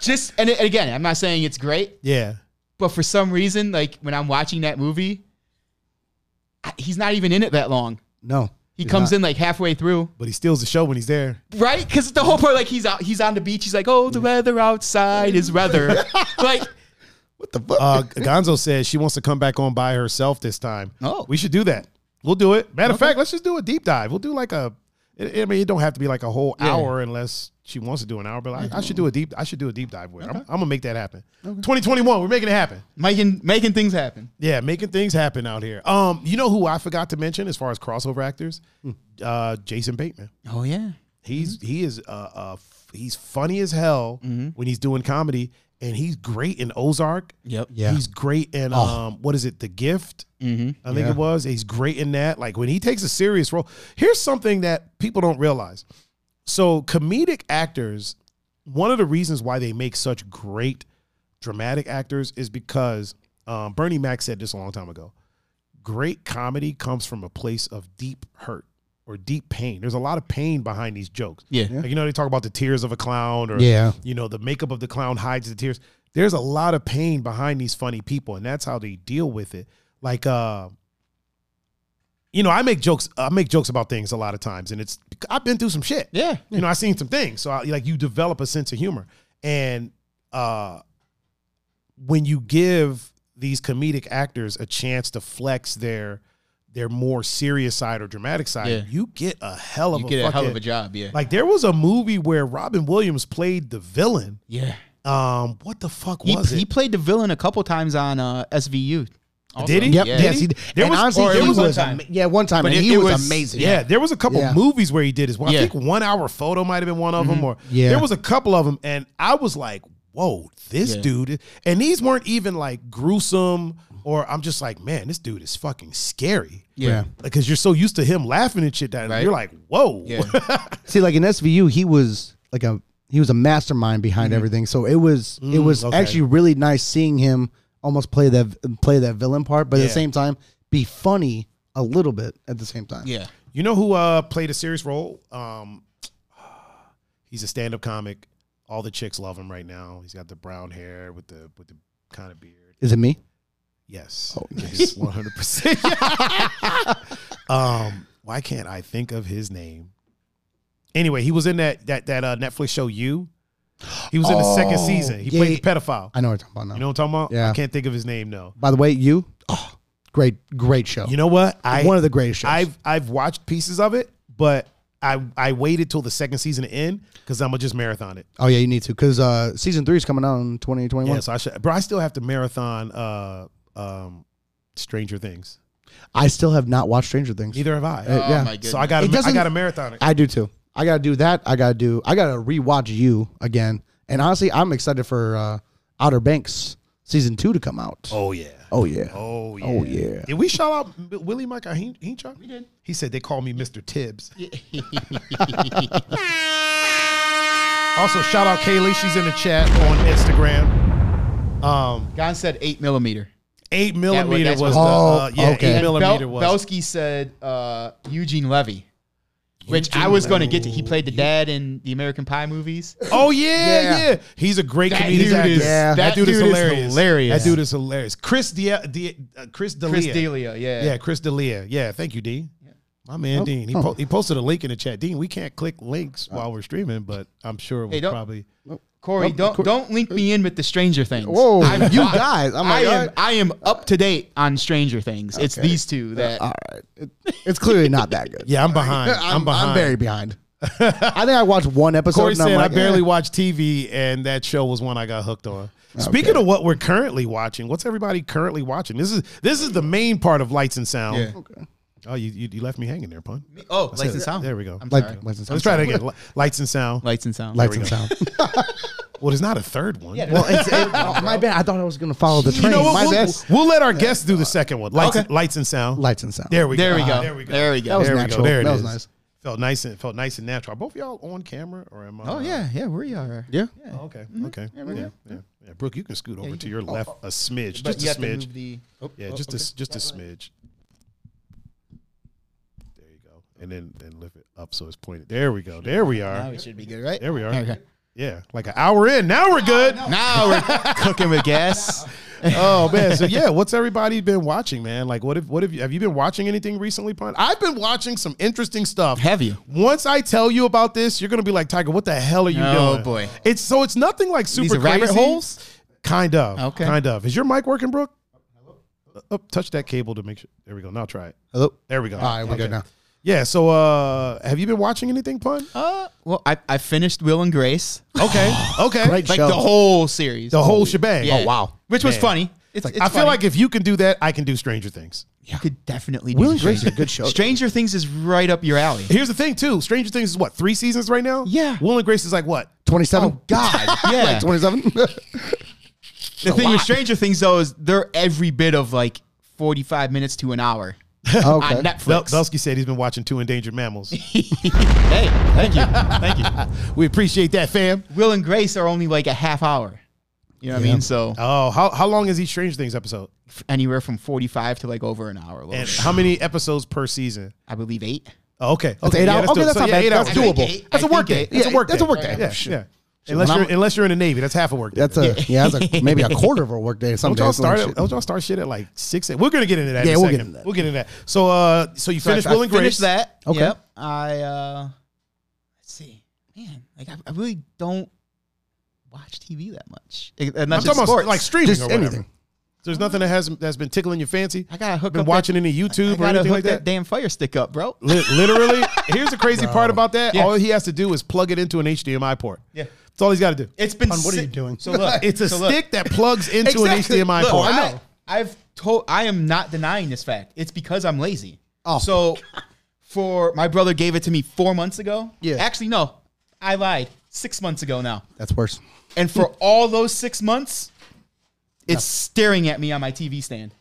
Just and, and again, I'm not saying it's great,
yeah.
but for some reason, like when I'm watching that movie, I- he's not even in it that long.
No.
He comes in like halfway through,
But he steals the show when he's there.
right? Because the whole part, like he's out, he's on the beach. He's like, "Oh, the weather outside is weather." like,
What the fuck?
Uh, Gonzo says she wants to come back on by herself this time.
Oh.
we should do that. We'll do it. Matter of fact, let's just do a deep dive. We'll do like a. I I mean, it don't have to be like a whole
Yeah.
hour unless she wants to do an hour. But I, I should do a deep. I should do a deep dive with. her. I'm, I'm gonna make that happen. 2021, we're making it happen.
making making things happen.
Yeah, making things happen out here. Um, you know who I forgot to mention as far as crossover actors?
Hmm.
Uh, Jason Bateman.
Oh yeah,
He's he is uh, uh f- he's funny as hell when he's doing comedy, and he's great in Ozark.
Yep.
Yeah.
he's great in um what is it, The Gift? I think it was. He's great in that. Like when he takes a serious role. Here's something that people don't realize. So comedic actors, one of the reasons why they make such great dramatic actors is because um, Bernie Mac said this a long time ago. Great comedy comes from a place of deep hurt or deep pain. There's a lot of pain behind these jokes.
Yeah. Yeah.
Like, you know, they talk about the tears of a clown or,
Yeah.
you know, the makeup of the clown hides the tears. There's a lot of pain behind these funny people, and that's how they deal with it. Like, uh, you know, I make jokes. I make jokes about things a lot of times, and it's I've been through some shit.
Yeah.
you know, I've seen some things. So, I, like, you develop a sense of humor, and uh, when you give these comedic actors a chance to flex their their more serious side or dramatic side,
Yeah.
you get a hell of
You
a
get a hell of
fucking-
a job. Yeah.
Like, there was a movie where Robin Williams played the villain.
yeah.
Um, what the fuck
He,
was
he
it?
played the villain a couple times on uh, SVU. also.
Did he?
Yeah.
Yep. Yes, he did.
There
and
was-
honestly,
or it
he
was
was,
one time.
ama- yeah, one time,
But
and
it-
he
it
was,
was-
amazing.
Yeah, there was a couple
Yeah. Mm-hmm.
movies where he did as well. I
Yeah.
think one hour photo might have been one of them, or
Yeah.
there was a couple of them, and I was like, "Whoa, this
Yeah.
dude!" And these weren't even like gruesome, or I'm just like, "Man, this dude is fucking scary."
Yeah.
because you're so used to him laughing and shit that
Right.
you're like, "Whoa."
Yeah.
See, like in SVU, he was like a he was a mastermind behind everything. So it was it was
okay.
actually really nice seeing him almost play that play that villain part, but at
Yeah.
the same time be funny a little bit at the same time.
Yeah.
<laughs> you know who uh, played a serious role? Um, <sighs> he's a stand-up comic. All the chicks love him right now. He's got the brown hair with the with the kind of beard.
Is it me?
Yes.
Oh,
<laughs> Yes, 100%. um, why can't I think of his name? Anyway, he was in that that that uh, Netflix show You. He was in the second
Oh,
season. He
yeah,
played
yeah.
the pedophile.
I know what you're talking about now.
You know what I'm talking about?
Yeah.
I can't think of his name no.
By the way, you oh, great great show.
You know what? I
One of the greatest shows.
I've I've watched pieces of it, but I I waited till the second season to end cuz I'm going to just marathon it.
oh yeah, you need to because uh, season three is coming out in 2021.
Yeah, so I should but I still have to marathon uh um Stranger Things.
I still have not watched Stranger Things.
Neither have I.
Uh, yeah.
Oh, my goodness.
so I got
It
to I
doesn't-
got to marathon it.
I do too. I gotta do that. I gotta do. I gotta rewatch you again. And honestly, I'm excited for uh, Outer Banks season two to come out.
Oh yeah.
Oh, yeah.
Oh yeah.
Oh, yeah.
Did we shout out M- Willie Mike our Heen- Heenchop? We did. He said they call me Mr. Tibbs. <laughs> also shout out Kaylee. She's in the chat on Instagram. Um,
Gon said eight millimeter.
eight millimeter
that's
was
what-
the
Oh,
uh, yeah.
okay.
Eight
And
millimeter
Bel-
was.
Belsky said uh, Eugene Levy, which
Eugene
I was going to
Levy.
get to. He played the dad in the American Pie movies.
oh yeah, yeah,
Yeah.
He's a great comedic
dude
actor.
is-
that,
Yeah.
dude, is
that dude is
hilarious.
hilarious.
That dude is hilarious. Chris Dia, Dia, uh, Chris D'Elia.
Chris Delia, yeah.
Yeah, Chris D'Elia. Yeah, thank you, Dean. My
Oh,
man, Dean. He, po- he posted a link in the chat. Dean, we can't click links
Uh,
while we're streaming, but I'm sure we'll
Hey, don't-
probably.
Corey, don't don't link me in with the Stranger Things.
Whoa,
I'm,
you guys! I'm
I
like,
am I am up to date on Stranger Things. It's
Okay. Uh,
these two that
all right. It- it's clearly not that good.
<laughs> Yeah, I'm behind. I'm, behind.
<laughs> I'm
<laughs>
very behind. I think I watched one episode.
Corey
and I'm <laughs>
said
like,
I barely
eh.
watch TV, and that show was one I got hooked on. Speaking of what we're currently watching, what's everybody currently watching? This is this is the main part of lights and sound.
Yeah.
Oh, you, you you left me hanging there, pun.
oh
That's
lights
it.
and sound.
There we go.
I'm
Like,
sorry.
lights and sound.
Let's try that again. Li- Lights and sound.
Lights and sound.
Lights and sound.
Well, there's not a third one.
well, it's, it,
<laughs>
oh, my bad. I thought I was gonna follow the train.
you know what?
My
We'll,
bad.
we'll let our guests do the second one. Lights, lights and sound.
Lights and sound.
There we
There
go.
we go.
Ah, There we go.
There we go.
That was
There we
natural.
go. There it
that was
is.
nice.
Felt nice and felt nice and natural. Are both of y'all on camera or am I?
Oh yeah, Mm-hmm. yeah, we are.
Yeah.
Oh, okay. Okay. Yeah, yeah. Yeah. Brooke, you can scoot over to your left a smidge,
But
just
you
a
have to
smidge. Oh,
move Oh, the-
yeah, just a just a smidge. There you go. And then then lift it up so it's pointed. There we go. There we
Now
are.
it should be good, right?
There we are.
Okay.
Yeah, like an hour in. Now we're good.
<laughs> Now we're cooking with gas.
<laughs> Oh man. So yeah, what's everybody been watching, man? Like what if what have you have you been watching anything recently, Pun? I've been watching some interesting stuff.
Have you?
Once I tell you about this, you're gonna be like, Tiger, what the hell are you
Oh,
doing?
boy.
It's so it's nothing like super
are rabbit
crazy.
holes?
Kind of.
Okay.
Kind of. Is your mic working, Brooke? Hello. Oh, touch that cable to make sure. There we go. Now try it.
Hello.
There we go.
All right, we're good now.
Yeah. So uh have you been watching anything, Pun?
Uh, well, I, I finished Will and <laughs> Grace,
Okay.
<gasps>
Okay.
Great
like
show.
the whole series,
The whole shebang.
Yeah.
Oh, wow.
which was
Man.
funny. It's, it's
I feel
funny.
like if you can do that, I can do Stranger Things.
you could definitely.
Will
do
and Grace is a
Stranger-
good show.
Stranger Things is right up your alley.
Here's the thing, too. Stranger Things is what three seasons right now.
Yeah.
Will and Grace is like what?
Twenty-seven.
God, <laughs>
<laughs>
yeah.
Oh, Twenty-seven.
the thing with Stranger Things though is they're every bit of like forty-five minutes to an hour on
Bel-
Okay.
Netflix.
Belsky said he's been watching Two Endangered
<laughs>
Mammals.
hey, thank you, thank you.
we appreciate that, fam.
Will and Grace are only like a half hour. You know what I mean? So
Oh, how how long is each Stranger Things episode?
f- anywhere from forty-five to like over an hour. a little
And
bit.
how many episodes per season?
I believe eight.
Oh, okay.
That's
okay.
eight
yeah,
hours. Okay,
doable.
that's
So,
not
yeah,
bad.
eight
That's
hours.
doable.
Eight-
That's a
I
work
think
day.
eight-
It's a
yeah,
work
That's a
day.
work day.
Yeah,
Yeah,
sure.
yeah. Unless
when
you're unless you're in the Navy, that's half a work day.
That's a yeah, that's a, maybe a quarter of a workday. Some
Don't y'all
days.
start at, don't y'all start shit at like six? We're gonna get into that.
Yeah,
in a
we'll get
second.
into that.
We'll get into that. So, uh, so you
So I-
finished
I
Will and Grace.
Finished that.
Okay.
Yep. I uh, let's see, man. Like I, I really don't watch TV that much. Eh, eh, not
I'm
just
talking
sports.
about like streaming
Just
or whatever.
anything.
There's nothing that has that's been tickling your fancy.
I gotta hook
been
up
watching
that,
any
I
YouTube or
gotta
anything
hook
like
that
that.
damn Fire Stick up, bro.
Li- Literally, here's the crazy part about that.
Yeah.
All he has to do is plug it into an HDMI port.
Yeah.
that's all he's got to do.
It's been.
Hun, what are
si-
you doing?
So look,
It's a
so look.
stick that plugs into an HDMI
Look,
port.
I, I've told. I am not denying this fact. It's because I'm lazy.
Oh.
So, for my brother gave it to me four months ago.
Yeah.
Actually, no, I lied. Six months ago now.
That's worse.
And for all those six months, it's staring at me on my TV stand.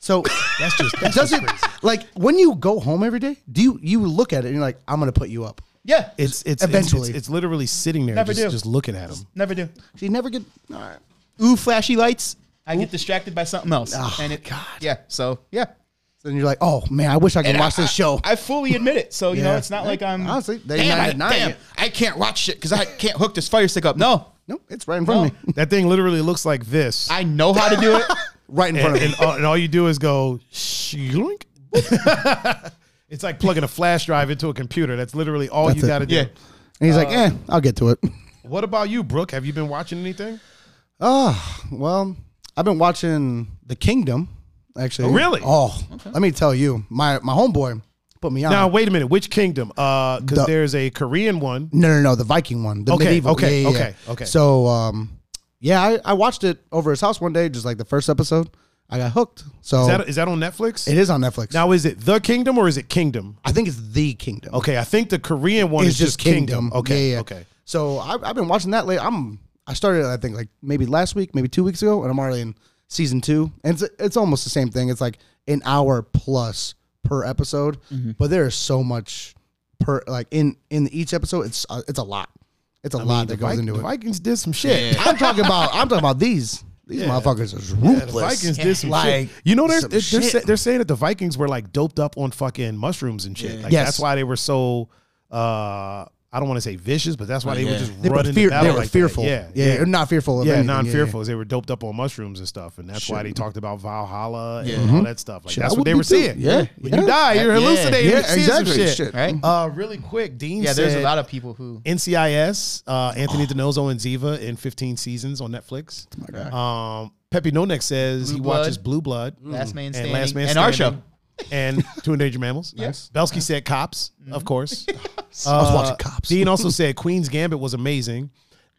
So
That's just that's just
doesn't like when you go home every day, do you you look at it and you're like, I'm gonna put you up.
Yeah.
it's it's
Eventually.
it's, it's literally sitting there
Never
just,
do.
just looking at him.
Never do.
You never get. All right.
Ooh, flashy lights. I get distracted by something else. and it, Oh, God. Yeah. So, yeah.
Then you're like, oh man, I wish I could watch this show.
I fully admit it. So, you know,
Yeah.
it's not like I'm.
Honestly, they're
damn,
not
I,
denying
damn,
it."
I can't watch shit because I can't hook this fire stick up. No.
nope, it's right in front of me,
That thing literally looks like this,
I know how to do it. <laughs>
right in
and,
front of me.
and, all, and all you do is go. "Shloink." it's like plugging a flash drive into a computer. That's literally all
That's
you
it.
got to do.
Yeah.
And he's like, eh, I'll get to it.
What about you, Brooke? Have you been watching anything?
Oh, well, I've been watching The Kingdom, actually.
Oh, really?
Oh, let me tell you, my my homeboy put
Uh,
me on.
Now wait a minute. Which kingdom? Uh, because
The-
there's a Korean one.
No, no, no. The Viking one. The
Okay,
medieval.
okay,
Yeah, yeah, yeah.
okay, okay.
So, um, yeah, I, I watched it over his house one day, just like the first episode. I got hooked. So
Is that is that on Netflix?
it is on Netflix.
Now is it the kingdom or is it kingdom?
I think it's the Kingdom.
Okay, I think the Korean one
it's,
is just kingdom. Okay,
Yeah, yeah.
okay.
So I've, I've been watching that late. I'm I started I think like maybe last week, maybe two weeks ago, and I'm already in season two. And it's it's almost the same thing. It's like an hour plus per episode,
Mm-hmm.
but there is so much per like in in each episode. It's uh, it's a lot. It's a lot that goes
Viking-
into
the
it.
Vikings did some shit.
<laughs> I'm talking about I'm talking about these these motherfuckers is
<laughs>
ruthless.
The Vikings did some shit.
Like,
You know, they're,
some
they're,
shit.
sa- they're saying that the Vikings were like doped up on fucking mushrooms and shit. Like,
Yes.
That's why they were so, uh, I don't want to say vicious, but that's why they were just
They were,
running
fear,
the battle
they were
like that.
fearful.
Yeah,
yeah, not fearful of
Yeah,
anything.
non-fearfuls. They were doped up on mushrooms and stuff, and that's why they talked about Valhalla and all that stuff. Like
Mm-hmm. Shit,
that's
I
what
would
they
be
were
too.
seeing.
Yeah,
when
yeah.
you die, you're
Yeah.
hallucinating.
Yeah,
you're seeing some
exactly.
shit.
Shit.
Right?
Uh, really quick, Dean.
yeah, there's a
said-
lot of people who.
NCIS, uh, Anthony DiNozzo and Ziva in 15 seasons on Netflix. Um, Pepe Nonek says
Blue
he
Blood. Mm.
watches Blue Blood,
Last Man
and
Standing,
Last Man
and our
Standing, and Two Endangered Mammals. Yes. Belsky said Cops, of course.
<laughs>
I was
Uh,
watching Cops.
Dean
<laughs>
also said Queen's Gambit was amazing.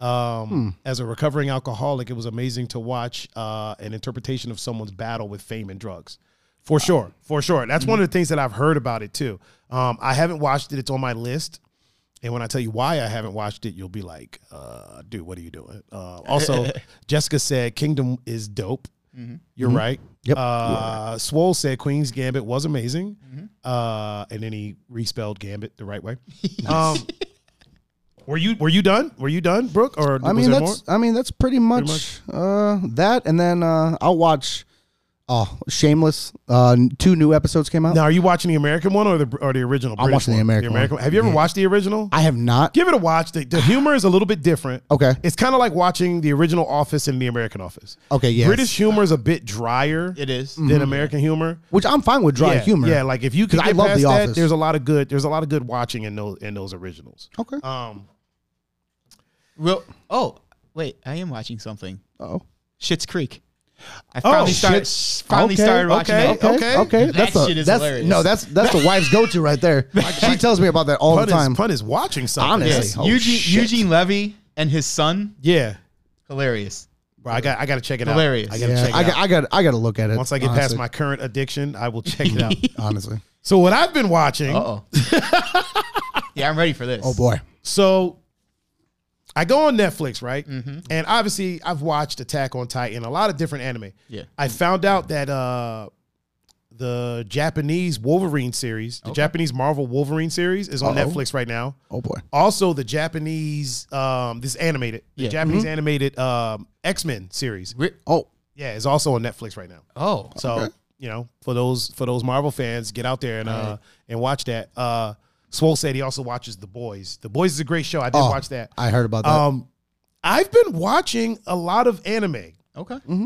Hmm.
Um, As a recovering alcoholic, it was amazing to watch uh, an interpretation of someone's battle with fame and drugs. For sure, for sure. That's one of
Hmm.
the things that I've heard about it too. Um, I haven't watched it; it's on my list. And when I tell you why I haven't watched it, you'll be like, uh, "Dude, what are you doing?" Uh,
<laughs>
also, Jessica said Kingdom is dope. You're right.
Mm-hmm. Yep.
Uh, Swole said Queen's Gambit was amazing,
Mm-hmm.
uh, and then he respelled Gambit the right way. Um, were you were you done? Were you done, Brooke? Or
I
was
mean
there
that's I mean that's pretty much, Uh, that, and then uh, I'll watch. Oh, Shameless! Uh, n- two new episodes came out.
more? Now, are you watching the American one or the or the original?
I'm
British
watching the
one?
American one.
Have you ever watched the original?
I have not.
Give it a watch. The, the humor is a little bit different.
Okay.
It's kind of like watching the original Office and the American Office.
Okay, yes.
British humor is a bit drier.
It is.
than American humor.
Which I'm fine with dry
yeah,
humor.
Yeah, like if you can
'Cause I
get
love
past
The
that,
Office.
there's a lot of good. There's a lot of good watching in those in those originals.
Okay.
Um,
Real, oh, wait, I am watching something.
oh.
Shit's Creek. I finally started.
Schitt's-
Finally started watching
okay,
that.
okay.
Okay.
That
that's a-
shit is
that's,
hilarious.
No, that's that's the wife's go-to right there.
<laughs>
she tells me about that all the
Pun
time.
is, Pun is watching something.
Honestly.
Yes.
Oh,
Eugene,
shit.
Eugene Levy and his son.
Yeah.
Hilarious.
Bro, I got I got to check it
Hilarious.
out. I got to
yeah,
check it
I,
out.
got, I got I got to look at it
Once I get past
honestly.
my current addiction, I will check
<laughs>
it out.
honestly.
so what I've been watching.
Uh oh. <laughs> yeah, I'm ready for this.
Oh boy.
So I go on Netflix, right?
Mm-hmm.
And obviously, I've watched Attack on Titan, a lot of different anime.
Yeah.
I found out that uh, the Japanese Wolverine series, the Japanese Marvel Wolverine series, is on
Uh-oh.
Netflix right now.
Oh boy.
Also, the Japanese, um, this is animated, the
Yeah. Mm-hmm.
Japanese animated um, X Men series,
Re-
Oh.
yeah, is also on Netflix right now.
oh.
So you know, for those for those Marvel fans, get out there and uh and watch that. Uh Swole said he also watches The Boys. The Boys is a great show. I did
Oh,
watch that.
I heard about that.
Um, I've been watching a lot of anime,
Okay.
Mm-hmm.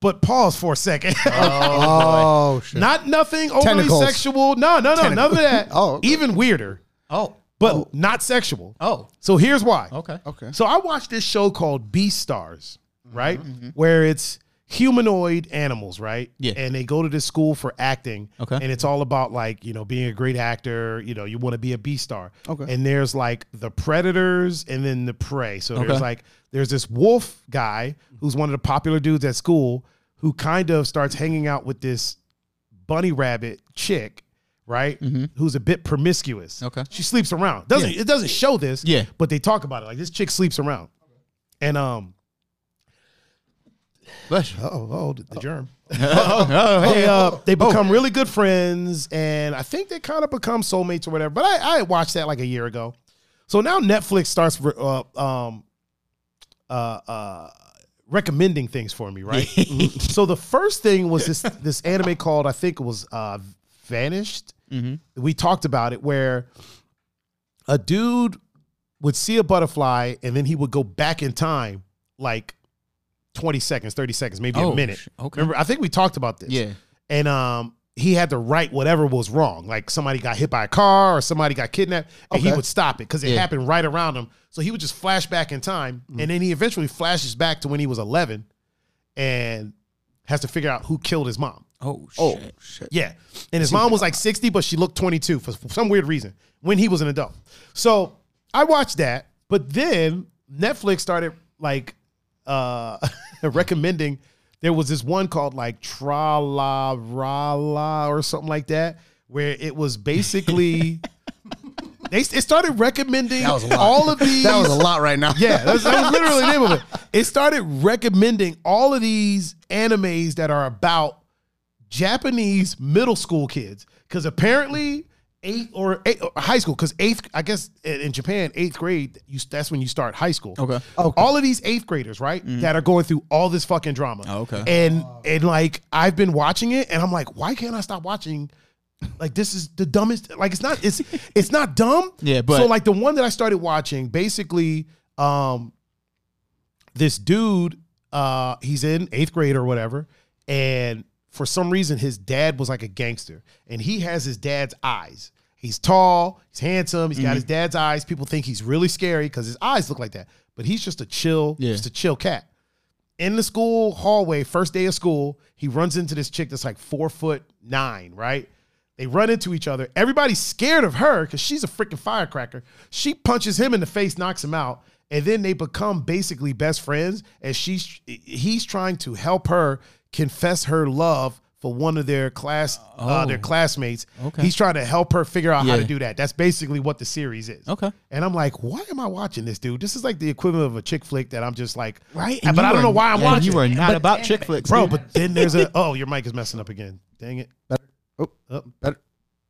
but pause for a second.
oh
<laughs>
shit!
not nothing overly
Oh, Tentacles.
sexual. No, no, no, none of that.
<laughs> Oh, okay.
even weirder,
Oh.
but not sexual.
Oh.
So here's why.
Okay.
okay. Mm-hmm.
So I watched this show called Beastars, right? Where it's humanoid animals, right?
Yeah.
And they go to this school for acting.
Okay.
And it's all about like, you know, being a great actor, you know, you want to be a B star.
Okay.
And there's like the predators and then the prey. So
Okay.
there's like there's this wolf guy who's one of the popular dudes at school who kind of starts hanging out with this bunny rabbit chick, right? Who's a bit promiscuous.
Mm-hmm. Okay.
She sleeps around. Doesn't it doesn't show this,
Yeah.
but they talk about it. Like this chick sleeps around. And um
<laughs> Bless you.
oh, oh the, the germ.
Oh, oh, hey.
They uh they become really good friends and I think they kind of become soulmates or whatever. But I, I had watched that like a year ago. So now Netflix starts re- uh, um uh uh recommending things for me, right? so the first thing was this this anime called I think it was uh Vanished. We talked about it where a dude would see a butterfly and then he would go back in time like 20 seconds, 30 seconds, maybe
Oh,
a minute.
sh- okay.
Remember, I think we talked about this.
Yeah.
And um he had to write whatever was wrong. Like somebody got hit by a car or somebody got kidnapped and he
Okay.
would stop it because it
Yeah. Mm.
happened right around him. So he would just flash back in time and then he eventually flashes back to when he was 11 and has to figure out who killed his mom.
Oh, shit.
oh shit!
Yeah. And his mom was like 60, but she looked 22 for some weird reason when he was an adult. So I watched that, but then Netflix started like uh <laughs> recommending there was this one called like Tra La Ra La or something like that, where it was
<laughs>
basically they it started recommending
was a lot.
all of these
<laughs> That was a lot right now.
yeah, that's, that was literally the name of it. It started recommending all of these animes that are about Japanese middle school kids because apparently eight or, eight or high school because eighth I guess in in Japan eighth grade you that's when you start high school.
Okay. Mm-hmm.
Okay.
All of these eighth graders right that are going through all this fucking drama.
Oh, okay.
And and like I've been watching it and I'm like why can't I stop watching? Like this is the dumbest. Like it's not it's it's not dumb.
Yeah, but-
so like the one that I started watching basically um this dude uh he's in eighth grade or whatever and for some reason his dad was like a gangster and he has his dad's eyes he's tall he's handsome He's
Mm-hmm.
got his dad's eyes people think he's really scary because his eyes look like that but he's just a chill
Yeah.
just a chill cat in the school hallway first day of school he runs into this chick that's like four foot nine right they run into each other everybody's scared of her because she's a freaking firecracker she punches him in the face knocks him out and then they become basically best friends and she's he's trying to help her confess her love for one of their class uh, their classmates
Oh. Okay.
he's trying to help her figure out how to
Yeah.
do that that's basically what the series is
uh, Okay.
and i'm like why am i watching this dude this is like the equivalent of a chick flick that i'm just like
Right?
but i don't know why i'm watching
You are
it.
not
But-
about chick flicks,
bro.
<laughs>
dude.
But then there's a oh, your mic is messing up again. Dang it!
Oh,
Up.
better.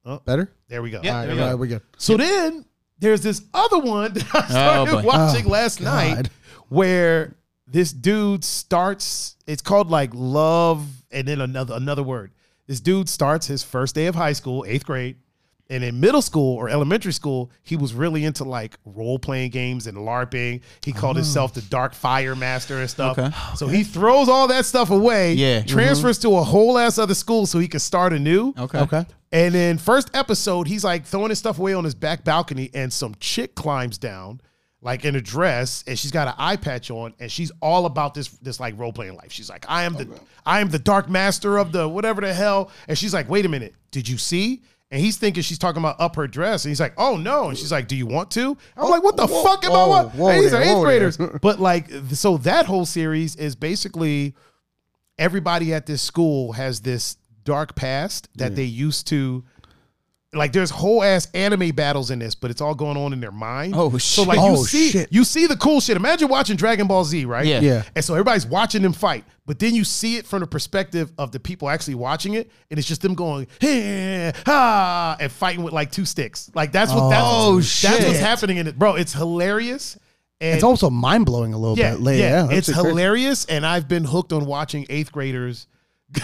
Oh.
Better.
There we go.
Yeah,
All
there
right, all
you go.
right, we're good.
So then there's this other one that I started
boy.
watching
Oh,
last
God.
night where this dude starts. It's called like love, and then another another word. This dude starts his first day of high school, eighth grade. And in middle school or elementary school, he was really into like role playing games and LARPing. He
Oh.
called himself the Dark Fire Master and stuff.
Okay.
So he throws all that stuff away,
Yeah. mm-hmm.
transfers to a whole ass other school so he can start anew.
Okay.
Okay.
And then first episode, he's like throwing his stuff away on his back balcony, and some chick climbs down, like in a dress, and she's got an eye patch on, and she's all about this this like role playing life. She's like, I am the I am the dark master of the whatever the hell, and she's like, wait a minute, did you see? And he's thinking she's talking about up her dress, and he's like, "Oh no!" And she's like, "Do you want to?" I'm like, "What the
whoa,
fuck am I?"
whoa,
wa-"
whoa
And these
there,
are
whoa
eighth
there.
graders,
<laughs>
but like, th- so that whole series is basically everybody at this school has this dark past
Mm.
that they used to like there's whole ass anime battles in this, but it's all going on in their mind. <laughs>
Oh,
So
shit.
like you
Oh,
see
shit.
you see the cool shit. Imagine watching Dragon Ball Z, right?
Yeah.
Yeah.
And so everybody's watching them fight, but then you see it from the perspective of the people actually watching it, and it's just them going "Hey, ah, and fighting with like two sticks. Like that's what that's,
Oh,
that's what's
shit.
happening in it, bro. It's hilarious. And
It's also mind blowing a little
yeah,
bit. Like,
yeah,
that
it's
shit's crazy.
hilarious, and I've been hooked on watching eighth graders <laughs>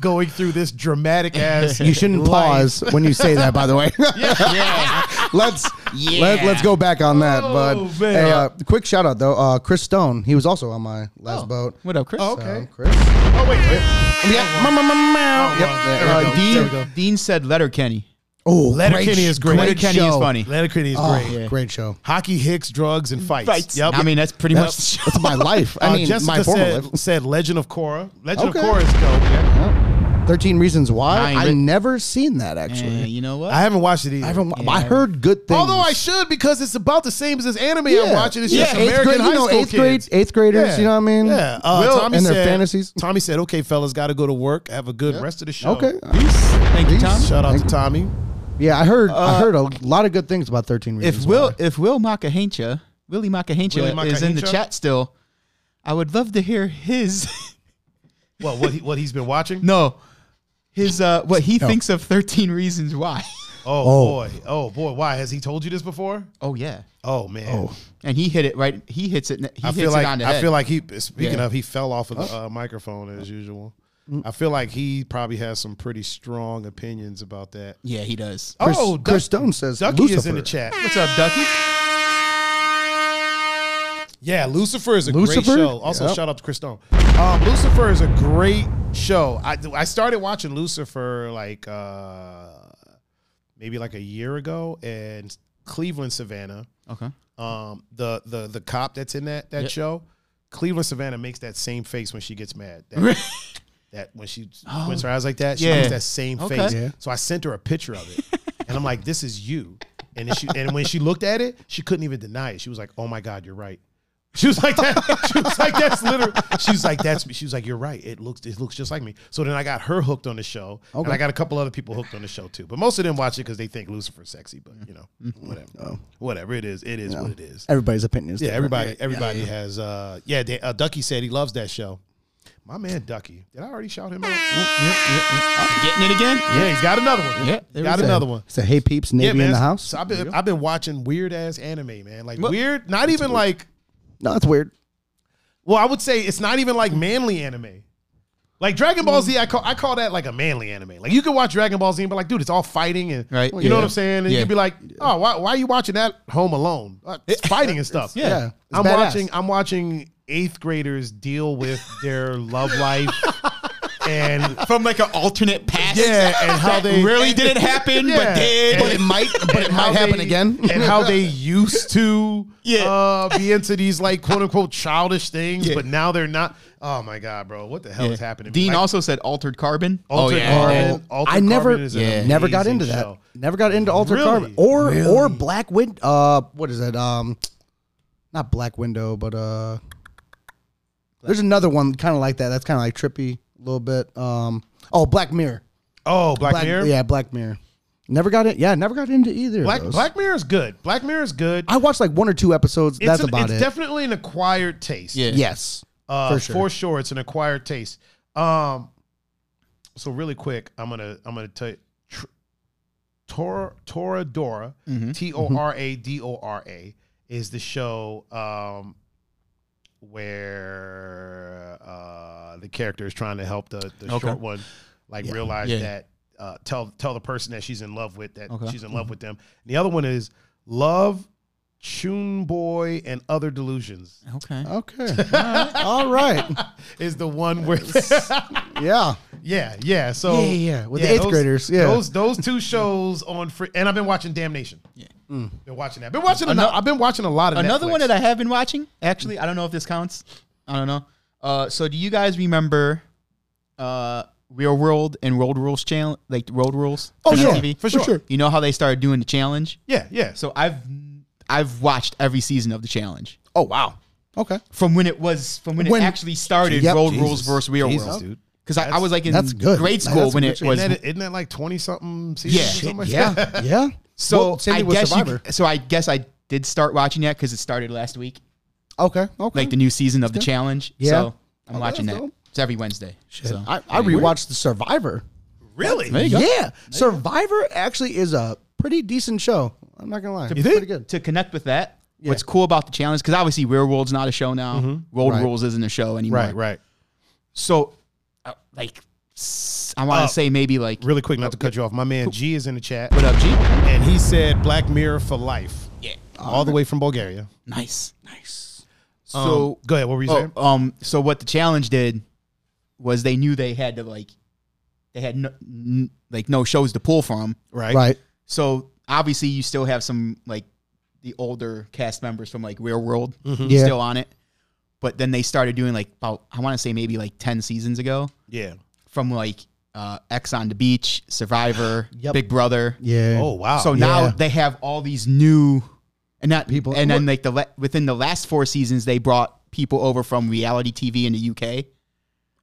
going through this
<laughs>
dramatic ass.
You shouldn't pause when you say that, by the way.
<laughs>
<laughs>
yeah.
let's
Yeah.
let, let's go back on that.
Oh,
but
man.
hey, uh, quick shout out though, uh, Chris Stone. He was also on my last boat.
What up, Chris?
Oh,
So,
okay.
Chris.
Oh wait, wait.
<laughs> Yeah. Meow, meow, meow, meow. Yep. uh,
wow.
there
There we
we go.
go.
Oh, Dean,
we go.
Dean said Letterkenny.
Oh,
Letterkenny is great.
Letterkenny is
show.
funny.
Letterkenny is
Oh,
great.
Great show.
Hockey, hicks, drugs, and fights. Yep.
I mean, that's pretty much the
That's,
show.
<laughs>
that's my life. I
Uh,
mean,
Jessica
my former
said,
life.
said Legend of Korra. Legend
Okay.
of Korra is dope.
Yeah. Thirteen Reasons Why.
Nine
I
Re-
never seen that
Eh,
actually.
you know what?
I haven't watched it either.
I haven't. wa-
Yeah.
I heard good things.
Although I should because it's about the same as this anime I'm
Yeah.
watching. It's
Yeah,
just
eighth
American
grade- you
high
know,
school
eighth grade-
kids.
eighth graders, you know what I mean?
Yeah. Uh,
Will-
Tommy
and their
said-
fantasies.
Tommy said, "Okay, fellas, got to go to work. Have a good rest of the show."
Okay.
Thank you, Tom.
Shout out to Tommy.
Yeah, I heard.
Uh,
I heard a lot of good things about Thirteen Reasons.
If Will,
Why.
if Will Makahencha, Willie Makahencha
Willie
is in the
Makahencha?
chat still, I would love to hear his <laughs>
Well, what he, what he's been watching?
no, his uh, what he thinks of Thirteen Reasons Why. <laughs>
Oh,
Oh.
boy. Oh boy. Why has he told you this before?
Oh yeah,
Oh man.
and he hit it right. He hits it. He
I
hits
feel
it
like
on the
I
head.
feel like he. Speaking
Yeah.
of, he fell off of the
Oh.
uh, microphone as usual.
Mm.
I feel like he probably has some pretty strong opinions about that.
yeah, he does.
Chris,
oh, Duck-
Chris Stone says
Ducky
Lucifer.
is in the chat.
What's up, Ducky?
Yeah, Lucifer is a
Lucifer?
great show. Also,
Yep.
shout out to Chris Stone. Um, Lucifer is a great show. I, I started watching Lucifer like uh, maybe like a year ago in Cleveland, Savannah.
Okay.
Um, the the the cop that's in that that
Yep.
show, Cleveland Savannah makes that same face when she gets mad. That, <laughs> that when she squints her eyes like that, she
Yeah.
makes that same
Okay.
face.
Yeah.
So I sent her a picture of it, and I'm like, "This is you." And then she, and when she looked at it, she couldn't even deny it. She was like, "Oh my God, you're right." She was like that. <laughs> She was like that's literally. She was like that's. me." She was like you're right. It looks it looks just like me. So then I got her hooked on the show, and I got a couple other people hooked on the show too. But most of them watch it because they think Lucifer's sexy. But you know, whatever, whatever it is, it is what it is.
Everybody's opinions.
Yeah, everybody, everybody has. Uh, yeah, they, uh, Ducky said he loves that show. My man Ducky. Did I already shout him out?
Getting it again?
Yeah, he's got another one.
Yeah, there
got
we go.
another one.
It's a Hey Peeps Navy in the house.
So I've been I've been watching weird ass anime, man. Like weird, not even like.
no, that's weird.
Well, I would say it's not even like manly anime. Like Dragon Ball Z, I call I call that like a manly anime. Like you could watch Dragon Ball Z and be like, dude, it's all fighting and
Right.
you
Yeah.
know what I'm saying? And
Yeah.
you could be like, oh, why, why are you watching that Home Alone? Uh, It's fighting and stuff.
yeah.
Yeah, it's
I'm
badass.
watching I'm watching eighth graders deal with their love life and
From like an alternate past.
yeah, and how they
really didn't happen,
Yeah.
but did.
But <laughs> it
might. But
and how
happen
they- <laughs>
again.
and how they used
<laughs>
to
Yeah.
uh, be into these like quote unquote childish things, but now they're not. Oh my god, bro, what the hell is happening?
Dean
Like,
also said altered carbon.
Altered
oh yeah.
Carbon.
Oh,
Altered
I never,
Carbon is an
Yeah.
never got
amazing
into that.
show.
Never got into Altered
Really?
Carbon or or Black Wind. Uh, what is it? Um, not Black Window, but uh, there's another one kind of like that. That's kind of like trippy a little bit. Um, oh, Black Mirror.
oh Black, Mirror,
Yeah, Black Mirror. Never got it. Yeah, never got into either.
Black
of those.
Black Mirror is good. Black Mirror is good.
I watched like one or two episodes.
It's
that's
an-
about
it's
it.
definitely an acquired taste.
Yeah.
yes.
uh,
For
for
sure.
sure. it's an acquired taste. Um, so really quick, I'm gonna I'm gonna tell you, tr- Tora Toradora,
Mm-hmm.
T O R A D O R A is the show um where uh the character is trying to help the the
Okay.
short one like realize
Yeah.
that uh tell tell the person that she's in love with that
Okay. Mm-hmm.
she's in love with them. And the other one is love. Chun Boy and Other Delusions
Okay.
Okay. All right. <laughs>
is the one
<laughs>
where <laughs>
Yeah.
Yeah, yeah. So
Yeah, yeah, yeah, with the eighth graders, yeah.
those those two shows on free, and I've been watching Damnation. Yeah, been watching that. Been watching. Another, I've been watching a lot of
Another
Netflix.
one that I have been watching. Actually, I don't know if this counts. I don't know. Uh, so do you guys remember uh, Real World and Road Rules channel, like Road Rules?
Oh,
on
sure,
TV?
for sure.
You know how they started doing the challenge?
yeah, yeah. So
So I've I've watched every season of the challenge
Oh wow. Okay.
from when it was from when,
When-
it actually started.
Yep.
Road
Jesus.
Rules versus Real
Jesus,
World,
dude.
Because I, I was like in
That's good.
grade
That's
school
a
when
good
it
show.
was
isn't that, isn't that like twenty something
Yeah.
seasons? or something like that? <laughs>
Yeah. Yeah.
So
Well, same
I
thing with
guess you-
Survivor.
so I guess I did start watching that because it started last week,
Okay. Okay.
like the new season of the challenge.
Yeah.
So I'm watching
that's
that.
dope.
It's every Wednesday. So
I, I rewatched The Survivor.
really?
There you go.
Yeah. Survivor actually is a pretty decent show. I'm not gonna lie. It's
think?
pretty good.
To connect with that, what's cool about the challenge? Mm-hmm. Because obviously, Real World's not a show now. Road Rules isn't a show anymore.
Right, right.
So uh, like s- I want to
Uh,
say maybe like
Really quick, not to cut you off. My man G is in the chat,
what up, G?
and he said Black Mirror for life,
Yeah,
all the way from Bulgaria.
nice, nice.
Um,
So
go ahead. What were you saying?
Oh, um, so what the challenge did was they knew they had to like, they had no, n- like no shows to pull from.
Right.
Right.
So obviously you still have some like the older cast members from like Real World
Yeah.
still on it, but then they started doing like about I want to say maybe like ten seasons ago
Yeah.
from like uh, X on the Beach, Survivor,
Yep.
Big Brother.
Yeah.
Oh wow.
So
yeah.
now
yeah.
they have all these new and not
People-
people, and then like the le- within the last four seasons they brought people over from reality TV in the UK.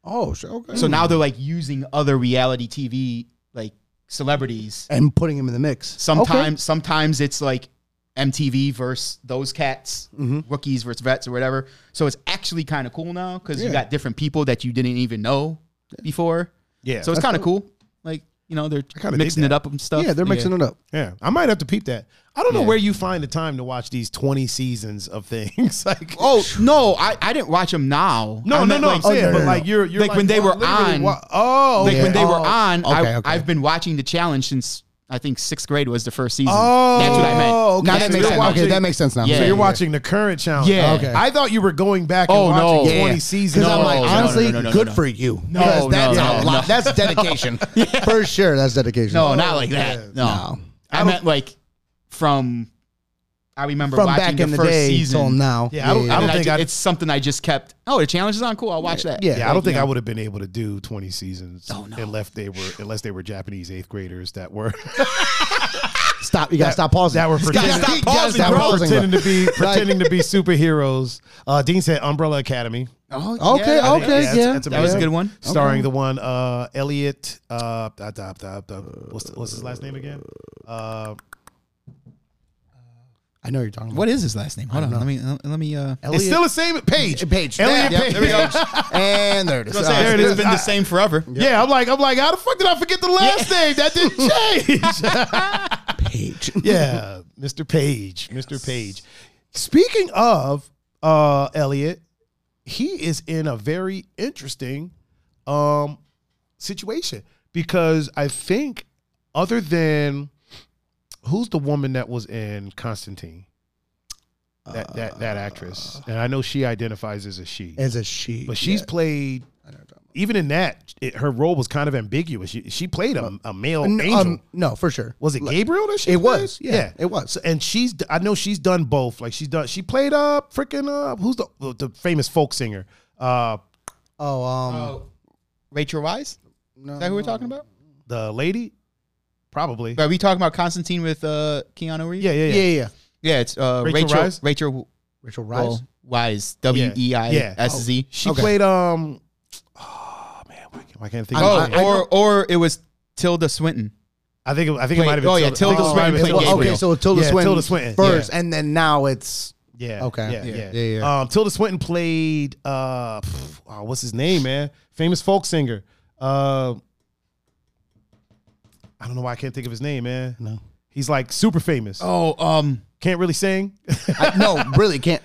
Oh, sure. Okay.
So now they're like using other reality TV like celebrities.
and putting him in the mix.
Sometimes sometimes it's like MTV versus those cats,
Mm-hmm.
rookies versus vets or whatever. So it's actually kind of cool now because
Yeah.
you got different people that you didn't even know before.
Yeah.
So it's kind of cool. Like you know they're
kinda dig
mixing it up and stuff.
Okay. Yeah, they're mixing it up.
yeah. I might have to peep that. I don't know
Yeah.
where you find the time to watch these twenty seasons of things. <laughs> like
Oh no, I, I didn't watch them now.
no,
I
no,
meant,
no. I'm
like,
saying,
no,
but
no,
like
no.
you're, you're
Like, when they were
literally
on-
wa- oh,
like when
okay.
they were
Oh,
on,
okay,
I,
okay.
I've been watching the challenge since I think sixth grade was the first season.
Oh,
that's what I meant.
okay.
Now
So
that makes
you're
sense.
watching-
Okay, that makes sense now.
Yeah.
So
Yeah.
you're watching the current challenge.
Yeah.
Okay.
I thought you were going back and
Oh, no.
watching
Yeah.
20 seasons.
No,
I'm like,
no, no,
honestly,
no, no, no.
you.
No,
Because
no,
that's
no,
a lot. That's dedication.
<laughs>
For sure, that's dedication.
No, not like that. No,
No.
I, meant like from. I remember
From
watching
back
the
in the
first
day
season.
till now.
Yeah, I don't- I
I
don't
don't
think I'd-
it's something I just kept. Oh, the challenge is on. Cool, I'll watch that.
yeah,
Yeah.
I don't
like,
think
yeah.
I would have been able to do 20 seasons
Oh, no.
unless they were unless they were Japanese eighth graders that
<laughs>
were
Stop. You gotta stop pausing.
that were
gotta
pretending,
stop
that
pausing,
were
bro.
pretending to be pretending to be superheroes. Uh, Dean said Umbrella Academy.
Oh,
Okay.
yeah,
okay. Yeah.
that's- that's
That was a
amazing.
good one.
starring the one uh Elliot uh da, da, da, da, what's, what's his last name again? Uh
I know you're talking.
What is his last name? Hold on. Let me. Let me. Uh,
Elliot
it's still the same page.
Page.
Elliot
Yeah,
Page.
There we go. and there it is.
saying,
Uh,
there it
it's
is.
been
I-
the same forever.
<laughs> Yeah, I'm like, I'm like, how the fuck did I forget the last name? That <laughs> didn't change.
Page.
yeah, Mr. Page, Mr. Page. Speaking of uh Elliot, he is in a very interesting um situation because I think other than who's the woman that was in Constantine? That that that actress. And I know she identifies <laughs> as a she.
As a she.
But she's played even in that, it, her role was kind of ambiguous. She, she played a, a male
N-
angel.
um, no, for sure.
Was it Gabriel that she?
It
played?
was, yeah, it was.
So- and she's I know she's done both. Like she's done. She played uh freaking uh who's the the famous folk singer uh
Oh, um,
Uh, Rachel Wise.
no,
Is that who we're talking about?
the lady probably.
Are we talking about Constantine with uh, Keanu Reeves?
Yeah, yeah,
Yeah,
yeah.
yeah, yeah.
Yeah, it's uh,
Rachel
Rachel
Rise?
Rachel
Rachel Rice.
well, Wise. W E I S Z.
Oh, She
Okay.
played um. Oh man, why can't, why can't I think?
Oh,
of her name?
or or it was Tilda Swinton.
I think it- I think it
Wait,
might have been.
oh,
I
yeah,
think it
Tilda
might have
Swinton
been
played
Tilda
okay,
Gabriel.
so Tilda
Yeah,
Swinton,
Tilda Swinton,
first, and then now it's
Yeah.
Okay.
Yeah,
Yeah,
yeah,
yeah, yeah.
Um, Tilda Swinton played uh, pff, oh, what's his name, man? Famous folk singer. Uh, I don't know why I can't think of his name, man.
No.
he's like super famous.
Oh, um,
Can't really
<laughs>
sing.
I, no, really can't.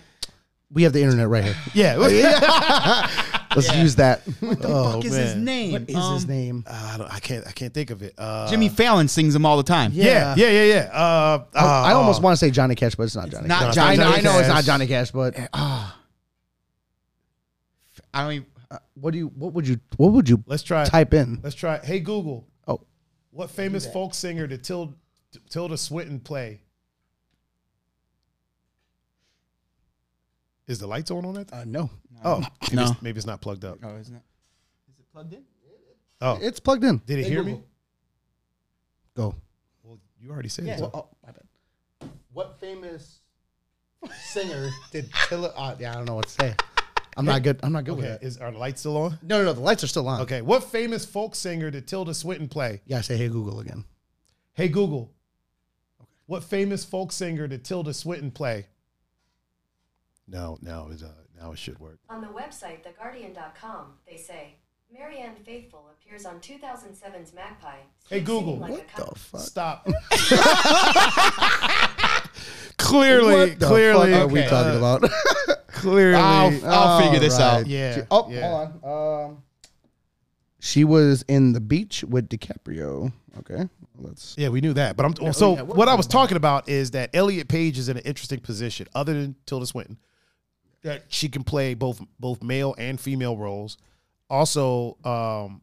We have the internet right here.
<laughs> yeah,
<laughs> Let's use that. What the
Oh,
what is his
man.
name?
What is
Um,
his name?
I, don't, I can't. I can't think of it. Uh,
Jimmy Fallon sings him all the time.
Yeah, yeah, yeah, yeah. Uh, uh,
I almost want to say Johnny Cash, but it's not Johnny.
not
Cash.
Johnny
I know, I know it's
Cash.
not Johnny Cash, but
I don't. Even,
what do you? What would you? What would you
Let's try.
type in?
Let's try. Hey Google,
Oh,
what famous folk singer did Tilda, Tilda Swinton play? Is the lights on on that?
uh, no.
Oh, maybe,
No.
it's, maybe it's not plugged up.
oh, isn't it? Is it plugged in?
Oh,
It's plugged in.
did it hear me?
Go.
Well, you already said it.
oh, my bad. What famous <laughs> singer did Tilla? Uh, yeah, I don't know what to say. I'm not good. I'm not good with
Okay,
it.
is are the lights still on?
No, no, no. The lights are still on.
Okay, what famous folk singer did Tilda Swinton play?
Yeah, say hey Google again.
Hey Google, what famous folk singer did Tilda Swinton play? No, now is uh, now it should work.
On the website TheGuardian.com, they say Marianne Faithful appears on 2007's Magpie.
Hey,
singing
Google,
like a
what
cock-
fuck?
<laughs> Stop. clearly,
What the
clearly,
fuck are we
okay,
talking
uh,
about? <laughs>
Clearly,
I'll, I'll figure this out.
yeah.
Oh,
yeah.
hold on. Um, She was in the beach with DiCaprio. Okay, let's.
Yeah, we knew that. But I'm so
yeah, we're
what I was talking about is that Elliot Page is in an interesting position, other than Tilda Swinton, that she can play both both male and female roles. Also, um,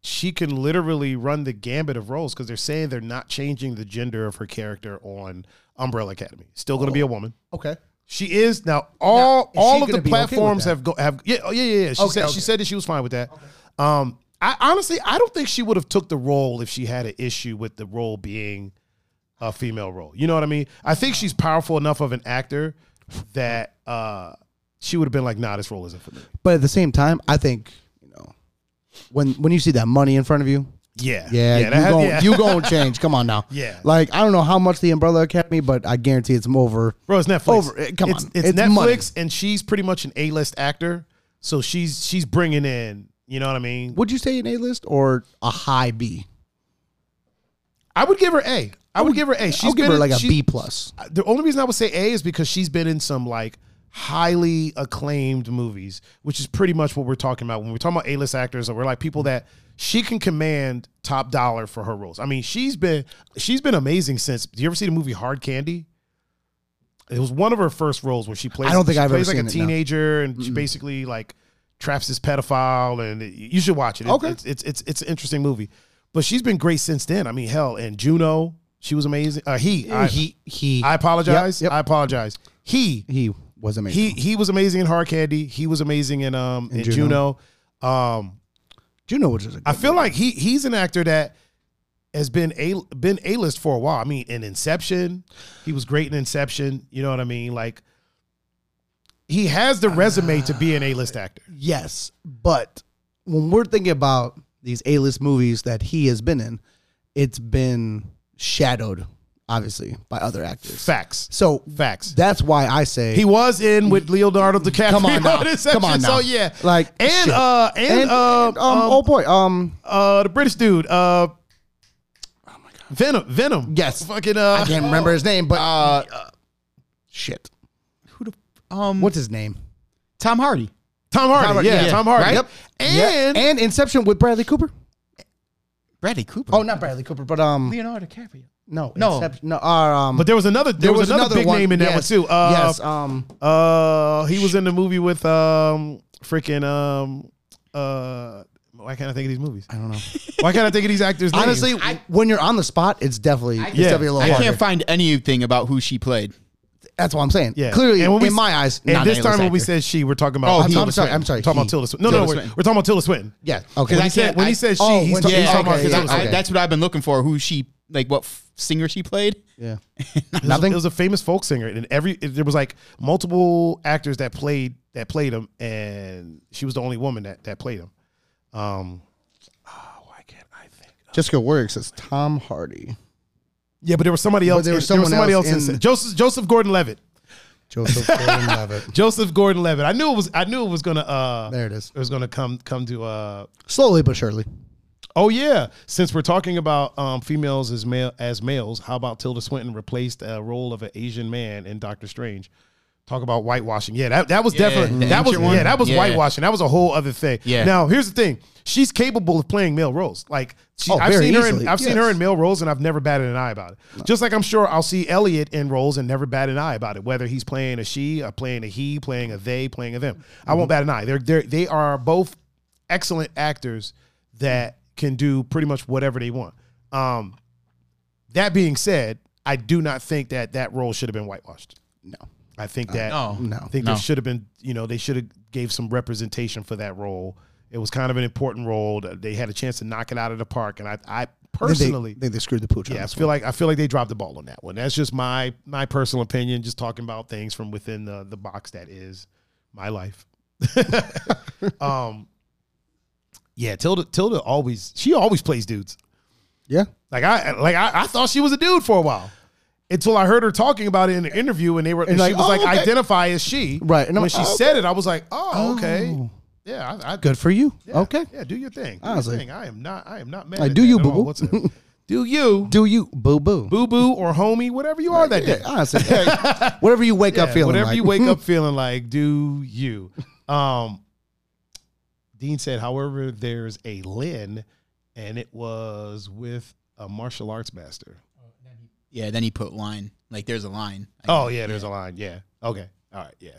she can literally run the gambit of roles because they're saying they're not changing the gender of her character on Umbrella Academy. Still going to be a woman.
Okay,
She is now all
Now, is she
all of
gonna
the
be okay with
platforms
that?
have go have yeah oh, yeah yeah yeah. She
Okay,
said
okay.
she said that she was fine with that. Um, I honestly I don't think she would have took the role if she had an issue with the role being a female role. You know what I mean? I think she's powerful enough of an actor that uh she would have been like, nah, this role isn't for me.
but at the same time, I think you know when when you see that money in front of you,
Yeah,
yeah,
that
you
has-
gon'
yeah.
you gon' change. Come on now,
<laughs> Yeah.
Like I don't know how much the Umbrella Academy, but I guarantee it's over.
Bro, it's Netflix.
Over it. Come
it's,
on.
it's,
It's
Netflix,
money.
and she's pretty much an A list actor, so she's she's bringing in. You know what I mean?
Would you say an A list or a high B?
I would give her A. I would give her A. She's
I'll give
been
her
in-
like a
she-
B plus.
the only reason I would say A is because she's been in some like highly acclaimed movies, which is pretty much what we're talking about when we're talking about A list actors. Or we're like people that she can command top dollar for her roles. I mean, she's been she's been amazing since. Do you ever see the movie Hard Candy? It was one of her first roles where she plays.
I don't think
she
I've ever
plays like
seen
a
it, no.
teenager, and she basically like traps this pedophile. And it- you should watch it. It-
Okay.
it's, it's it's it's an interesting movie, but she's been great since then. I mean, hell, and Juno, she was amazing. Uh, he, I,
he he
I apologize.
Yep, yep.
I apologize. He
he was amazing.
he he was amazing in Hard Candy. He was amazing in um in, Juno.
Juno.
Um,
Juno, which is a good
I feel like he he's an actor that has been a been a list for a while. I mean, in Inception, he was great in Inception. You know what I mean? Like he has the resume to be an a
<sighs>
list actor.
Yes, but when we're thinking about these A-list movies that he has been in, it's been shadowed obviously by other actors.
Facts.
So
Facts.
that's why I say
He was in with Leonardo DiCaprio.
Come on
<laughs>
now.
in Inception,
Come on
So
now.
yeah,
Like,
and
shit.
uh and, uh,
um,
um,
oh boy, um,
uh the British dude. Uh Venom, Venom.
Yes.
Fucking uh
I <laughs> can't remember his name, but uh, shit,
Who the um?
what's his name?
Tom Hardy?
Tom Hardy.
Tom Hardy,
yeah,
yeah.
Tom Hardy.
Right? Yep.
And
and Inception with Bradley Cooper.
Bradley Cooper.
Oh, not Bradley Cooper, but um,
Leonardo DiCaprio.
no,
No.
Inception, no, uh, um,
but there was another there, was, another, big
one.
name in that
Yes.
one too. Uh,
yes, um,
uh he was in the movie with um freaking um uh why can't I think of these movies? I don't know. <laughs> Why can't I think of these actors? names?
honestly, when you're on the spot, it's definitely, it's
yeah,
definitely a little
I
harder.
can't find anything about who she played.
That's what I'm saying.
Yeah.
Clearly,
And when we
in
s-
my eyes,
and
not
this
an
time when we
A-list actor.
said she, we're talking about
Oh,
Tilda
I'm-
I'm sorry,
Swinton.
I'm sorry,
We're talking
he.
about Tilda Swinton. No, no,
Tilda
we're,
Swinton.
we're talking about Tilda Swinton.
yeah, okay.
When
I
he said
can't-
when he
I-
said she,
oh,
he's,
when-
ta-
yeah,
he's talking about Tilda
okay,
because
yeah,
Swinton.
I, I,
okay.
that's what I've been looking for. Who she like? What f- singer she played?
yeah. <laughs>
It was- It was a famous folk singer, and every it- there was like multiple actors that played that played him, and she was the only woman that that played him. Um, ah, why can't I think?
Jessica Warwick says Tom Hardy,
Yeah, but there was somebody else.
there
in-
was
there was
someone
somebody else.
else
in,
in-
Joseph Joseph Gordon-Levitt.
<laughs> Joseph Gordon-Levitt.
Joseph Gordon-Levitt. I knew it was. I knew it was gonna. Uh,
There it is.
It was gonna come come to. Uh,
Slowly but surely.
oh yeah. Since we're talking about um, females as male as males, how about Tilda Swinton replaced a role of an Asian man in Doctor Strange? Talk about whitewashing. Yeah, that, that was definitely
the
that was
ancient one.
yeah that was
Yeah.
whitewashing. That was a whole other thing.
Yeah.
Now here's the thing. She's capable of playing male roles. Like she,
Oh,
I've
very
seen her. In,
easily.
I've seen her
Yes.
in male roles, and I've never batted an eye about it. Just like I'm sure I'll see Elliot in roles and never bat an eye about it, whether he's playing a she, or playing a he, playing a they, playing a them. I
Mm-hmm.
won't bat an eye. They're, they're they are both excellent actors that can do pretty much whatever they want. Um, that being said, I do not think that that role should have been whitewashed.
No, Uh,
I think that
no.
No.
I think
No.
there should have been you know they should have gave some representation for that role. It was kind of an important role. They had a chance to knock it out of the park, and I I personally
I think they, screwed the pooch. on
yeah, I
this
feel like I feel like they dropped the ball on that one. That's just my my personal opinion. Just talking about things from within the the box that is my life. <laughs> um, yeah, Tilda Tilda always she always plays dudes.
one.
Like I like I, I thought she was a dude for a while until I heard her talking about it in the interview, and they were and
like,
she was
oh,
like
okay.
identify as she.
Right, and
And
I'm
when
like,
she
oh, okay.
said it, I was like, oh okay,
Oh.
yeah, I, I,
good for you.
yeah,
Okay,
yeah, do your thing. Do
I
your
was like-
thing. I am not I am not mad.
Like,
at
do
that
you,
at all
boo-boo. <laughs>
whatsoever. do you
do you boo boo?
boo boo or homie, whatever you are that
Yeah,
day. <laughs>
honestly, hey, whatever you wake up
Yeah,
<laughs> feeling,
whatever
like.
you wake up feeling like, do you? Um, Dean said, however, there's a Lynn, and it was with a martial arts master.
Yeah, then he put line. Like there's a line.
Oh yeah, there's a line. Yeah. Okay. All right. Yeah.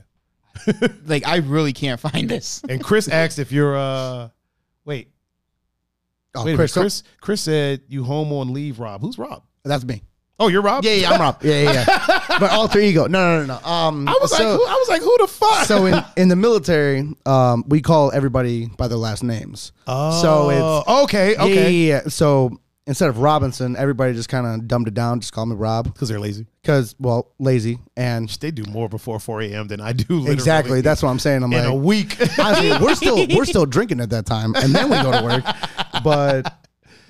Oh.
Like I really can't find this.
And Chris asked if you're uh, wait,
Oh,
wait, Chris,
Chris, don't-
Chris, Chris said you home on leave, Rob. Who's Rob?
that's me.
Oh, you're Rob.
Yeah, yeah, I'm Rob.
Yeah, yeah,
<laughs>
yeah. but alter ego. No, no, no, no. Um,
I was like, who, I was like, who the fuck? <laughs>
so in, in the military, um, we call everybody by their last names. so it's
Oh, okay,
okay. Yeah,
okay.
yeah, yeah. So instead of Robinson, everybody just kind of dumbed it down. Just call me Rob
Because they're lazy.
because well, lazy and
They do more before 4 a.m. than I do. Literally.
exactly. That's what I'm saying. I'm
in a
like,
week. <laughs>
honestly, we're still we're still drinking at that time, and then we go to work. But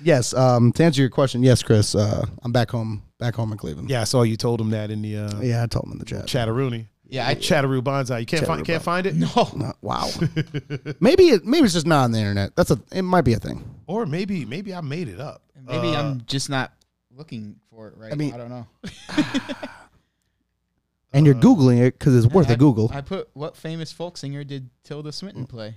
yes, um, to answer your question, yes, Chris, uh, I'm back home, back home in Cleveland.
yeah, I saw you told him that in the uh,
yeah, I told him in the chat.
Chatteroony.
<laughs> Yeah, I-
Chatteroo Bonsai. You can't find. Can't find it. No.
Uh,
<laughs>
wow. maybe it maybe it's just not on the internet. That's a it might be a thing.
Or maybe maybe I made it up.
Maybe
Uh,
I'm just not looking for it right. I
mean-
I don't know.
And
Uh,
you're googling it because it's worth
I-
a Google.
I put what famous folk singer did Tilda Swinton play?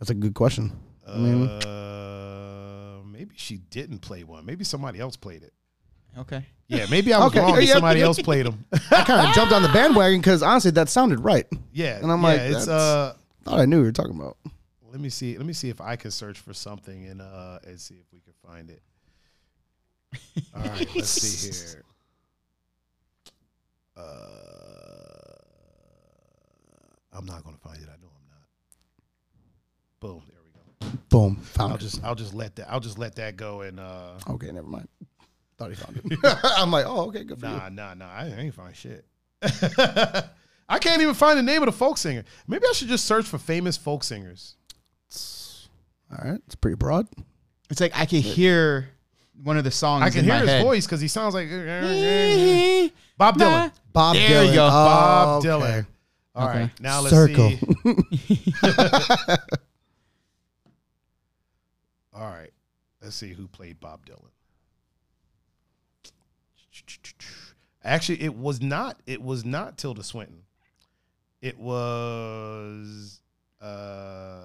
That's a good question. I mean,
Uh, maybe she didn't play one. Maybe somebody else played it.
Okay.
Yeah, maybe I was
Okay.
wrong. and
Yeah.
somebody else played
<laughs>
them. <laughs>
I kind of jumped on the bandwagon because honestly, that sounded right.
yeah,
And I'm
yeah,
like,
it's
that's-
uh,
Thought I knew what you were talking about.
let me see, let me see if I can search for something and uh, and see if we can find it. All right, let's
<laughs>
see here. Uh, I'm not gonna find it. I know I'm not. Boom, there we go.
Boom,
I'll
found it.
just, I'll just let that, I'll just let that go and uh.
Okay, never mind. Thought he found
<laughs>
it. <laughs> I'm like, oh, okay, good for you.
Nah, nah, nah. I ain't find shit. <laughs> I can't even find the name of the folk singer. Maybe I should just search for famous folk singers.
All right, it's pretty broad.
It's like I could hear one of the songs.
I can
in
hear
my
his
head.
voice because he sounds
<laughs>
like <laughs> Bob
Bob
Dylan.
Bob
There you
Dylan.
go.
Bob
Oh, okay.
Dylan. All right,
Okay.
now let's
Circle.
see. All right, let's see who played Bob Dylan. Actually, it was not. It was not Tilda Swinton. It was uh,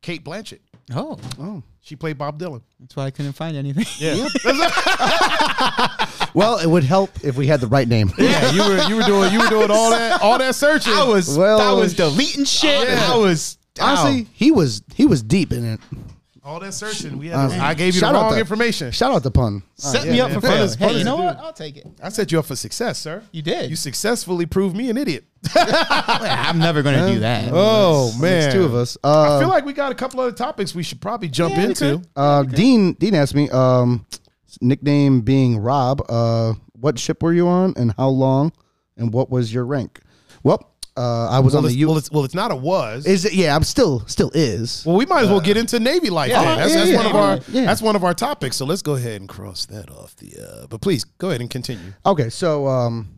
Kate Blanchett.
Oh,
oh.
She played Bob Dylan.
that's why I couldn't find anything.
Yeah,
Well, it would help if we had the right name.
yeah. You were you were doing you were doing all that all that searching.
I was
Well,
I was
sh-
deleting shit.
Yeah.
I was
<laughs>
oh.
Honestly, he was he was deep in it.
all that searching. We
Uh,
had. I gave you the
Shout out
wrong
to-
information.
Shout out to pun.
Ow. set me up for
man.
fun.
Fun is- fun
Hey,
is
you know
good.
what? I'll take it.
I set you up for success, sir.
You did.
You successfully proved me an idiot.
I'm never gonna do that.
Oh
It's two of us.
I
Uh,
feel like we got a couple other topics we should probably jump
Yeah, we
into.
could.
uh, Dean Dean asked me, um, nickname being Rob. Uh, what ship were you on, and how long, and what was your rank? Well, uh, I was
Well,
on the
it's,
U.
well, it's, well, it's not a was.
is it? Yeah, I'm still still is.
well, we might as well get into Navy life.
Yeah,
then. That's,
yeah,
that's
yeah,
one of
yeah.
our
Yeah.
that's one of our topics. So let's go ahead and cross that off the. Uh, but please go ahead and continue.
Okay, so um,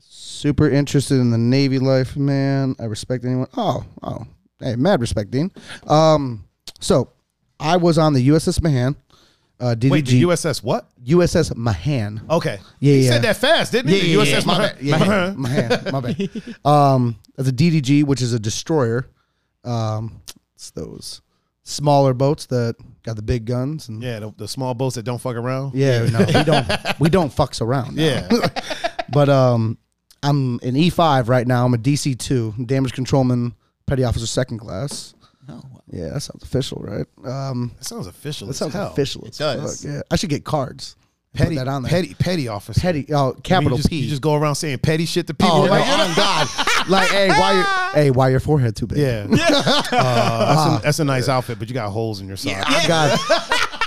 super interested in the Navy life, man. I respect anyone. Oh, oh, hey, mad respect, Dean. Um, so I was on the USS Mahan. Uh, DDG,
Wait, the USS what?
USS Mahan.
Okay,
Yeah,
he
yeah.
said that fast, didn't he?
Yeah,
the
yeah,
USS
my
Mah- <laughs>
bad. Yeah, yeah, my hand, my bad. <laughs> Um, the DDG, which is a destroyer. Um, it's those smaller boats that got the big guns and
Yeah, the, the small boats that don't fuck around.
yeah, no, we don't we don't fucks around. now.
Yeah,
but um, I'm an E five right now. I'm a DC two, damage controlman, petty officer second class.
No.
Yeah, that sounds official, right? Um,
that sounds official.
that
as
sounds
hell.
official. as fuck,
does.
Yeah, I should get cards. and
Petty,
put that on there.
petty, petty officer.
petty, oh,
I mean,
capital
you just,
P.
You just go around saying petty shit to people.
Oh,
like,
no, on God. Like, hey, why your hey, why your forehead too
<laughs>
big?
Yeah. Uh, that's, a, that's a nice outfit, but you got holes in your side.
I got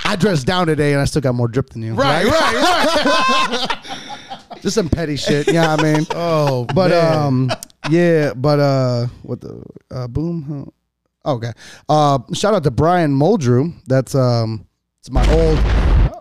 I dressed down today and I still got more drip than you.
Right, <laughs> right, right.
Just some petty shit. Yeah, I mean.
<laughs> Oh,
But
man.
um yeah, but uh what the uh boom huh? Okay. Uh shout out to Brian Muldrew. That's um it's my old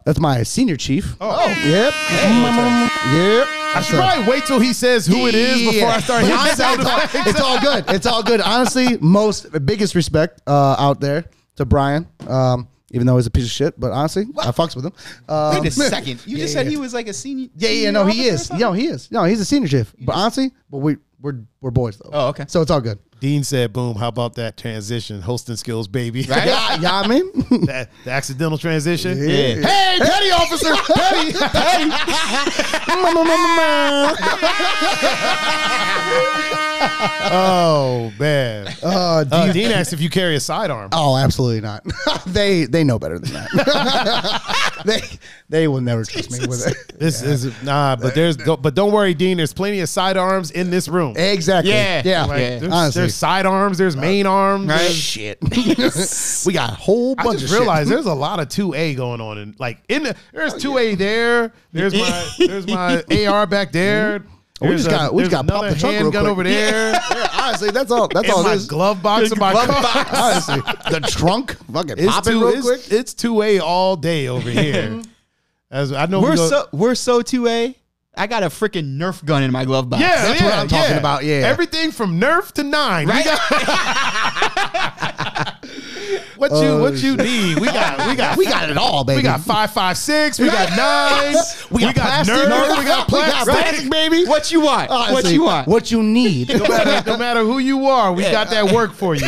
that's my senior chief.
Oh.
Yep. Yep.
I should probably wait till he says who it is before I start
<laughs>
hitting
Honestly,
sound
it's, all,
<laughs>
effects.
it's all good. It's all good. Honestly, most biggest respect uh, out there to Brian. Um, even though he's a piece of shit, but honestly, I fucks with him. Um,
Wait a second. You
<laughs> yeah,
just
yeah,
said he was like a senior.
Yeah, yeah,
senior
no, he
officer or
is.
something?
No, he is. No, he's a senior chief. But honestly, but we we're we're boys though.
Oh, okay.
So it's all good.
Dean said, "Boom! How about that transition? Hosting skills, baby. <laughs>
Right?
Yeah, yeah, I mean,
<laughs>
that, the accidental transition.
Yeah.
Hey, petty
<laughs>
<laughs> officer,
<laughs>
petty, petty.
Oh man.
uh, do
Uh,
you-
Dean asked if you carry a sidearm.
oh, absolutely not. <laughs> they they know better than
<laughs>
that. <laughs> they they will never trust me with it.
This is nah, but there's don't- but don't worry, Dean. There's plenty of sidearms in this room.
Exactly.
Yeah.
Yeah.
Like,
There's,
Honestly.
there's sidearms. There's main arms.
Right?
there's- <laughs>
Shit.
<laughs> we got a whole
I
bunch
just
of shit.
realized there's a lot of two A going on in like in the, there's two A there. There's my there's my AR back there.
We just
There's a-
got we just
there's
got popped
another
the trunk real
handgun
quick.
over there.
<laughs> Yeah. <laughs> Yeah, honestly, that's all. That's
In
all. it
my
is.
glove box in my
glove
car. <laughs>
box. honestly, the trunk. Fucking pop it
two,
real quick.
It's two A all day over here. As I know, we
We're
go-
so we're so two A. I got a freaking Nerf gun in my glove box.
yeah,
Ah, That's what I'm talking about, yeah.
everything from Nerf to nine. We
Right?
<laughs> What you
Oh,
what you need? We got we got
We got it all, baby.
we got five five six. We got nine.
<laughs> We got plastic.
Nerf. We <laughs> got plastic.
baby.
What you want? what
<laughs> Honestly,
you want?
What
<laughs>
you need.
no matter, no matter who you are, we got that work for
<laughs>
you.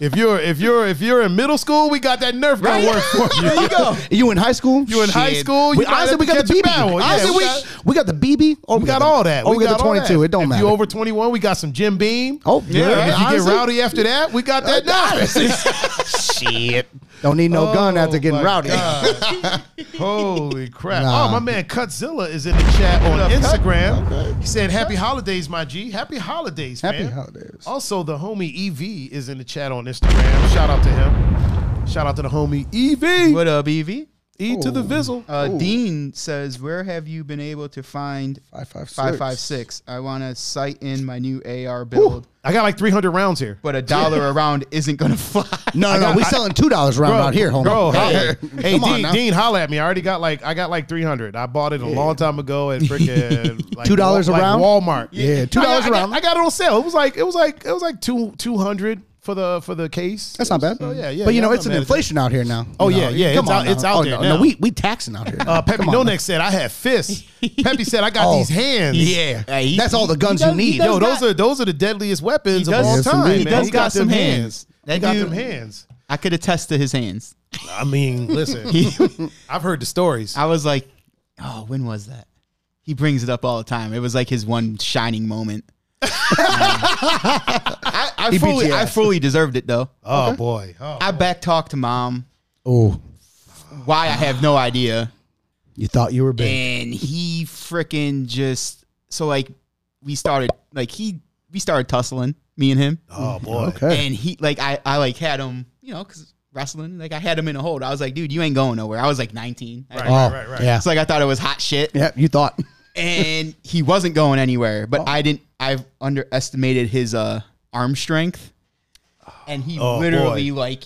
If you're if you're if you're in middle school, we got that Nerf gun
Right?
work for you.
There you go.
You in high school?
You in high
Shit.
school, you
We,
might
honestly,
have
we
to
got the
catch a
BB.
bad one. Yeah,
Honestly,
we
we,
got-
we got the BB. Oh,
We got all that.
Oh, we,
we
got, the
all
22.
that.
It don't
if
matter.
you over 21, we got some Jim Beam.
Oh, yeah,
And if you
honestly. Uh,
get rowdy after that, we got <laughs> that Nerf.
Shit. Don't need no gun after getting
Oh my
rowdy.
God. Holy crap.
Nah.
Oh, my man Cutzilla is in the chat on Instagram. He said, Happy holidays, my G. Happy holidays,
Happy
man.
holidays.
Also, the homie EV is in the chat on Instagram. Shout out to him. Shout out to the homie EV.
What up, Evie?
E to the
Oh.
Vizzle.
Uh, Dean says, "Where have you been able to find
Five, five, six.
five five six? I want to sight in my new AR build,
I got like 300 rounds here.
but a dollar around isn't gonna <laughs> fly.
No, no, no. We selling $2 round out here, homie.
Bro, hey, hey
Come on
Dean,
now.
Dean, holla at me. I already got like I got like three hundred. I bought it a long time ago at
<laughs>
freaking like,
Two dollars a
Wal- like
round?
Walmart.
Yeah,
I got-
two dollars
I
a
got-
round.
I got it on sale. It was like it was like it was like two two hundred for the for the case.
That's not bad.
So, yeah, yeah.
But you
yeah,
know,
I'm
it's
not
an
mad at
inflation out here now.
Oh,
You
yeah,
know,
yeah,
come
it's
on
out- it's
now.
out
Oh,
there
no,
now.
No, we we taxing out here.
that. Uh, Peppy
Come on now.
Nonex said I have fists. Peppy said I got
<laughs> Oh.
these hands.
Yeah,
Hey, he-
that's all the
he
guns
does-
you
he
need.
does
Yo, those
got-
are those are the deadliest weapons of
does-
all
Yes,
time.
indeed. He
man.
does got some
them
hands. That
He got
dude-
them hands.
I could attest to his hands.
I mean, listen,
He-
<laughs> I've
<laughs>
heard the stories.
I was like, oh, when was that? He brings it up all the time. It was like his one shining moment. <laughs> I, I
He beat
fully,
your
I
ass.
fully deserved it though.
Oh boy. Oh.
I back talked to mom.
Oh,
Why I have no idea.
you thought you were big.
and he freaking just so like we started like he we started tussling me and him
Oh boy. <laughs>
Okay.
and he like I I like had him you know because wrestling like I had him in a hold I was like dude you ain't going nowhere I was like 19
Right,
Oh,
right, right, right.
yeah,
it's like I thought it was hot shit
<laughs>
yeah. You thought.
and he wasn't going anywhere
Oh.
but I didn't I've underestimated his uh arm strength and he
Oh,
literally like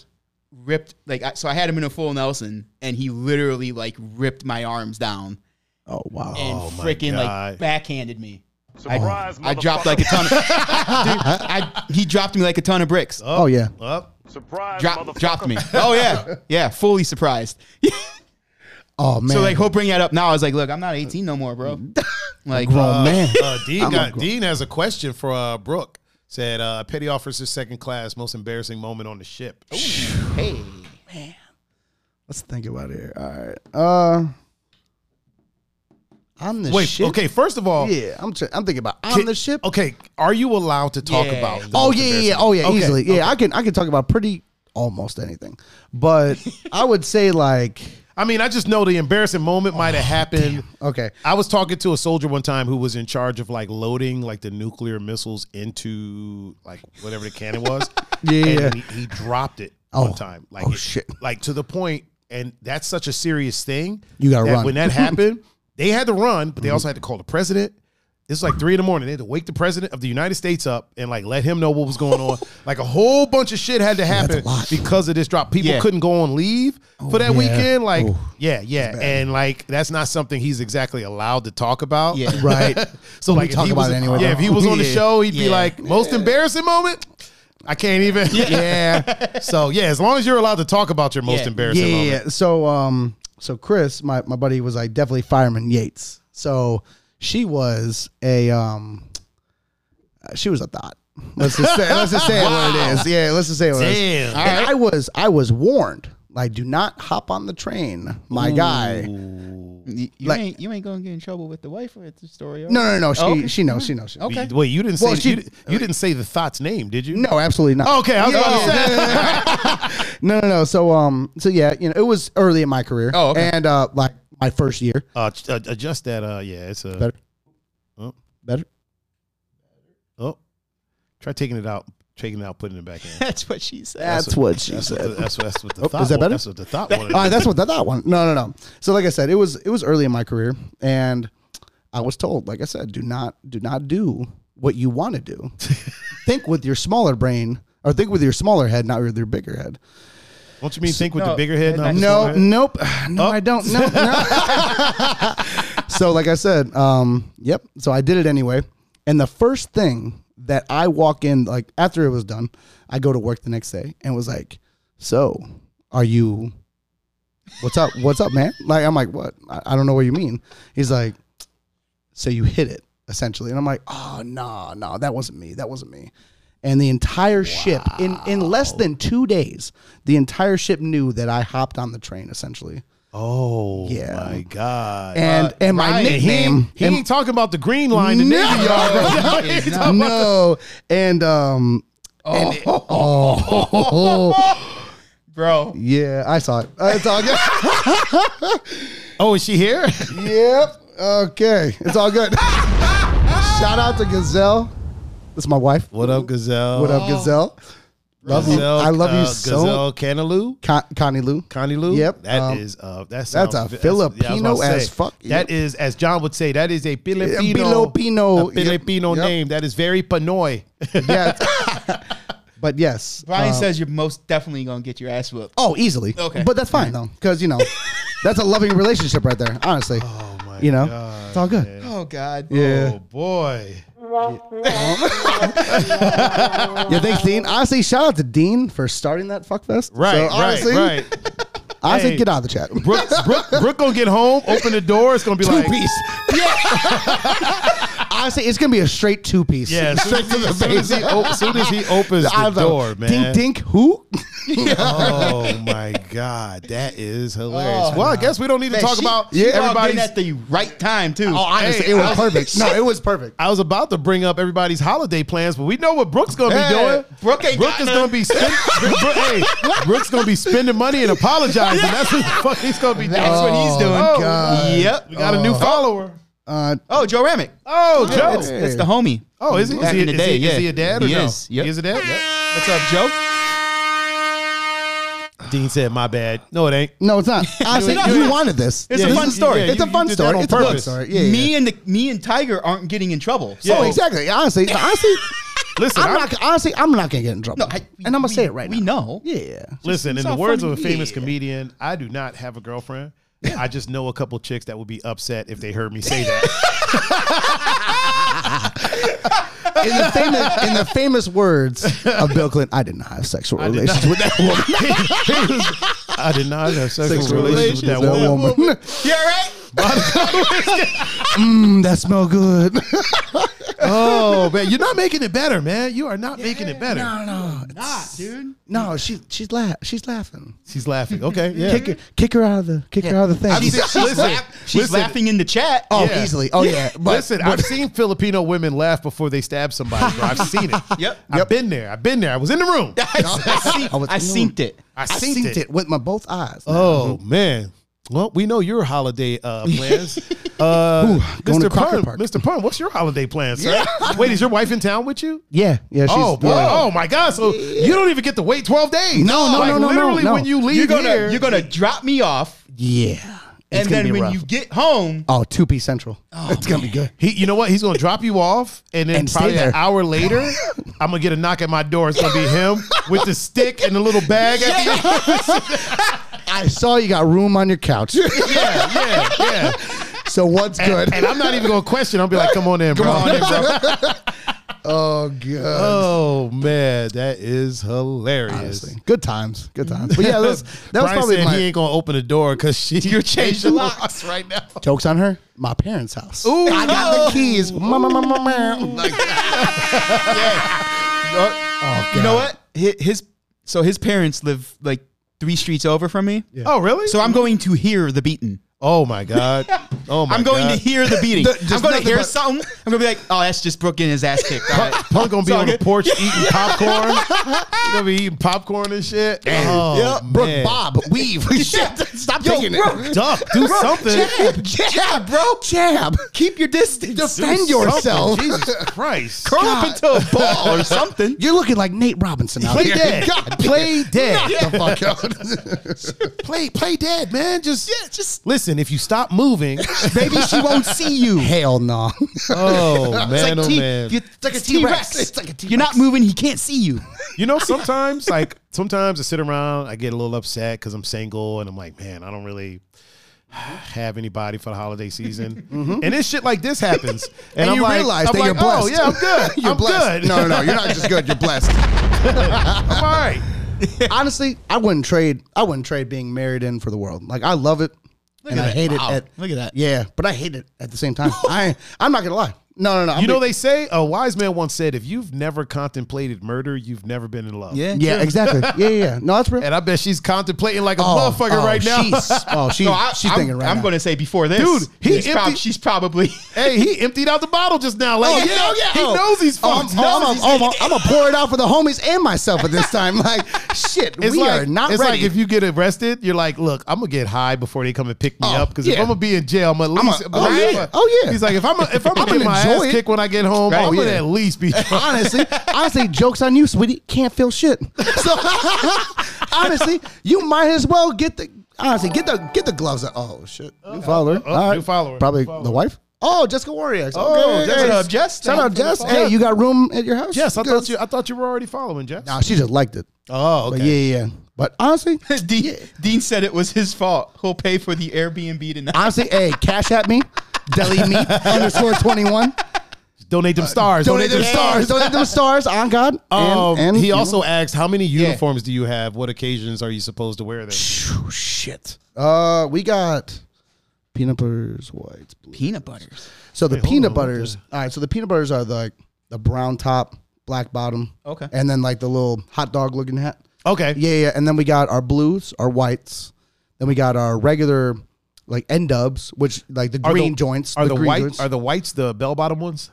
ripped like I, so I had him in a full Nelson and he literally like ripped my arms down
Oh wow.
and
my
freaking
God.
like backhanded me.
Surprise,
I dropped like a
<laughs>
ton. Of, dude, I, he dropped me like a ton of bricks.
oh yeah.
Up.
Surprise,
Drop,
<laughs>
dropped me. Oh yeah, yeah, fully surprised.
Oh man.
so like, he'll bring that up now. I was like, look, I'm not 18 no more, bro. Like,
grown man.
Uh, Dean,
I'm a
got,
gro-
Dean has a question for uh, Brooke. Said uh, petty officer second class most embarrassing moment on the ship.
hey,
Let's think about it. Here. All right. Uh, on the
Wait,
ship.
okay. First of all,
Yeah, I'm. Tr- I'm thinking about on
can-
the ship.
Okay, are you allowed to talk
Yeah.
about? the
Oh
most
yeah, yeah, yeah.
embarrassing-
Oh yeah,
Okay,
easily. Yeah, I can. I can talk about pretty almost anything, but
<laughs>
I would say like
I mean, I just know the embarrassing moment might
Oh,
have happened.
okay.
I was talking to a soldier one time who was in charge of like loading like the nuclear missiles into like whatever the cannon was.
<laughs> Yeah, yeah.
and he, he dropped it
Oh.
one time. Like
Oh,
it-
shit.
Like to the point, and that's such a serious thing.
You gotta
that
run. Mm-hmm.
When
<laughs>
that happened, they had to run, but they also had to call the president. This is like three in the morning. They had to wake the president of the United States up and like let him know what was going
<laughs>
on. like a whole bunch of shit had to happen
lot.
because of this drop. People
Yeah.
couldn't go on leave for that
yeah.
weekend. Like,
Oh.
yeah, yeah, and like that's not something he's exactly allowed to talk about. <laughs>
Yeah.
<laughs> Right.
so
We
like, if
talk
he
about
was-
it anyway,
Yeah, if
though.
he was on the
Yeah.
show, he'd be
Yeah.
like, most embarrassing moment. I can't even. Yeah. <laughs> So yeah, as long as you're allowed to talk about your most
Yeah.
embarrassing
yeah,
moment.
yeah, yeah. So um, so Chris, my my buddy was like definitely fireman Yates. So she was a um, uh, she was a thought. Let's just say, let's just
<laughs>
say it what it is. Yeah, let's just say it what it is.
Damn.
And I was I was warned. Like, do not hop on the train, my guy.
You, you
Like-
ain't you ain't gonna get in trouble with the wife or the story.
No, no, no. She
Oh, okay.
she knows. She knows. She knows.
Okay.
Wait, you didn't say
Well, she-
you, di- you didn't say the thought's name, did you?
No, absolutely not.
Okay, Oh, I was about to say.
<laughs>
<laughs>
No, no, no. So um, so yeah, you know, it was early in my career.
Oh, okay.
And uh, like my first year.
Uh, ch- uh, adjust that. Uh, yeah, it's a
Better.
Oh.
Better.
Oh, try taking it out, taking it out, putting it back in.
<laughs> That's what she said.
<laughs> That's what she
That's
said.
what the, that's, what- that's what the
Oh, is
thought. wa-
that better?
That's what the thought.
<laughs>
wanted.
Uh, that's what that, that one. No, no, no. So like I said, it was it was early in my career, and I was told, like I said, do not do not do what you want to do. think with your smaller brain, or think with your smaller head, not with your bigger head.
Don't you mean think with the
No,
bigger head? not the smaller
No,
head?
nope, <sighs> no,
Oh.
I don't. No, no. so like I said, um, yep. So I did it anyway, and the first thing that I walk in, like after it was done, I go to work the next day and was like, so are you what's up? What's up, man? Like, I'm like, what? I, I don't know what you mean. He's like, so you hit it essentially. And I'm like, oh, no, no, that wasn't me. That wasn't me. And the entire ship in, in less than two days, the entire ship knew that I hopped on the train essentially.
Oh
Yeah.
my god. Uh,
And, and my
Ryan,
he
nickname,
ain't, he
and-
ain't talking about the green line today, <laughs>
No. <laughs>
y'all. He ain't
He's
talking about-
no. And, um, and it- oh.
bro.
yeah, I saw it. Uh, It's all
<laughs>
good.
Oh, is she here?
yep. Okay. It's all good. Shout out to Gazelle. That's my wife.
<laughs> What up, Gazelle?
What up, Gazelle? Love you.
Gazelle,
I love you
uh,
so.
Gazelle Canaloo.
Con- Connie Lou.
Connie Lou.
Yep.
that
Um,
is uh, that
that's
sounds,
a
yeah, I was about to
Filipino
say,
as fuck.
That
Yep.
is, as John would say, that is a Filipino,
Filipino,
a
yep,
Filipino
yep.
name. That is very Pinoy.
Yeah. but yes.
Brian
uh,
says you're most definitely gonna get your ass whooped.
oh, easily.
Okay.
But that's fine, though, because, you know, that's a loving relationship right there, honestly.
oh my,
you know,
God,
it's all good.
man.
Oh God.
Yeah.
Oh boy. Oh,
Yeah, thanks, Dean. Honestly, shout out to Dean for starting that fuckfest.
Right.
So,
right.
honestly,
Right.
Honestly,
Hey.
get out of the chat.
Brooke, Brooke, Brooke gonna get home, open the door. It's gonna be like
honestly, it's going to be a straight two piece. <laughs>
Yeah, as soon,
straight
as
to
he, soon
the
as
face.
he op- soon as he opens the
I was like,
door, man.
Dink, dink, who?
<laughs>
Oh my god, that is hilarious. well, I guess we don't need to
Oh, Man,
talk
she-
about
she walked in
everybody's.
at the right time too.
Oh, honestly,
it was perfect. No, it was
<laughs>
perfect.
I was about to bring up everybody's holiday plans, but we know what Brooke's gonna be
Yeah.
doing.
Brooke ain't
Brooke
got
is
none.
gonna be spend- Brooke, Brooke- hey, Brooke's gonna be spending money and apologizing. That's what the fuck he's gonna be doing.
That's what he's doing.
Oh,
God.
Yep, we got a new follower.
Uh,
Oh, Joe Ramick.
Oh, Joe.
It's, it's the homie.
oh, is he? Is
Back
he,
in the
is
day,
he- is
yeah.
he a dad or
He
no?
is, yep.
He is a dad. Yep.
What's up, Joe?
Dean said, "My bad." No, it ain't.
no,
<laughs>
it's not. Honestly,
You-
you
you-
wanted this.
It's a
you-
fun
you-
story.
yeah,
It's a
you-
fun
you did that
story.
on
It's a fun
purpose.
story. Yeah, yeah,
me and the me and Tiger aren't getting in trouble. So
Yeah.
Oh, exactly. Honestly, honestly,
Listen,
I'm
I'm-
not. Honestly, I'm not gonna get in
No,
trouble.
I-
and I'm gonna
we-
say it right
we
now.
know.
Yeah.
Listen, in
It's
the
not
words
funny.
of a famous
Yeah.
comedian, I do not have a girlfriend. I just know a couple chicks that would be upset if they heard me say that.
In the, famous, in the famous words of Bill Clinton, I did not have sexual relations with that woman.
<laughs> I did not have sexual
Sexual
relations with that woman.
Yeah, right.
Mm, that smell good.
Oh man, you're not making it better, man. You are not making it better.
no,
Nah, dude.
no. She she's laugh. She's laughing.
She's laughing. Okay, yeah.
Kick her, kick her out of the kick her out of the
I've
thing.
seen-
She's,
listen,
laugh- she's
listen.
laughing in the chat.
oh, <laughs>
Yeah.
easily. Oh
<laughs>
yeah. But
Listen, I've seen Filipino women laugh before they stab somebody. Bro. I've seen
<laughs>
it.
Yep.
I've been there. I've been there. I was in the room.
<laughs>
I,
was- mm.
I, seen it.
I
I
seen
synced
it.
it. with my both eyes.
Oh man. Well, we know your holiday
<laughs>
uh, plans. Uh,
Ooh, going to
Mr.
Crocker
Pun,
Park.
Mr. Pun, what's your holiday plans? Sir? <laughs> Wait, is your wife in town with you?
yeah, yeah. She's,
oh, boy.
yeah.
oh my God! So you don't even get to wait twelve days.
No, no,
Like,
no, no, no,
Literally,
no.
when you leave
You're gonna
here,
you're gonna drop me off,
yeah. It's
and
gonna be
then when
rough.
you get home,
oh two piece central, it's gonna be good.
He, you know what? He's gonna drop you off, and then
And stay
probably an
there.
hour later,
<laughs>
I'm gonna get a knock at my door. It's gonna be him with the stick and the little bag. At the end.
I saw you got room on your couch,
Yeah, yeah, yeah.
so what's good?
And I'm not even gonna question. I'll be like, "Come on in, bro."
oh god.
<laughs> Oh man, that is hilarious.
Honestly, good times, good times. But yeah, that's, that was
Brian
probably
said
my
he ain't gonna open the door because <laughs> she you changed the locks right <laughs> now.
jokes on her. My parents' house.
Ooh.
I got the keys. Ma, ma, ma, ma, ma. Like, Oh,
You know
God.
what? His, his so his parents live like three streets over from me.
Oh, really?
So I'm going to hear the beaten.
oh my
<laughs>
god. Oh my.
I'm going
God.
to
<laughs>
hear
<laughs>
the beating.
The- just
I'm going to
nothing
hear
but-
something. I'm going to be like, oh, that's just Brooke getting his ass kicked. All
<laughs>
right.
Punk gonna be
It's all
on the
good.
porch eating popcorn. He gonna be eating popcorn and shit. Oh,
Yep. Brooke,
man.
Bob, weave. Shit. Stop
Yo,
taking
Brooke,
it.
Duck, do something.
Jab, jab, bro. Jab.
Keep your distance.
Defend
Do something.
yourself.
Jesus Christ.
Curl up into a ball or
<laughs>
something.
You're looking like Nate Robinson out
<laughs>
<laughs>
Play
here.
dead.
God,
Play dead.
Get the fuck <laughs> out.
Play play dead, man. Just
Yeah, just
listen, if you stop
<laughs>
moving,
maybe she won't see you.
Hell no.
oh man, oh
T-
man.
you-
like a
it's
T-Rex.
T-Rex.
It's like a T-Rex.
You're not moving. He can't see you.
You know, sometimes like sometimes I sit around, I get a little upset because I'm single, and I'm like, man, I don't really have anybody for the holiday season. And this shit like this happens, and,
Mm-hmm. <laughs> And
I'm
you
like,
realize
I'm
that
like,
you're blessed.
Oh yeah,
<laughs>
I'm good.
You're
I'm
blessed.
good.
No, no, no. You're not just good. You're blessed.
I'm all right.
<laughs> Honestly, I wouldn't trade. I wouldn't trade being married in for the world. Like I love it, and
at
I
that.
hate
Wow.
it. At,
Look at that.
Yeah, but I hate it at the
<laughs>
same time. I I'm not gonna lie. No, no, no. I'm
You know
be-
they say a wise man once said, if you've never contemplated murder, you've never been in love.
<laughs>
Yeah, exactly. Yeah, yeah. yeah. No, that's real.
And I bet she's contemplating like a
Oh,
motherfucker
oh,
right now. <laughs>
she's- oh, she,
No, I,
she's
I'm,
thinking right
I'm
now.
going to say before this,
Dude, he
he's prob-
empty-
she's
<laughs>
probably.
hey, he emptied out the bottle just now. Like,
yeah, oh, yeah.
he
Oh.
knows he's
Oh, I'm,
fucked.
oh, I'm, oh, I'm, I'm gonna pour it out for the homies and myself at <laughs> this time. Like shit,
It's
we
like
are not
it's
ready.
like if you get arrested, you're like, look, I'm gonna get high before they come and pick me
Oh,
up because if
yeah.
I'm gonna be in jail, I'm at
I'm a-
least.
oh,
I'm
yeah.
a-
Oh, yeah.
He's like, if I'm a, if I'm,
<laughs> I'm
gonna get
gonna
my ass
enjoy it.
kicked when I get home,
Right.
I'm gonna
Yeah.
at least
<laughs>
be.
honestly, honestly, jokes on you, sweetie. Can't feel shit. So <laughs> honestly, you might as well get the honestly get the get the gloves. Up. Oh shit, new follower,
oh,
All
new follower,
probably
new follower.
the wife. Oh, Jessica Warriors.
Oh, Jess.
Okay, hey,
Shout out Jess.
Shout
Thank
out
you for
Jess.
the follow.
Hey, you got room at your house?
Yes, I
Good.
thought you. I thought you were already following Jess.
Nah, she just liked it.
Oh,
But
okay.
yeah, yeah, yeah. But honestly,
Dean, Dean said it was his fault. He'll pay for the Airbnb tonight.
honestly, hey, cash at me, deli meat underscore twenty one.
Donate them stars.
Uh, Donate them stars. Donate them stars. On God. And,
Um,
and
he
you know.
also asked, "How many uniforms do you have? What occasions are you supposed to wear them?"
Phew, shit. Uh, we got peanut butters, whites, blue.
Peanut butters.
So the
Wait, hold
peanut
on, what
butters. All right. So the peanut butters are the, like the brown top, black bottom.
Okay.
And then like the little hot dog looking hat.
Okay.
Yeah, yeah. And then we got our blues, our whites. Then we got our regular like end dubs, which like the
Are the-
green joints.
Are the,
green
white?
joints.
Are the whites the bell bottom ones?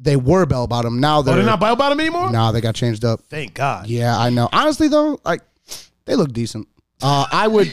they were bell bottom. Now
Oh,
they're,
they're not bell bottom anymore.
Nah, they got changed up.
Thank God.
Yeah, I know. Honestly, though, like they look decent. Uh,
<laughs>
I would,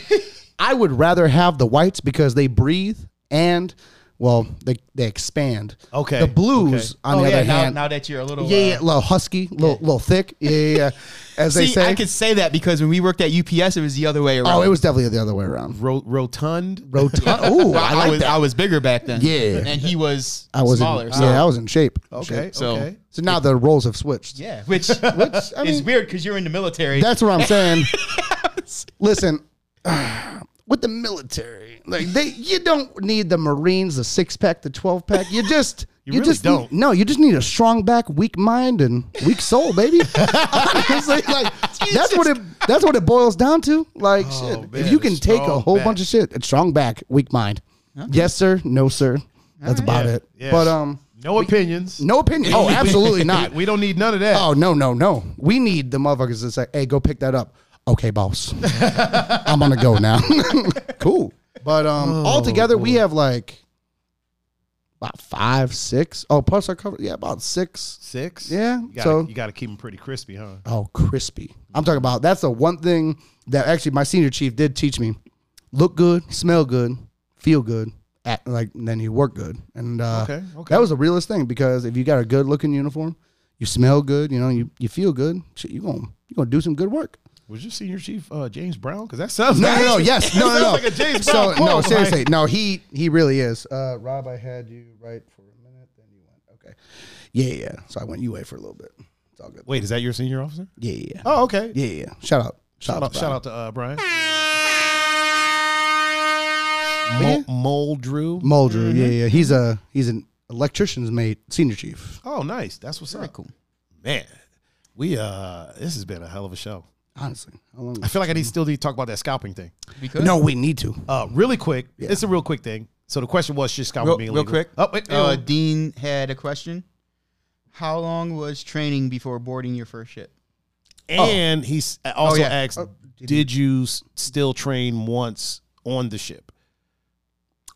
I would rather have the whites because they breathe and, well, they they expand.
Okay,
The blues,
okay.
on
oh
the
yeah,
other
now,
hand,
now that you're a little.
yeah,
uh,
yeah, little husky, little little thick. Yeah, yeah.
<laughs>
yeah. As
See,
they say.
I could say that because when we worked at UPS, it was the other way around.
oh, it was definitely the other
<laughs>
way around.
Ro- rotund.
Rotund. Oh,
Well,
I like
was
that.
I was bigger back then.
Yeah.
and he was
I was
smaller.
In,
so.
Yeah, I was in shape.
Okay.
Shape.
So-
okay.
So now the roles have switched.
yeah, which,
<laughs> Which I
is
mean,
weird because you're in the military.
That's what I'm saying. Listen, <sighs> with the military, like they, you don't need the Marines, the six pack, the twelve pack. You
<laughs>
just, you,
really
just
don't.
Need, no, you just need a strong back, weak mind, and weak soul, baby. <laughs> Honestly, like that's what it. That's what it boils down to. Like, shit,
Oh, man,
if you can
a
take a
strong
whole
back.
bunch of shit, a strong back, weak mind. Yes, sir. No, sir. That's about
Yeah,
it.
yeah.
But um,
No opinions.
no opinion.
<laughs>
Oh, absolutely not.
We don't need none of that.
Oh no, no, no. We need the motherfuckers to say, "Hey, go pick that up." Okay, boss. I'm gonna go now. <laughs> cool. But um, altogether we have like about five, six. Oh, plus our cover. Yeah, about six.
Six.
Yeah,
You gotta,
so-
you got to keep them pretty crispy, huh?
Oh, crispy. I'm talking about. That's the one thing that actually my senior chief did teach me: look good, smell good, feel good. Act like and then you work good, and uh,
Okay, okay.
that was the realest thing because if you got a good looking uniform, you smell good, you know, you, you feel good. Shit, you gonna you gonna do some good work.
Was your senior chief uh, James Brown? Because that sounds
<laughs> No,
like
no,
<laughs>
no. Yes, no, <laughs> no, no.
Sounds like a James
so
Brown
no,
quote,
seriously,
like-
no. He he really is. Uh, Rob, I had you right for a minute, then you went. Okay, yeah, yeah. So I went UA for a little bit. It's all good.
Wait, is that your senior officer?
Yeah, yeah, yeah.
Oh, okay.
yeah, yeah. Shout out, shout,
Shout
out,
out, shout out to uh, Brian. Mo- Moldrew.
Muldrew. Yeah, yeah. He's a he's an electrician's mate, senior chief.
Oh, nice. That's what's up.
cool.
Man, we uh, this has been a hell of a show.
Honestly, How long-
I feel like I need still need to talk about that scalping thing.
We could.
no, we need to.
Uh, really quick. It's a real quick thing. So the question was, should scalping
real,
be Oh,
real
Uh,
illegal?
quick.
Oh, wait,
uh,
ew.
Dean had a question. How long was training before boarding your first ship?
And he s- uh, also
yeah.
asked,
Oh,
did, you s- still train once on the ship?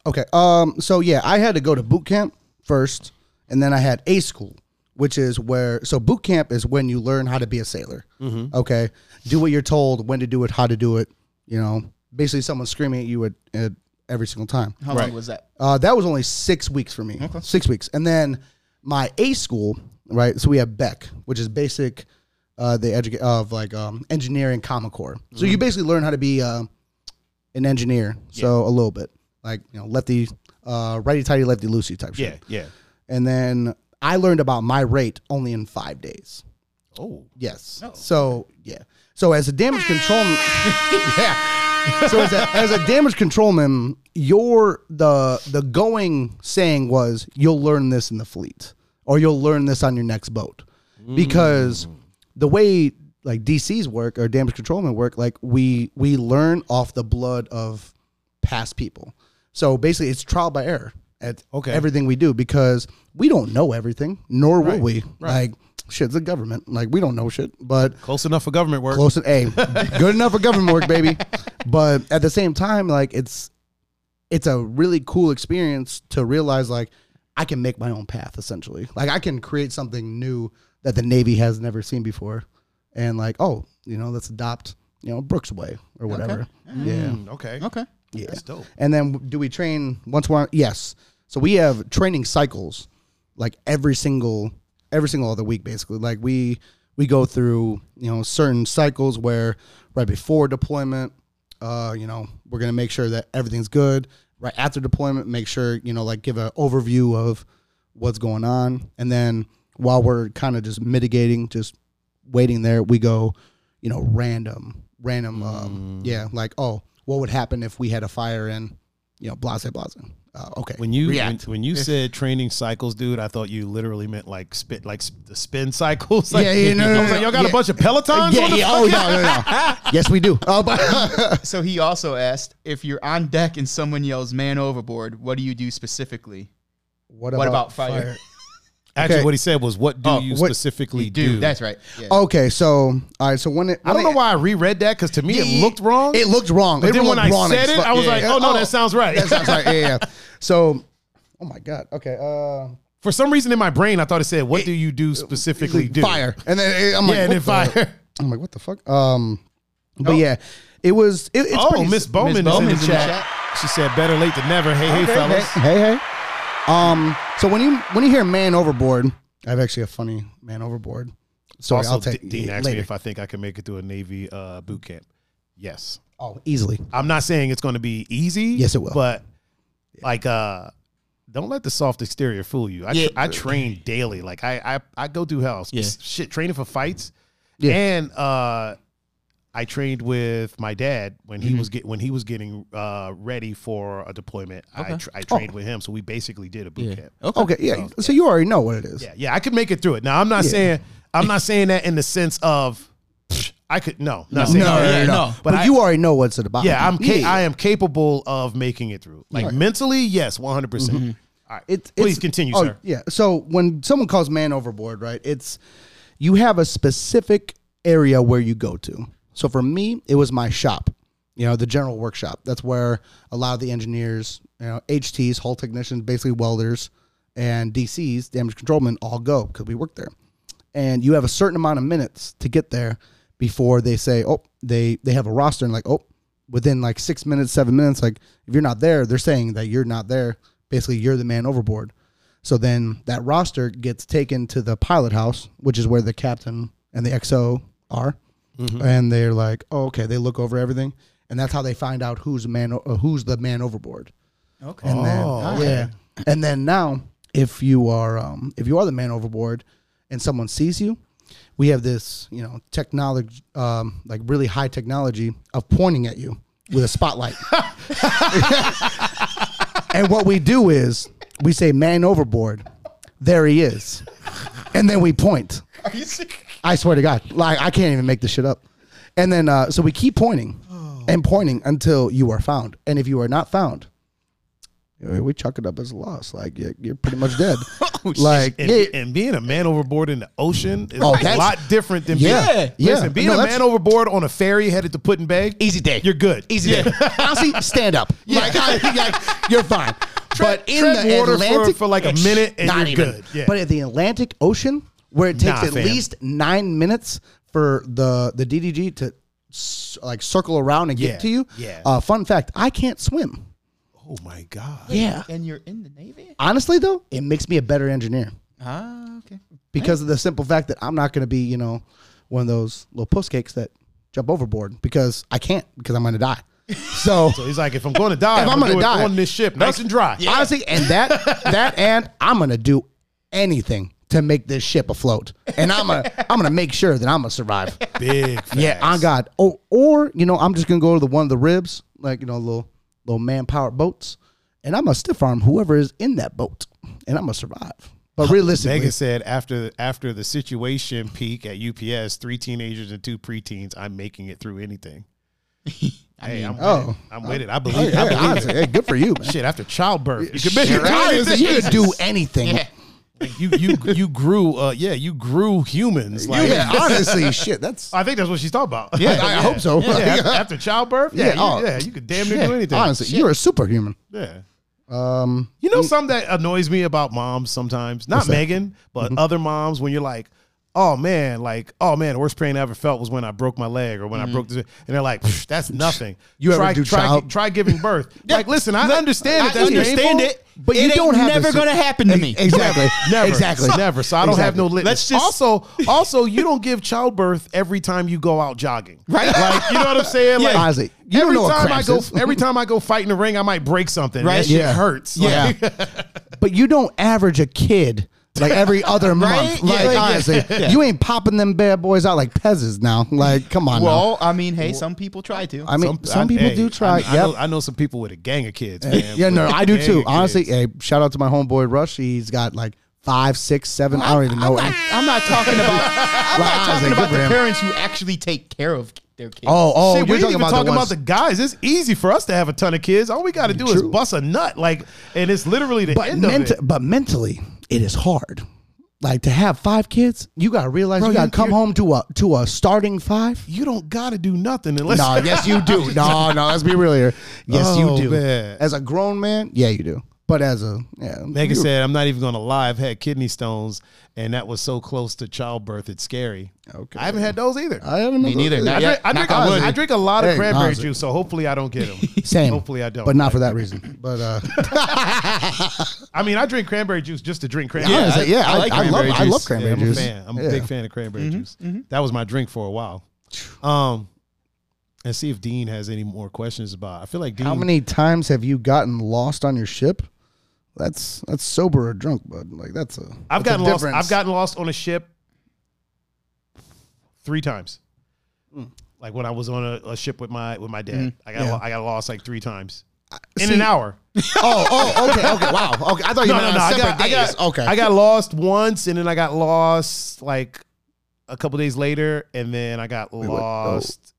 Okay. Um. So yeah, I had to go to boot camp first, and then I had A school, which is where. So boot camp is when you learn how to be a sailor. Okay. Do what you're told, when to do it, how to do it. You know, basically someone screaming at you at, at every single time.
How
Right.
long was that?
Uh, that was only six weeks for me. Six weeks, and then my A school, right? So we have Beck, which is basic, uh, the educa- of like um, engineering Common Core. So you basically learn how to be uh, an engineer. So a little bit, like you know, lefty, uh, righty tighty, lefty loosey type shit.
yeah.
And then I learned about my rate only in five days.
Oh,
Yes. So yeah. So as a damage control, <laughs> yeah. So as a, as a damage controlman, your the the going saying was you'll learn this in the fleet, or you'll learn this on your next boat, because the way like DC's work or damage controlman work, like we we learn off the blood of past people. So basically, it's trial by error at
Okay.
everything we do because we don't know everything, nor will we. Like shit's the government. Like we don't know shit, but
close enough for government work.
close at A, good enough for government work, baby. But at the same time, like it's it's a really cool experience to realize like I can make my own path essentially. Like I can create something new that the Navy has never seen before, and like oh, you know, let's adopt you know Brooks way or whatever. Yeah.
Mm, okay.
Okay.
Yeah.
That's dope.
And then do we train once we're on? Yes. So we have training cycles, like every single every single other week, basically. Like we we go through you know certain cycles where right before deployment, uh, you know we're gonna make sure that everything's good. Right after deployment, make sure you know like give an overview of what's going on, and then while we're kind of just mitigating, just waiting there, we go, you know, random, random. Um,
Mm.
yeah, like oh, what would happen if we had a fire and you know, blase blase. Uh, okay,
When you when,
React.
when you said training cycles, dude, I thought you literally meant like spit, like sp- the spin <laughs> cycles. Like,
Yeah, yeah, no, no,
I was
no,
like,
no.
y'all got a
Yeah.
bunch of pelotons.
<laughs> yeah,
on the
yeah, oh no, no, no. yes, we do. Oh,
<laughs>
but <laughs>
So he also asked if you're on deck and someone yells "man overboard," what do you do specifically? What about fire?
Actually,
Okay.
what he said was, "What do
Oh,
you
what-
specifically do?"
Dude, that's right. Yeah.
Okay, so all right, so when it,
I don't know why I reread that because to me it looked wrong.
It looked wrong.
but
It
then when
looked
I
wrong
said
as
it,
fuck.
I was
Yeah,
like,
yeah.
"Oh no, that sounds right."
That sounds right. Yeah,
<laughs>
yeah. So, oh my god. Okay. Uh,
For some reason in my brain, I thought it said, "What do you do specifically?" Do
fire, and then eh, I'm like,
Yeah, and then
what the-
fire.
I'm like, what the fuck? Um, but yeah, it was. It, it's
Oh,
pretty-
Miss Bowman, is in the
Bowman's in the
chat.
chat.
She said, "Better late than never." Hey, hey,
Okay,
fellas.
Hey, hey. hey. Um, so when you when you hear "man overboard," I have actually a funny "man overboard." So
also,
I'll take
D- Dean
yeah,
asked
later.
me if I think I can make it through a Navy uh, boot camp. Yes,
oh, easily.
I'm not saying it's going to be easy.
Yes, it will.
But like, uh, don't let the soft exterior fool you. I
Yeah.
I train daily. Like I I, I go through hell. Shit, training for fights.
Yeah.
And uh, I trained with my dad when
Mm-hmm.
he was get when he was getting uh, ready for a deployment. I tr- I trained with him, so we basically did a boot camp.
Okay, Oh. yeah. So you already know what it is.
Oh, Yeah, yeah, I could make it through it. Now I'm not saying I'm not saying that in the sense of psh, I could no, not
No,
saying
no,
that.
no,
yeah,
no.
no.
But,
But I-
you already know what's it about.
Yeah, I'm ca- I am capable of making it through. Like mentally, yes, 100%. percent All right.
Mm-hmm. It's-
Please
it's-
continue,
oh,
sir.
Yeah. So when someone calls man overboard, right? It's you have a specific area where you go to. So for me, it was my shop. You know, the general workshop. That's where a lot of the engineers, you know, HTs, hull technicians, basically welders, and DCs, damage controlmen, all go because we work there. And you have a certain amount of minutes to get there before they say, oh, they they have a roster and like, oh, within like six minutes, seven minutes, like if you're not there, they're saying that you're not there. Basically, you're the man overboard. So then that roster gets taken to the pilot house, which is where the captain and the XO are, and they're like, oh, okay. They look over everything, and that's how they find out who's man, uh, who's the man overboard.
Okay.
And then, yeah, and then now if you are um, if you are the man overboard, and someone sees you, we have this you know technology um, like really high technology of pointing at you with a spotlight. and what we do is we say man overboard. There he is. And then we point. I swear to God, like I can't even make this shit up. And then uh, so we keep pointing and pointing until you are found. And if you are not found, "Yeah, we chuck it up as a loss. Like you're, you're pretty much dead.
<laughs> Oh,
like
And,
yeah,
and being a man overboard in the ocean is
Oh,
a
that's-
lot different than
Yeah,
being,
yeah.
Listen, being
No,
a
that's-
man overboard on a ferry headed to Put in Bag,
Easy day.
you're good.
Easy day.
honestly, stand up. Like, I, like you're fine. but in
tread
the
water for-
Atlantic
for like a minute and
not
you're
even.
good. Yeah.
But at the Atlantic Ocean, where it takes
Nah,
at
fam.
least nine minutes for the the DDG to s- like circle around and
Yeah,
get to you.
yeah.
Uh, fun fact: I can't swim.
Oh my God.
Yeah.
And you're in the Navy?
Honestly, though, it makes me a better engineer
Ah, okay.
because of the simple fact that I'm not going to be, you know, one of those little puss cakes that jump overboard because I can't because I'm going to die. So
So he's like, if I'm going to die,
If
I'm
I'm
going to
gonna die.
on this ship, nice and dry.
honestly, and that that and I'm gonna do anything to make this ship afloat, and I'm gonna I'm gonna make sure that I'm gonna survive.
Big.
Yeah, on God. Or or you know I'm just gonna go to the one of the ribs, like you know little little man powered boats, and I'm gonna stiff arm whoever is in that boat, and I'm gonna survive. But realistically,
Megan said after after the situation peak at UPS, three teenagers and two preteens, I'm making it through
<laughs>
anything. hey, I'm with
oh.
it. I'm with it. I
Hey,
believe.
hey,
I believe
honestly, hey, good for you, man.
Shit, after childbirth, you can
You're
make it through
honest,
anything.
you could do anything.
Like, <laughs> You you you grew. Uh, yeah, you grew humans. Like,
Yeah, honestly,
<laughs>
shit. That's
I think that's what she's talking about.
Yeah, I- I hope
<laughs>
so. <laughs>
Yeah, after, after childbirth, yeah,
Yeah,
you,
oh,
yeah, you could damn near do anything.
honestly, you're a superhuman.
yeah.
Um,
You know something that annoys me about moms sometimes? Not Megan, but other moms when you're like, oh man, like, oh man, the worst pain I ever felt was when I broke my leg or when I broke this. And they're like, "Psh, that's nothing.
You ever
try,
do
try,
child-
try giving birth. Like, listen, I understand it.
I
That's
understand
painful.
it, but you don't have never
to-
going to happen to me.
Exactly.
Never.
Exactly.
Never. So I don't have no lit.
Let's just-
also, also, you don't give childbirth every time you go out jogging.
Right.
Like, you know what I'm saying?
Yeah.
Like,
Honestly, you don't
every
know what
time I
cramps
go
is.
every time I go fight in the ring, I might break something. Right. That
Right?
shit
Yeah.
hurts.
Yeah.
Like,
but you don't average a kid like every other
Right?
month. Like
Yeah, yeah,
honestly,
yeah.
you ain't popping them bad boys out like pezzes now. Like, come on. now.
Well, I mean, hey, some people try to.
I mean, some, people
hey,
do try.
I, I
yep.
know, I know some people with a gang of kids. Man,
yeah, no,
With a
I do
gang
too.
of
Honestly,
kids.
hey, shout out to my homeboy Rush. He's got like five, six, seven. I don't even know.
I'm
any-
not, I'm not talking about. I'm
Like,
not
honestly,
talking about
good
the
for him.
parents who actually take care of their kids.
Oh, oh,
Shit, we
you're
didn't
talking
even
about,
talk
the
about
ones,
the guys. It's easy for us to have a ton of kids. All we got to do is
True.
bust a nut, like, and it's literally the
but
end of
ment-
it.
but mentally, it is hard. Like to have five kids, you gotta realize you gotta
you-
come
you're-
home to a to a starting five.
You don't got to do nothing
<laughs>
unless.
No, yes you do. No, no, let's be real here. Yes,
Oh,
you do.
man.
As a grown man, yeah, you do. But as a yeah,
<laughs> Megan
you-
said, "I'm not even going to lie. I've had kidney stones, and that was so close to childbirth. It's scary.
Okay.
I haven't had those either.
I haven't
Me neither.
I
Not
drink,
yet.
I, drink
Knock on
a,
wood.
I drink a lot of
Hey,
cranberry
honestly.
juice, so hopefully I don't get
<laughs>
them.
Same.
Hopefully I don't.
But not for
Like,
that reason.
<laughs>
But uh,
I mean, I drink cranberry juice just to drink cranberry.
yeah,
juice.
I, yeah,
I
I,
like
I love
cranberry
I love
juice.
cranberry
yeah, I'm
juice.
a fan. I'm a
Yeah. Mm-hmm,
big fan of cranberry juice. That was my drink for a while. Um, and see if Dean has any more questions about. I feel like Dean.
How many times have you gotten lost on your ship? That's that's sober or drunk, bud. Like that's a
I've
that's a
gotten lost.
difference.
I've gotten lost on a ship three times.
Hmm.
Like when I was on a, a ship with my with my dad, I got I got lost like three times in an
Mm-hmm. see-
hour.
<laughs> Oh, oh, okay, okay, wow, okay. I thought <laughs> you
No,
meant
no,
on
no. I
separate
got, I
days.
got
okay,
I got lost once, and then I got lost like a couple days later, and then I got
what? Oh.
lost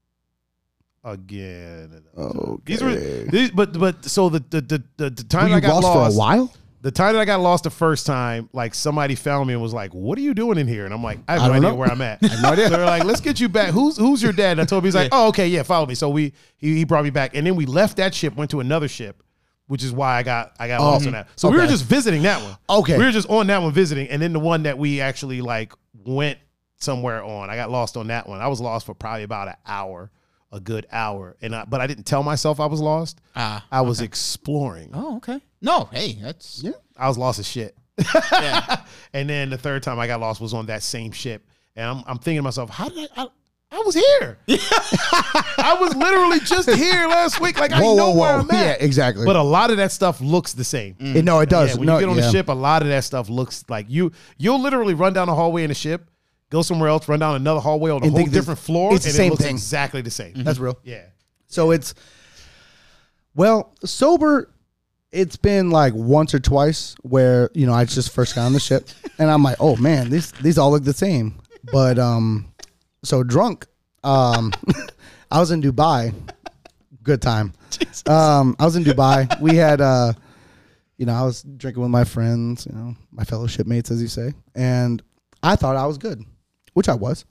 again.
okay.
These were these, but but so the the the, the, the time
Were
I
you
got
lost,
lost,
for a while?
the time that I got lost the first time, like somebody found me and was like, "What are you doing in here?" And I'm like, "I have
I
no
don't
idea
know.
where I'm at." I have no <laughs> idea. They're like, "Let's get you back. Who's who's your dad?" And I told him he's like, "Oh, okay, yeah, follow me." So we he, he brought me back, and then we left that ship, went to another ship, which is why I got I got lost on that. So we were
okay.
just visiting that one.
Okay.
we were just on that one visiting, and then the one that we actually like went somewhere on. I got lost on that one. I was lost for probably about an hour, a good hour, and I, but I didn't tell myself I was lost.
Ah,
I was exploring.
oh, okay. No, hey, that's yeah.
I was lost as shit. <laughs> and then the third time I got lost was on that same ship. And I'm, I'm thinking to myself, how did I, I, I was here. <laughs> I was literally just here last week. Like, I
Whoa,
know
whoa,
where
whoa!
I'm
Yeah,
at.
exactly.
But a lot of that stuff looks the same.
Yeah, no, it does.
Yeah, when
no,
you get on
yeah.
the ship, a lot of that stuff looks like you. You'll literally run down a hallway in a ship, go somewhere else, run down another hallway on a
And
whole
think this-
different floor,
it's the
and it
same
looks
thing. Mm-hmm.
exactly the same.
that's real.
yeah.
So it's well, sober it's been like once or twice where, you know, I just first got on the ship and I'm like, "Oh man, these these all look the same." But um so drunk, um <laughs> I was in Dubai. Good time. Um I was in Dubai. We had uh you know, I was drinking with my friends, you know, my fellow shipmates, as you say, and I thought I was good, which I was.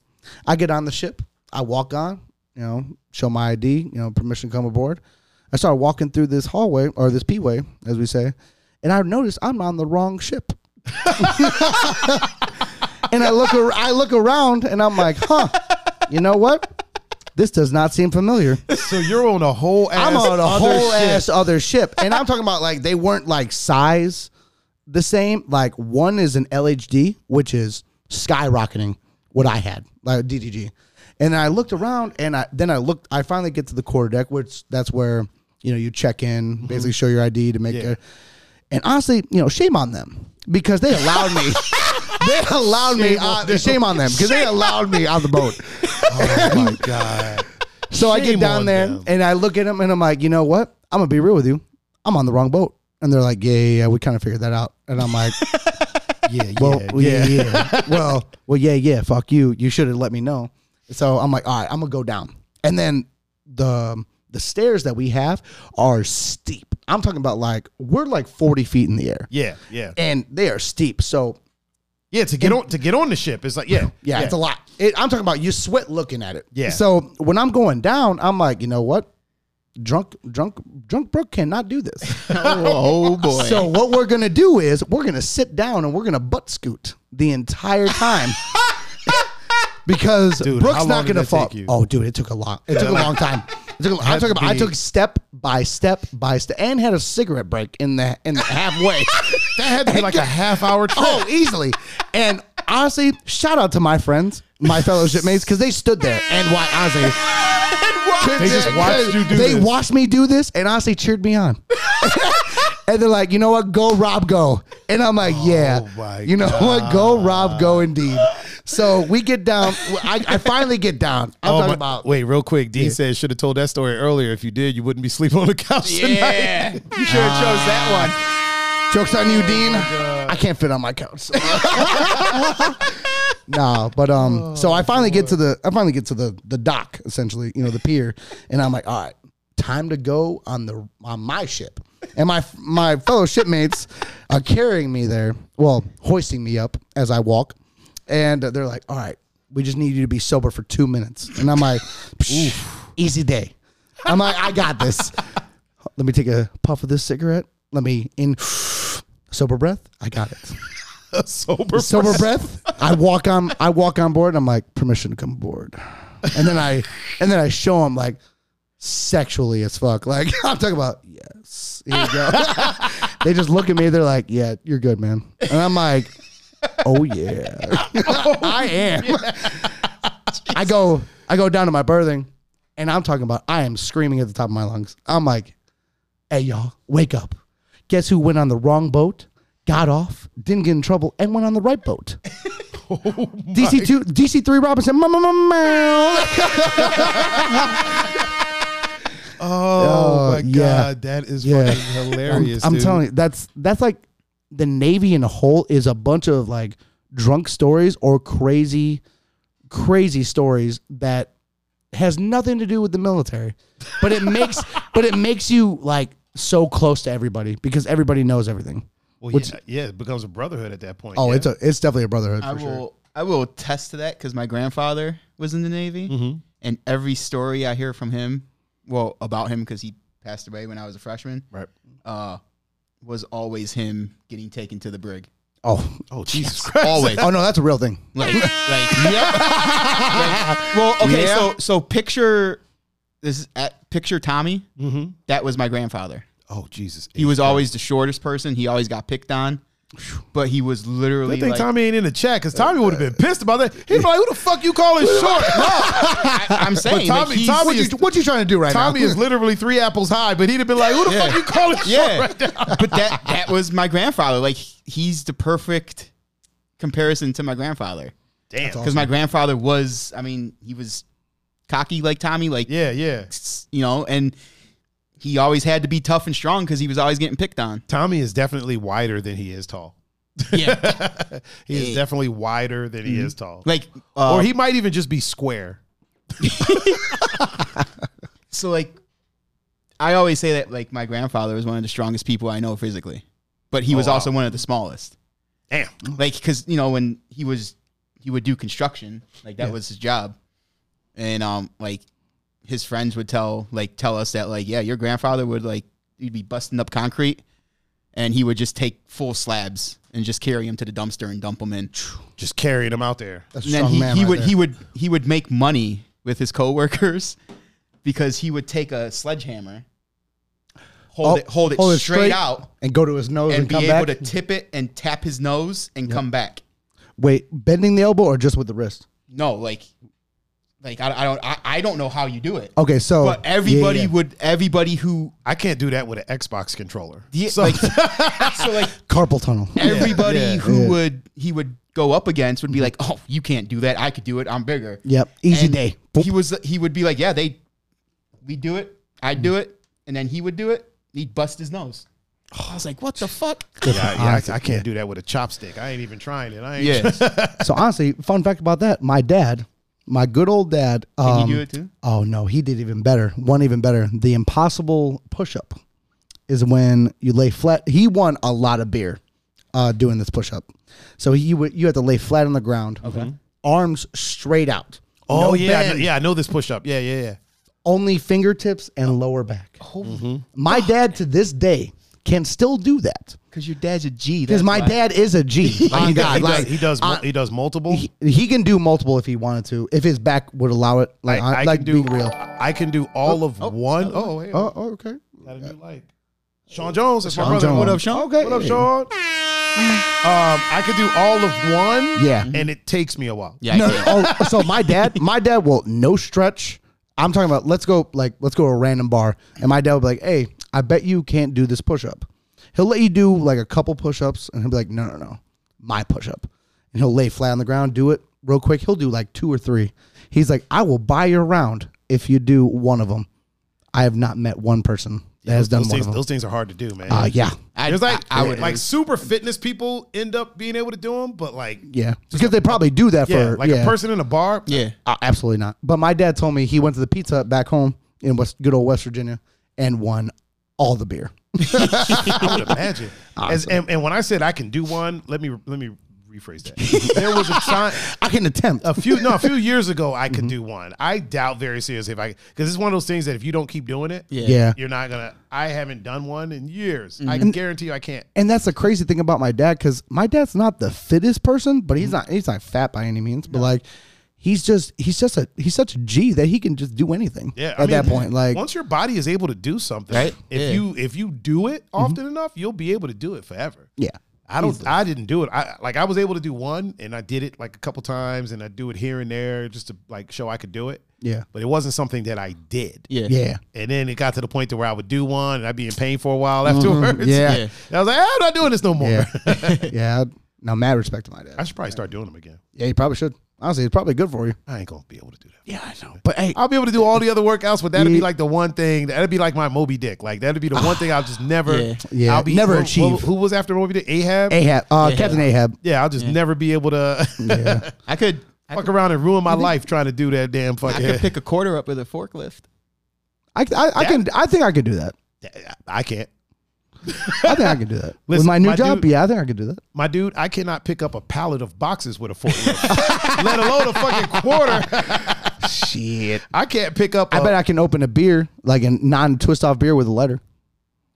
I get on the ship, I walk on, you know, show my ID, you know, permission to come aboard. I start walking through this hallway or this P way, as we say, and I notice I'm on the wrong ship. <laughs> and I look, ar- I look around, and I'm like, huh, you know what? This does not seem familiar.
So you're on a whole ass.
I'm on a
other
whole
ship.
ass other ship, and
<laughs>
I'm talking about like they weren't like size the same. Like one is an LHD, which is skyrocketing what I had, like DDG. And I looked around, and I then I looked. I finally get to the quarter deck, which that's where you know you check in, basically show your ID to make.
Mm-hmm. Yeah.
A, and honestly, you know, shame on them because they
<laughs>
allowed me. They allowed me.
Shame on
On, shame on them because they allowed me on the boat.
Oh <laughs> my god.
So I
Shame
get
on
down there
them.
and I look at them and I'm like, you know what? I'm gonna be real with you. I'm on the wrong boat. And they're like, yeah, yeah, yeah we kind of figured that out. And I'm <laughs> like,
Yeah, yeah,
well,
yeah.
yeah, yeah. <laughs> well, well, yeah, yeah. Fuck you. You should have let me know. So I'm like, all right, I'm gonna go down. And then the the stairs that we have are steep. I'm talking about like we're like 40 feet in the air,
Yeah, yeah,
and they are steep. So
yeah. To get on to get on the ship, it's like yeah,
<laughs> yeah, it's a lot. It, I'm talking about you sweat looking at it.
Yeah.
So when I'm going down, I'm like, you know what? Drunk, drunk, drunk Brooke cannot do <laughs> this.
oh boy.
so what we're gonna do is we're gonna sit down and we're gonna butt scoot the entire time. Because
Dude, how
Brooke's
long
not
did
gonna
that
fall.
take you?
Oh, dude, it took a long. It took a long time. It took a, I'm talking about. I
be-
took step by step by step, and had a cigarette break in the in the halfway.
<laughs> That had to be like a half hour trip.
Oh, easily. And honestly, shout out to my friends, my fellow shipmates, because they stood there and why
<laughs>
honestly.
They just watched you do
They
this.
watched me do this and honestly cheered me on. and they're like, you know what? Go Rob go. And I'm like, yeah.
Oh my
you know what? Go Rob go indeed. So we get down. I, I finally get down. I'm
Oh,
talking
my-
about
Wait, real quick. Dean said should have told that story earlier. If you did, you wouldn't be sleeping on the couch tonight.
yeah. <laughs> You should have chose that
jokes on you, Dean. I can't fit on my couch. <laughs> no, but um, so I finally get to the I finally get to the the dock essentially, you know, the pier, and I'm like, all right, time to go on the on my ship, and my my fellow shipmates are carrying me there, well, hoisting me up as I walk, and they're like, all right, we just need you to be sober for two minutes, and I'm like, psh, easy day. I'm like, I got this. Let me take a puff of this cigarette. Let me in sober breath. I got it.
Sober.
Sober breath. I walk on. I walk on board. I'm like permission to come aboard, and then I and then I show him like sexually as fuck. Like <laughs> I'm talking about yes. Here you go. <laughs> they just look at me. They're like, yeah, you're good, man. And I'm like, oh yeah, <laughs> I am. I go. I go down to my birthing, and I'm talking about. I am screaming at the top of my lungs. I'm like, hey y'all, wake up. Guess who went on the wrong boat? Got off, didn't get in trouble, and went on the right boat. DC two, DC three, Robinson. Meow, meow, meow, meow.
Oh,
Oh,
my
yeah.
god, that is
Yeah.
fucking hilarious.
<laughs> I'm
dude.
telling you, that's that's like the Navy in a whole is a bunch of like drunk stories or crazy, crazy stories that has nothing to do with the military, but it makes but it makes you like so close to everybody because everybody knows everything.
Well,
Which-
yeah, yeah, it becomes a brotherhood at that point.
Oh,
yeah.
it's a it's definitely a brotherhood.
one. I
for sure.
will I will attest to that because my grandfather was in the Navy, and every story I hear from him, well, about him because he passed away when I was a freshman,
right.
uh, was always him getting taken to the brig.
Oh,
Oh, Jesus Christ.
Always.
oh no, that's a real thing.
<laughs>
Like, like, yep. Like, well, okay,
Yeah.
so so picture this is at picture Tommy.
Mm-hmm.
That was my grandfather.
Oh, Jesus.
He was always the shortest person. He always got picked on, but he was
I
literally
think
like,
Tommy ain't in the chat because Tommy would have been pissed about that. He'd be like, "Who the fuck you calling short?"
"Oh, I, I'm saying, like,
Tommy-
he's-
Tommy
What you, what you trying to do right
Tommy
now?
is literally three apples high, but he'd have been like, "Who the
Yeah.
fuck you calling short?"
<laughs> yeah.
Right now?
but that that was my grandfather. Like he's the perfect comparison to my grandfather
Damn.
because my grandfather was, I mean, he was cocky like Tommy, like
Yeah, yeah.
you know, and he always had to be tough and strong because he was always getting picked on.
Tommy is definitely wider than he is tall.
Yeah,
<laughs> He is
Yeah.
definitely wider than he
Mm-hmm.
is tall.
like uh,
or he might even just be square.
so like I always say that like my grandfather was one of the strongest people I know physically. but he was also one of the smallest.
Damn.
Like, because you know when he was he would do construction, like that was his job, and um like his friends would tell like tell us that like yeah your grandfather would like he'd be busting up concrete, and he would just take full slabs and just carry them to the dumpster and dump them in.
Just carrying him out there.
That's a
And then
strong
he,
man
he
right
would
there.
he would he would make money with his coworkers <laughs> because he would take a sledgehammer, hold
Oh,
it hold it
hold
straight, out,
and go to his nose and,
and be
come
able
back.
to tip it and tap his nose and come back.
Wait, bending the elbow or just with the wrist?
No, like, like I, I don't I, I don't know how you do it.
Okay, so
but everybody
Oh, yeah, yeah, yeah.
would everybody who
I can't do that with an Xbox controller.
yeah,
<laughs>
like so like
carpal tunnel.
everybody
Yeah.
who
Yeah. Mm-hmm.
would he would go up against would be like, oh, you can't do that. I could do it. I'm bigger.
Yep, easy
And
day.
He was he would be like, yeah, they we do it, I do it, and then he would do it. He'd bust his nose. I was like, what the fuck?
Uh, Yeah, yeah, I, I can't do that with a chopstick. I ain't even trying it. I ain't
<laughs> Yeah, can
So honestly, fun fact about that, my dad, my good old dad. Um,
you do it too?
Oh no, he did even better. One even better. The impossible push-up is when you lay flat. He won a lot of beer uh, doing this push-up. So he would you had to lay flat on the ground, okay, arms straight out.
Oh
No
yeah, I
bend.
know, yeah. I know this push up. Yeah, yeah, yeah.
only fingertips and lower back. My dad to this day can still do that
Because your dad's a G.
because
that's
my
why.
dad is
<laughs>
a G.
he,
My
does,
God,
he, does,
like,
he does. mul-
I-
he does multiple.
he, he can do multiple if he wanted to, if his back would allow it. Like, I, like
can do.
be real.
I can do all of one. Oh, hey,
Oh, oh, okay.
got a new light. Sean Jones, that's my
Sean
brother.
Jones.
What up, Sean?
Okay.
What up, Sean? Um, I could do all of one.
Yeah.
and it takes me a while.
Yeah, I
<laughs> No,
can't.
oh, so my dad, my dad will no stretch. I'm talking about let's go like let's go to a random bar, and my dad will be like, "Hey, I bet you can't do this push up." He'll let you do like a couple push ups, and he'll be like, "No, no, no, my push up," and he'll lay flat on the ground, do it real quick. He'll do like two or three. He's like, "I will buy your round if you do one of them." I have not met one person that has done
Those
one
things,
of them.
those things are hard to do, man.
Uh, yeah,
I,
There's like,
I, I would
like
like.
super fitness people end up being able to do them, but like,
yeah, because they probably do that
yeah,
for
like
yeah.
a person in a bar.
Yeah,
Uh, absolutely not. But my dad told me he went to the pizza Hut back home in West, good old West Virginia, and won all the beer. <laughs>
I would imagine. As, and, and when I said I can do one, let me let me rephrase that. there was a time
I can attempt.
a few no a few years ago I could
Mm-hmm.
do one. I doubt very seriously if I because it's one of those things that if you don't keep doing it,
yeah,
yeah.
you're not gonna. I haven't done one in years. I
Mm-hmm.
can guarantee you I can't.
And that's the crazy thing about my dad because my dad's not the fittest person, but
Mm-hmm.
he's not he's not fat by any means. But like, he's just he's just a he's such a G that he can just do anything.
Yeah,
at
I
that
mean,
point, like
once your body is able to do something,
Right?
if
Yeah.
you if you do it often enough, you'll be able to do it forever.
Mm-hmm. yeah,
I don't. I didn't do it. I like I was able to do one, and I did it like a couple times, and I do it here and there just to like show I could do it.
Yeah.
but it wasn't something that I did.
yeah,
yeah.
And then it got to the point to where I would do one, and I'd be in pain for a while afterwards.
Mm-hmm. Yeah.
Yeah.
<laughs> And I was like, "Ah, I'm not doing this no more.
Yeah, yeah. Now, mad respect to
<laughs>
my
I
dad.
should probably start doing them again.
Yeah, you probably should. Honestly, it's probably good for you.
I ain't gonna be able to do that.
Yeah, I know. But hey,
I'll be able to do all the other workouts, but that'd be
Yeah.
like the one thing. That'd be like my Moby Dick. Like that'd be the one thing I'll
<sighs>
just never,
Yeah.
Yeah,
I'll be
never
who-
achieve.
Who, who was after Moby Dick? Ahab.
Ahab, uh, Captain Ahab.
yeah, I'll just never be able to
<laughs> Yeah.
I could.
<laughs>
I
fuck
could,
around and ruin my life trying to do that damn
I
fucking.
could pick a quarter up with a forklift.
I, I, I can. I think I could do that.
<laughs> I can't.
I think I could do <laughs> that.
Listen,
With my new
my
job,
dude-
yeah, I think I could do that.
My dude, I cannot pick up a pallet of boxes with a forklift, <laughs> let alone a fucking quarter.
<laughs> Shit.
I can't pick up
I
a-
bet I can open a beer, like a non twist off beer with a letter.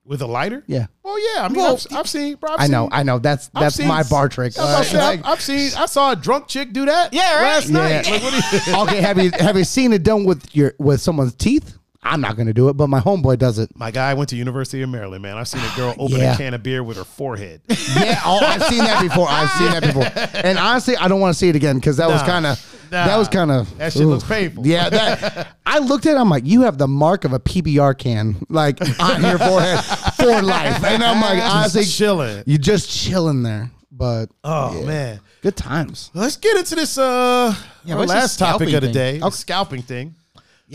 with a lighter.
Yeah.
Well, yeah. I mean,
Well,
I've, I've seen. Bro, I've
I know,
seen-
I know. That's
I've
that's
seen-
my bar trick.
I was about to say, I've, I've seen. I saw a drunk chick do that. Yeah, Last night.
Yeah.
Like, what do you-
okay, have you have you seen it done with your with someone's teeth? I'm not gonna do it, but my homeboy does it.
My guy went to University of Maryland, man. I've seen a girl open
Yeah.
a can of beer with her forehead.
Yeah, oh, I've seen that before. I've seen that before. And honestly, I don't want to see it again because that was
Nah.
kind of that was
Nah.
kind of
That shit looks painful.
Yeah, that I looked at. it, I'm like, you have the mark of a PBR can, like on your forehead for life. And I'm like, honestly,
chilling.
you just chilling there. But
Oh man,
good times.
let's get into this. Uh,
Yeah,
our
what's this
last topic
scalping
of the
thing?
day, the scalping thing.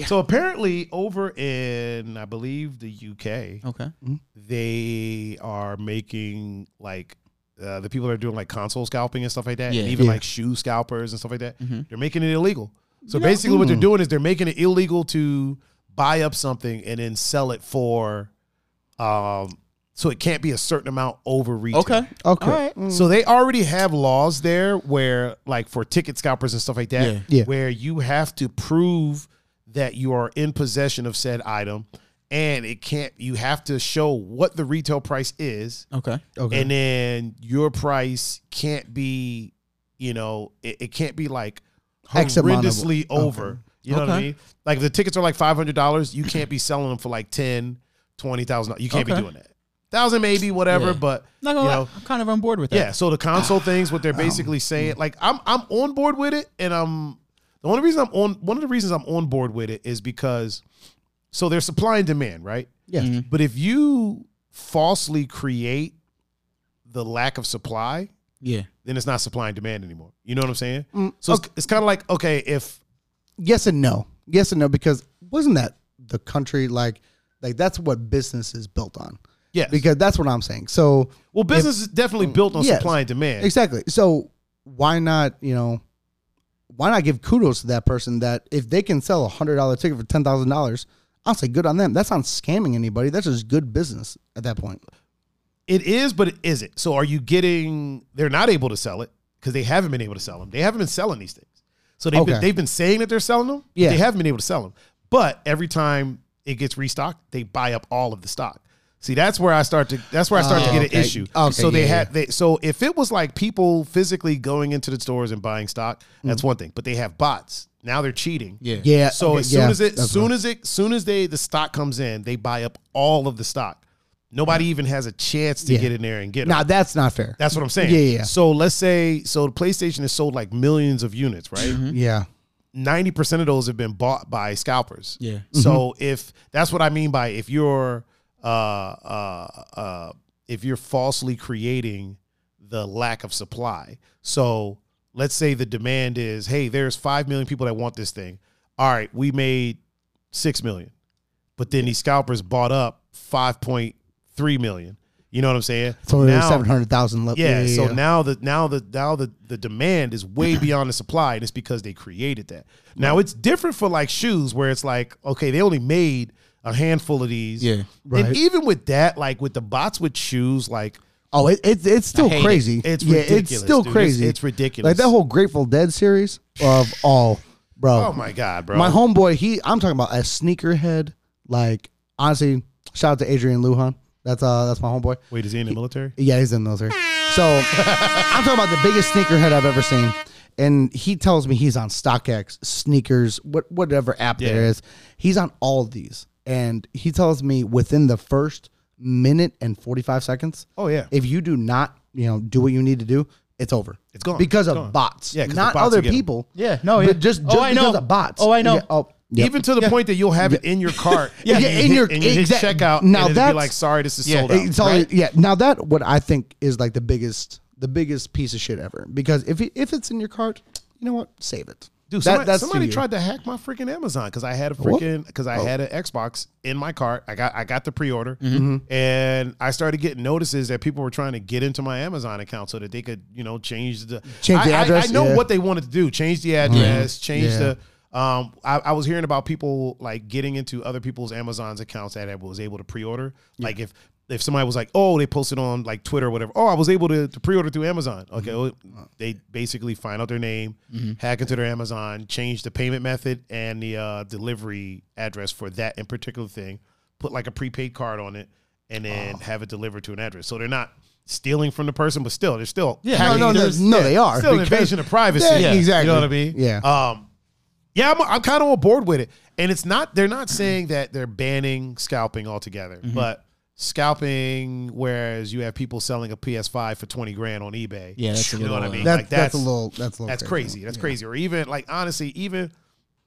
So apparently, over in I believe the UK,
Okay.
they are making like uh, the people that are doing like console scalping and stuff like that,
Yeah. Mm-hmm.
and even
Yeah.
like shoe scalpers and stuff like that, they're making it illegal. So basically,
Hmm.
what they're doing is they're making it illegal to buy up something and then sell it for um, so it can't be a certain amount over retail.
Okay.
Okay. Mm,
All right.
So they already have laws there where, like, for ticket scalpers and stuff like that,
Yeah.
Yeah.
where you have to prove that you are in possession of said item, and it can't. You have to show what the retail price is,
Okay.
Okay.
and then your price can't be, you know, it, it can't be like
X amount of-
horrendously over. You know what I
Okay.
mean? Like, if the tickets are like five hundred dollars, you can't be selling them for like ten, twenty thousand. dollars You can't be
Okay.
doing that. Thousand maybe, whatever,
Yeah.
but
Not
you
gonna lie,
know,
I'm kind of on board with that.
yeah, so the
<sighs>
console things, what
Um,
they're basically
mm.
saying, like I'm I'm on board with it, and I'm the only reason I'm on one of the reasons I'm on board with it is because so there's supply and demand, right?
yeah.
But if you falsely create the lack of supply,
Yeah.
then it's not supply and demand anymore. You know what I'm saying?
Mm,
so it's, it's kind of like okay, if
Yes and no. Yes and no because wasn't that the country like like that's what business is built on.
yes,
Because that's what I'm saying. So
well, business is definitely built on
Yes.
supply and demand.
Exactly. So why not, you know, why not give kudos to that person that if they can sell a hundred dollar ticket for ten thousand dollars, I'll say good on them. That's not scamming anybody. That's just good business at that point.
It is, but it isn't. So are you getting? They're not able to sell it because they haven't been able to sell them. They haven't been selling these things. So they've been,
Okay.
they've been saying that they're selling them. but
Yeah.
they haven't been able to sell them. But every time it gets restocked, they buy up all of the stock. See, that's where I start to that's where I start to get
okay.
an issue.
Okay,
so they
yeah,
had they so if it was like people physically going into the stores and buying stock, that's one thing. But they have bots now; they're cheating.
Yeah.
Mm. Yeah.
So
okay,
as soon
yeah,
as it,
that's
soon
right.
as it, soon as they the stock comes in, they buy up all of the stock. Nobody even has a chance to
Yeah.
get in there and get it.
Nah, that's not fair.
That's what I'm saying.
Yeah, yeah, yeah.
So let's say so the PlayStation has sold like millions of units, right?
yeah.
90% of those have been bought by scalpers.
Yeah.
So if that's what I mean by if you're uh uh uh if you're falsely creating the lack of supply. So let's say the demand is, hey, there's five million people that want this thing. All right, we made six million. But then these scalpers bought up five point three million. You know what I'm saying?
So
Now-
seven hundred thousand left.
yeah, so now the now the now the, the demand is
<clears throat>
way beyond the supply, and it's because they created that. Now it's different for like shoes, where it's like, okay, they only made a handful of these.
Yeah.
Right.
And even with that, like with the bots with shoes, like
Oh, it, it's it's still
hate it.
crazy.
It's
yeah,
ridiculous,
It's still
dude. It's-
crazy.
it's ridiculous.
Like that whole Grateful Dead series of all, bro.
oh my god, bro.
My homeboy, he I'm talking about a sneakerhead. Like honestly, shout out to Adrian Lujan. That's uh that's my homeboy.
Wait, is he in the military?
Yeah, he's in the military. So I'm talking about the biggest sneakerhead I've ever seen. And he tells me he's on StockX, sneakers, what whatever app there
Yeah.
is. He's on all of these. And he tells me within the first minute and 45 seconds,
Oh yeah.
if you do not, you know, do what you need to do, it's over.
It's gone.
Because
It's
of
gone.
bots.
Yeah, 'cause the
not
bots
other
will get 'em.
people.
Yeah. No,
but
yeah.
just,
Oh,
just
I
because
know.
of bots.
Oh, I know.
Yeah, oh, yep.
Even to the point that you'll have it in your cart.
<laughs> Yeah,
and you
in
hit-
your-
and you hit
exact-
checkout.
now
and it'll be
that's-
like, sorry, this is
Yeah,
sold out.
It's all
right?
yeah. Now that what I think is like the biggest the biggest piece of shit ever because if it, if it's in your cart, you know what, save it.
Dude,
That-
somebody,
that's to
somebody
you. Oh.
tried to hack my freaking Amazon because I had a freaking because I had an Xbox in my cart. I got I got the pre order,
Mm-hmm.
and I started getting notices that people were trying to get into my Amazon account so that they could you know change the
Change the
I- I- I,
address,
know
yeah. Mm-hmm.
what they wanted to do: change the address, change
Yeah.
the. Um, I, I was hearing about people like getting into other people's Amazon's accounts that I was able to pre-order. Like if if somebody was like, oh, they posted on like Twitter or whatever. Oh, I was able to, to pre-order through Amazon. Okay,
Mm-hmm.
well, they basically find out their name, hack into their Amazon, change the payment method and the uh, delivery address for that in particular thing, put like a prepaid card on it, and then have it delivered to an address. So they're not stealing from the person, but still they're still
Yeah.
hacking
no, no,
their-
no, they are,
still an
because-
invasion of privacy.
Yeah, exactly.
You know what I mean?
Yeah.
Um, yeah, I'm, I'm kind of on board with it. And it's not, they're not saying that they're banning scalping altogether,
Mm-hmm.
but scalping, whereas you have people selling a PS5 for 20 grand on eBay.
Yeah, that's a
you know what I
little,
mean?
uh,
That,
like
that's, a little that's a little
that's crazy. That's crazy. Or even like honestly, even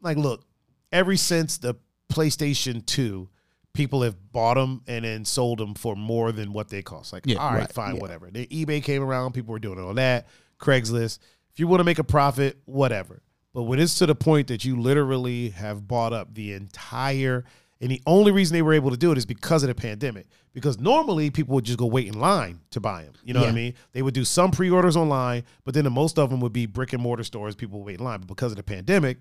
like look, ever since the PlayStation Two, people have bought them and then sold them for more than what they cost. Like,
Yeah,
all right,
right.
fine, whatever. The eBay came around, people were doing all that. Craigslist. If you want to make a profit, whatever. But when it's to the point that you literally have bought up the entire and the only reason they were able to do it is because of the pandemic. Because normally people would just go wait in line to buy them. You know what I
Yeah.
mean? mean? They would do some pre-orders online, but then the most of them would be brick and mortar stores. People would wait in line, but because of the pandemic,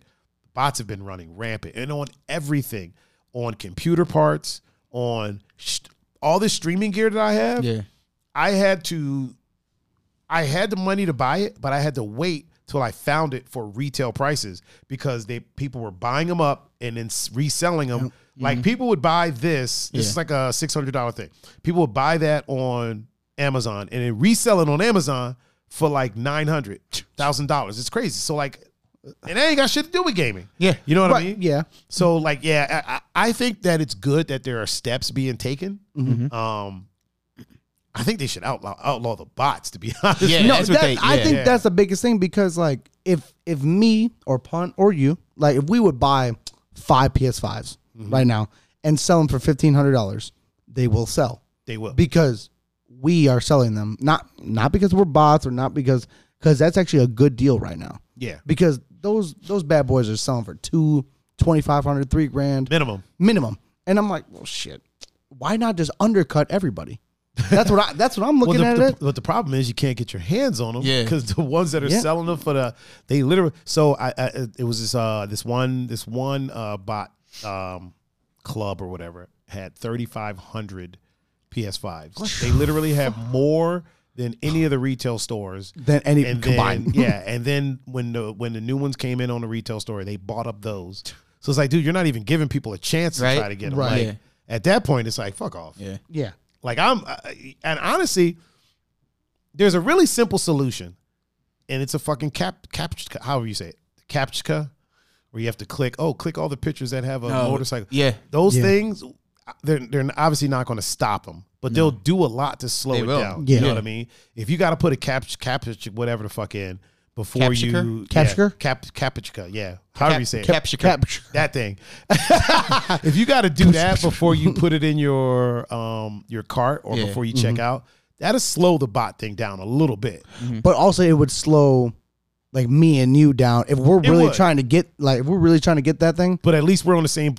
bots have been running rampant and on everything, on computer parts, on sh- all this streaming gear that I have,
Yeah.
I had to, I had the money to buy it, but I had to wait till I found it for retail prices because they people were buying them up and then s- reselling them. Like people would buy this. This is
Mm-hmm. Yeah.
like a six hundred dollar thing. People would buy that on Amazon and then resell it on Amazon for like nine hundred thousand dollars. It's crazy. So like, and that ain't got shit to do with gaming.
Yeah.
you know what I
Right,
mean.
yeah.
So like, yeah, I, I I think that it's good that there are steps being taken. Um, I think they should outlaw outlaw the bots. To be <laughs> honest,
Yeah.
with you.
No, That's what
That-
they-
I
yeah.
think
Yeah.
that's the biggest thing because like if if me or Punt or you like if we would buy five PS5s
Mm-hmm.
right now and sell them for fifteen hundred dollars, they will sell
they will.
because we are selling them not not because we're bots or not because because that's actually a good deal right now
yeah,
because those those bad boys are selling for two twenty five hundred three grand
minimum.
minimum and I'm like well shit why not just undercut everybody that's what I that's what I'm
Well,
looking
the,
at
the,
it
but the problem is you can't get your hands on them
Yeah.
because the ones that are
Yeah.
selling them for the they literally. So I, I it was this uh this one this one uh bot um club or whatever had thirty five hundred PS5s. They literally have more than any of the retail stores
than any
and then
combined <laughs>
yeah, and then when the when the new ones came in on the retail store, they bought up those. So it's like, dude, you're not even giving people a chance to
Right.
try to get them.
Right.
Like, At that point, it's like, fuck off.
Yeah.
yeah
Like I'm, I, and honestly, there's a really simple solution, and it's a fucking cap captcha. However you say it, captcha, where you have to click. Oh, click all the pictures that have a
No,
motorcycle.
Yeah.
Those
Yeah.
things, they're they're obviously not going to stop them, but they'll do a lot to slow
They
it
will.
down.
Yeah.
You know what I mean? If you got to put a cap captcha whatever the fuck in before you
Captcha?
yeah,
Captcha?
cap captcha yeah. However you say it,
Capture. Capture.
that thing. <laughs> if you got to do that before you put it in your um your cart or
Yeah.
before you check out, that'll slow the bot thing down a little bit.
but also it would slow like me and you down if we're
It
really
would.
trying to get like if we're really trying to get that thing
But at least we're on the same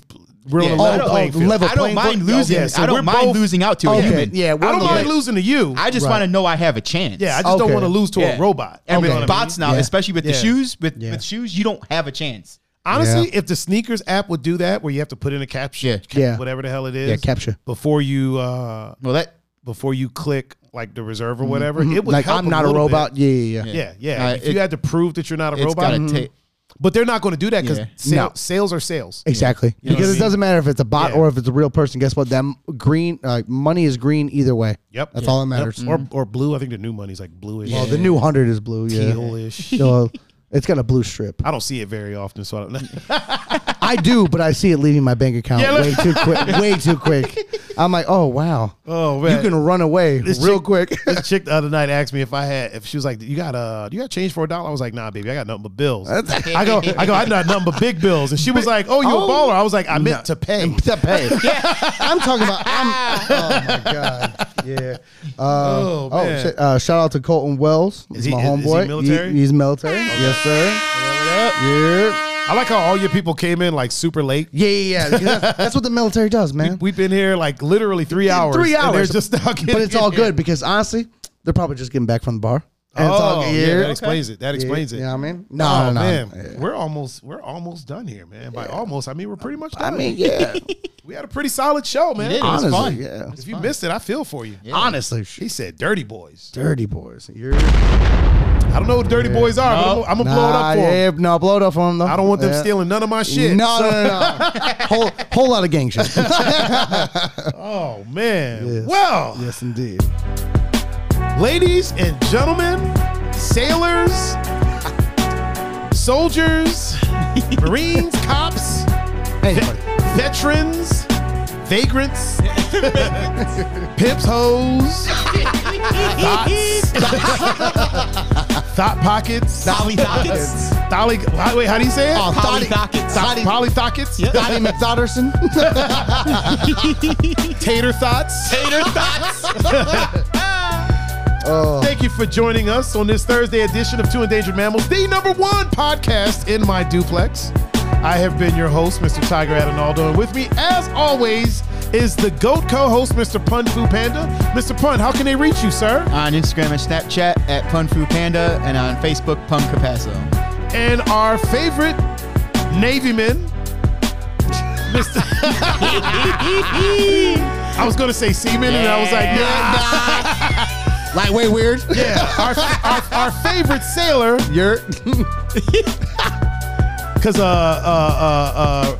we're
Yeah.
on a
Oh,
level
oh,
playing field.
level
I don't
playing
mind
field.
losing.
Yeah,
it.
so
I
we're
don't mind
both-
losing out to a
Okay,
human.
yeah, we're
I
on
don't
the
mind
le-
losing to you.
I just
Right.
want to know I have a chance.
yeah, I just don't
Okay.
want to lose to
Yeah.
a robot. You know
And with
what I mean?
bots now,
Yeah.
especially with the
Yeah.
shoes, with,
Yeah.
with shoes, you don't have a chance.
Honestly,
Yeah.
if the sneakers app would do that, where you have to put in a caption,
Yeah.
cap-
Yeah.
whatever the hell it is,
yeah capture
before you uh
Well, that
before you click like the reserve or whatever, it would
like
help
I'm not a
little bit.
robot yeah yeah yeah,
Yeah, yeah.
Uh,
if
it-
you had to prove that you're not a
it's
robot, mm-hmm.
gotta take.
But they're not going to do that because
Yeah.
No.
sales are sales.
exactly
You know what I
because it
mean?
doesn't matter if it's a bot
Yeah.
or if it's a real person guess what that m- green uh, money is green either way
Yep,
That's all that
Yep. Mm-hmm.
matters.
Or or blue. I think the new money's like bluish,
well the new 100 is blue yeah
tealish. <laughs>
so it's got a blue strip
I don't see it very often, so I don't <laughs> know.
I do but I see it leaving my bank account
Yeah, look-
way too quick way too
<laughs>
quick I'm like oh wow
oh
you can run away
This
real
chick-
quick
this chick the other night asked me if I had if she was like, "You got uh, you got change for a dollar?" I was like, "Nah, baby, I got nothing but bills." <laughs> I go, I go, I got nothing but big bills, and she was like, "Oh, you a
Oh.
baller?" I was like, "I meant to pay."
to pay.
<laughs>
I'm talking about. I'm,
Ah.
oh my god! Yeah. Uh,
<laughs>
<laughs> oh
man.
shit, uh, shout out to Colton Wells. He's
Is he-
my
is- is he
homeboy.
military? Oh.
he's military. Yes, sir. Yeah.
I like how all your people came in like super late.
Yeah, yeah, yeah. That's, that's what the military does, man.
We've been here like literally three hours.
Three
and they're
hours.
just now
but it's all good because honestly, they're probably just getting back from the bar. And
oh,
it's all
yeah,
yeah.
that explains it. That explains it.
You know what I mean? No,
Oh,
no, no.
man,
Yeah.
we're almost we're almost done here, man. By almost, I mean we're pretty much
I
done.
mean, yeah.
<laughs> we had a pretty solid show, man.
did. It was
honestly,
fun.
yeah.
If you missed it, I feel for you.
Honestly, sh-
He said, "Dirty boys."
dirty boys. You're
I don't know what dirty boys are, but I'm, gonna- I'm gonna blow it
Nah,
up for
yeah,
them.
No, blow it up on them. Though.
I don't want them
Yeah.
stealing none of my shit.
No, no, no,
<laughs>
no. whole whole lot of gang shit.
Oh man.
Yes.
Well,
yes, indeed.
ladies and gentlemen, sailors, soldiers,
<laughs>
marines, cops,
Anyway,
veterans,
<laughs>
vagrants, pimps, hoes, thoughts, <laughs> thought pockets,
Dolly Dockets.
Dolly, wait, how do you say it?
Oh,
Dolly
Thotty-
Dockets.
Thought- Polly thockets,
<laughs>
Donnie McDotterson.
tater thoughts.
Tater Thoughts.
Thank you for joining us on this Thursday edition of Two Endangered Mammals, the number one podcast in my duplex. I have been your host, Mr. Tiger Adonaldo, and with me, as always, is the GOAT co-host, Mr. Pun Fu Panda. Mr. Pun, how can they reach you, sir?
on Instagram and Snapchat at Pun Fu Panda and on Facebook Pun Capasso.
and our favorite Navy man, Mr. <laughs> I was gonna say semen, and I was like, nah.
<laughs> Lightweight weird.
Yeah, our, our, our favorite sailor,
You're
because uh, uh, uh,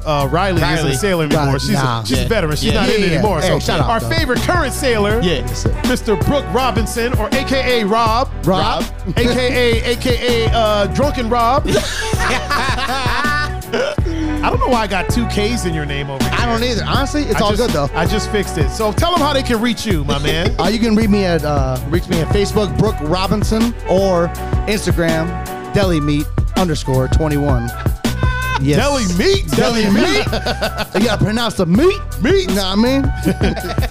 uh, uh, Riley, isn't
Riley.
a sailor anymore.
Riley,
she's
nah.
a, she's a
Yeah.
veteran. She's
Yeah.
not in
Yeah,
it anymore.
yeah. Hey,
so
shut up,
our
dog.
favorite current sailor,
Yeah.
Mr. Brooke Robinson, or AKA Rob, <laughs>
Rob.
AKA AKA uh, Drunken
<laughs>
Rob. I don't know why I got two K's in your name over here.
<laughs> I don't either. Honestly,
I
it's all
just-
good though.
I just fixed it. So tell them how they can reach you, my
<laughs>
man.
Uh, you can read me at uh, reach me at Facebook Brooke Robinson or Instagram Deli Meat underscore twenty one. Yes.
Deli meat, deli meat.
<laughs> You gotta pronounce the meat.
Meat.
You know what I mean?
<laughs>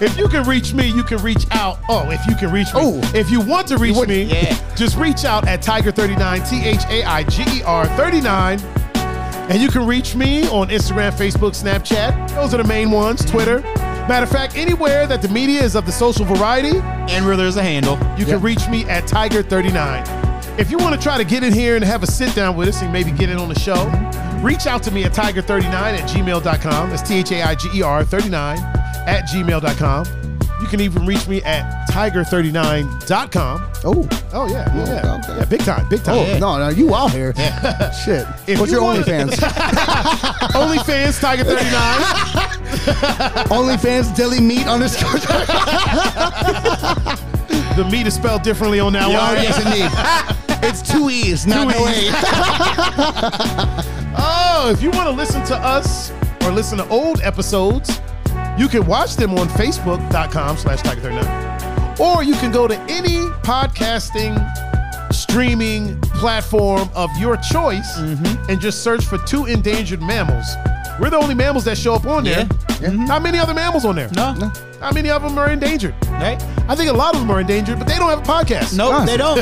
If you can reach me, you can reach out. Oh, if you can reach me.
Oh.
If you want to reach
would-
me,
yeah.
just reach out at Tiger39, T H A I G E R 39. And you can reach me on Instagram, Facebook, Snapchat. Those are the main ones, Twitter. Matter of fact, anywhere that the media is of the social variety,
and where there's a handle.
you
Yeah.
can reach me at Tiger39. If you want to try to get in here and have a sit down with us and maybe get in on the show, reach out to me at Tiger39 at gmail.com. That's T H A I G E R 39 at gmail.com. You can even reach me at tiger39.com.
Oh.
Oh, yeah. Yeah, yeah.
Okay.
yeah big time. Big time.
Oh
<laughs>
no, no, you out here. Shit.
If
What's
you
your
wanna- <laughs>
OnlyFans?
OnlyFans, Tiger39.
OnlyFans Deli Meat underscore.
the meat is spelled differently on that one.
<laughs>
indeed. it's two E's, not
Two
no
E's.
A.
<laughs> Oh, if you want to listen to us or listen to old episodes, you can watch them on Facebook.com slash Tiger39. Or you can go to any podcasting streaming platform of your choice
Mm-hmm.
and just search for two endangered mammals. We're the only mammals that show up on there.
Yeah. Mm-hmm.
Not many other mammals on there.
No.
No.
How many of them are endangered?
Right?
I think a lot of them are endangered, but they don't have a podcast.
Nope,
Awesome.
they don't.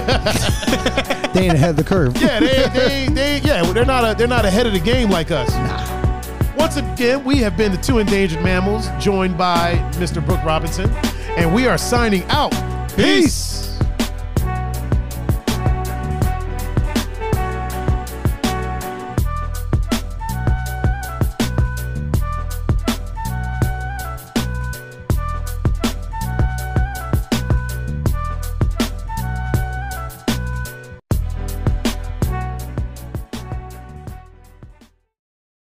They ain't ahead of the curve.
Yeah, they, they, they, yeah, well, they're not, a, they're not ahead of the game like us. Once again, we have been the two endangered mammals, joined by Mr. Brooke Robinson, and we are signing out. Peace.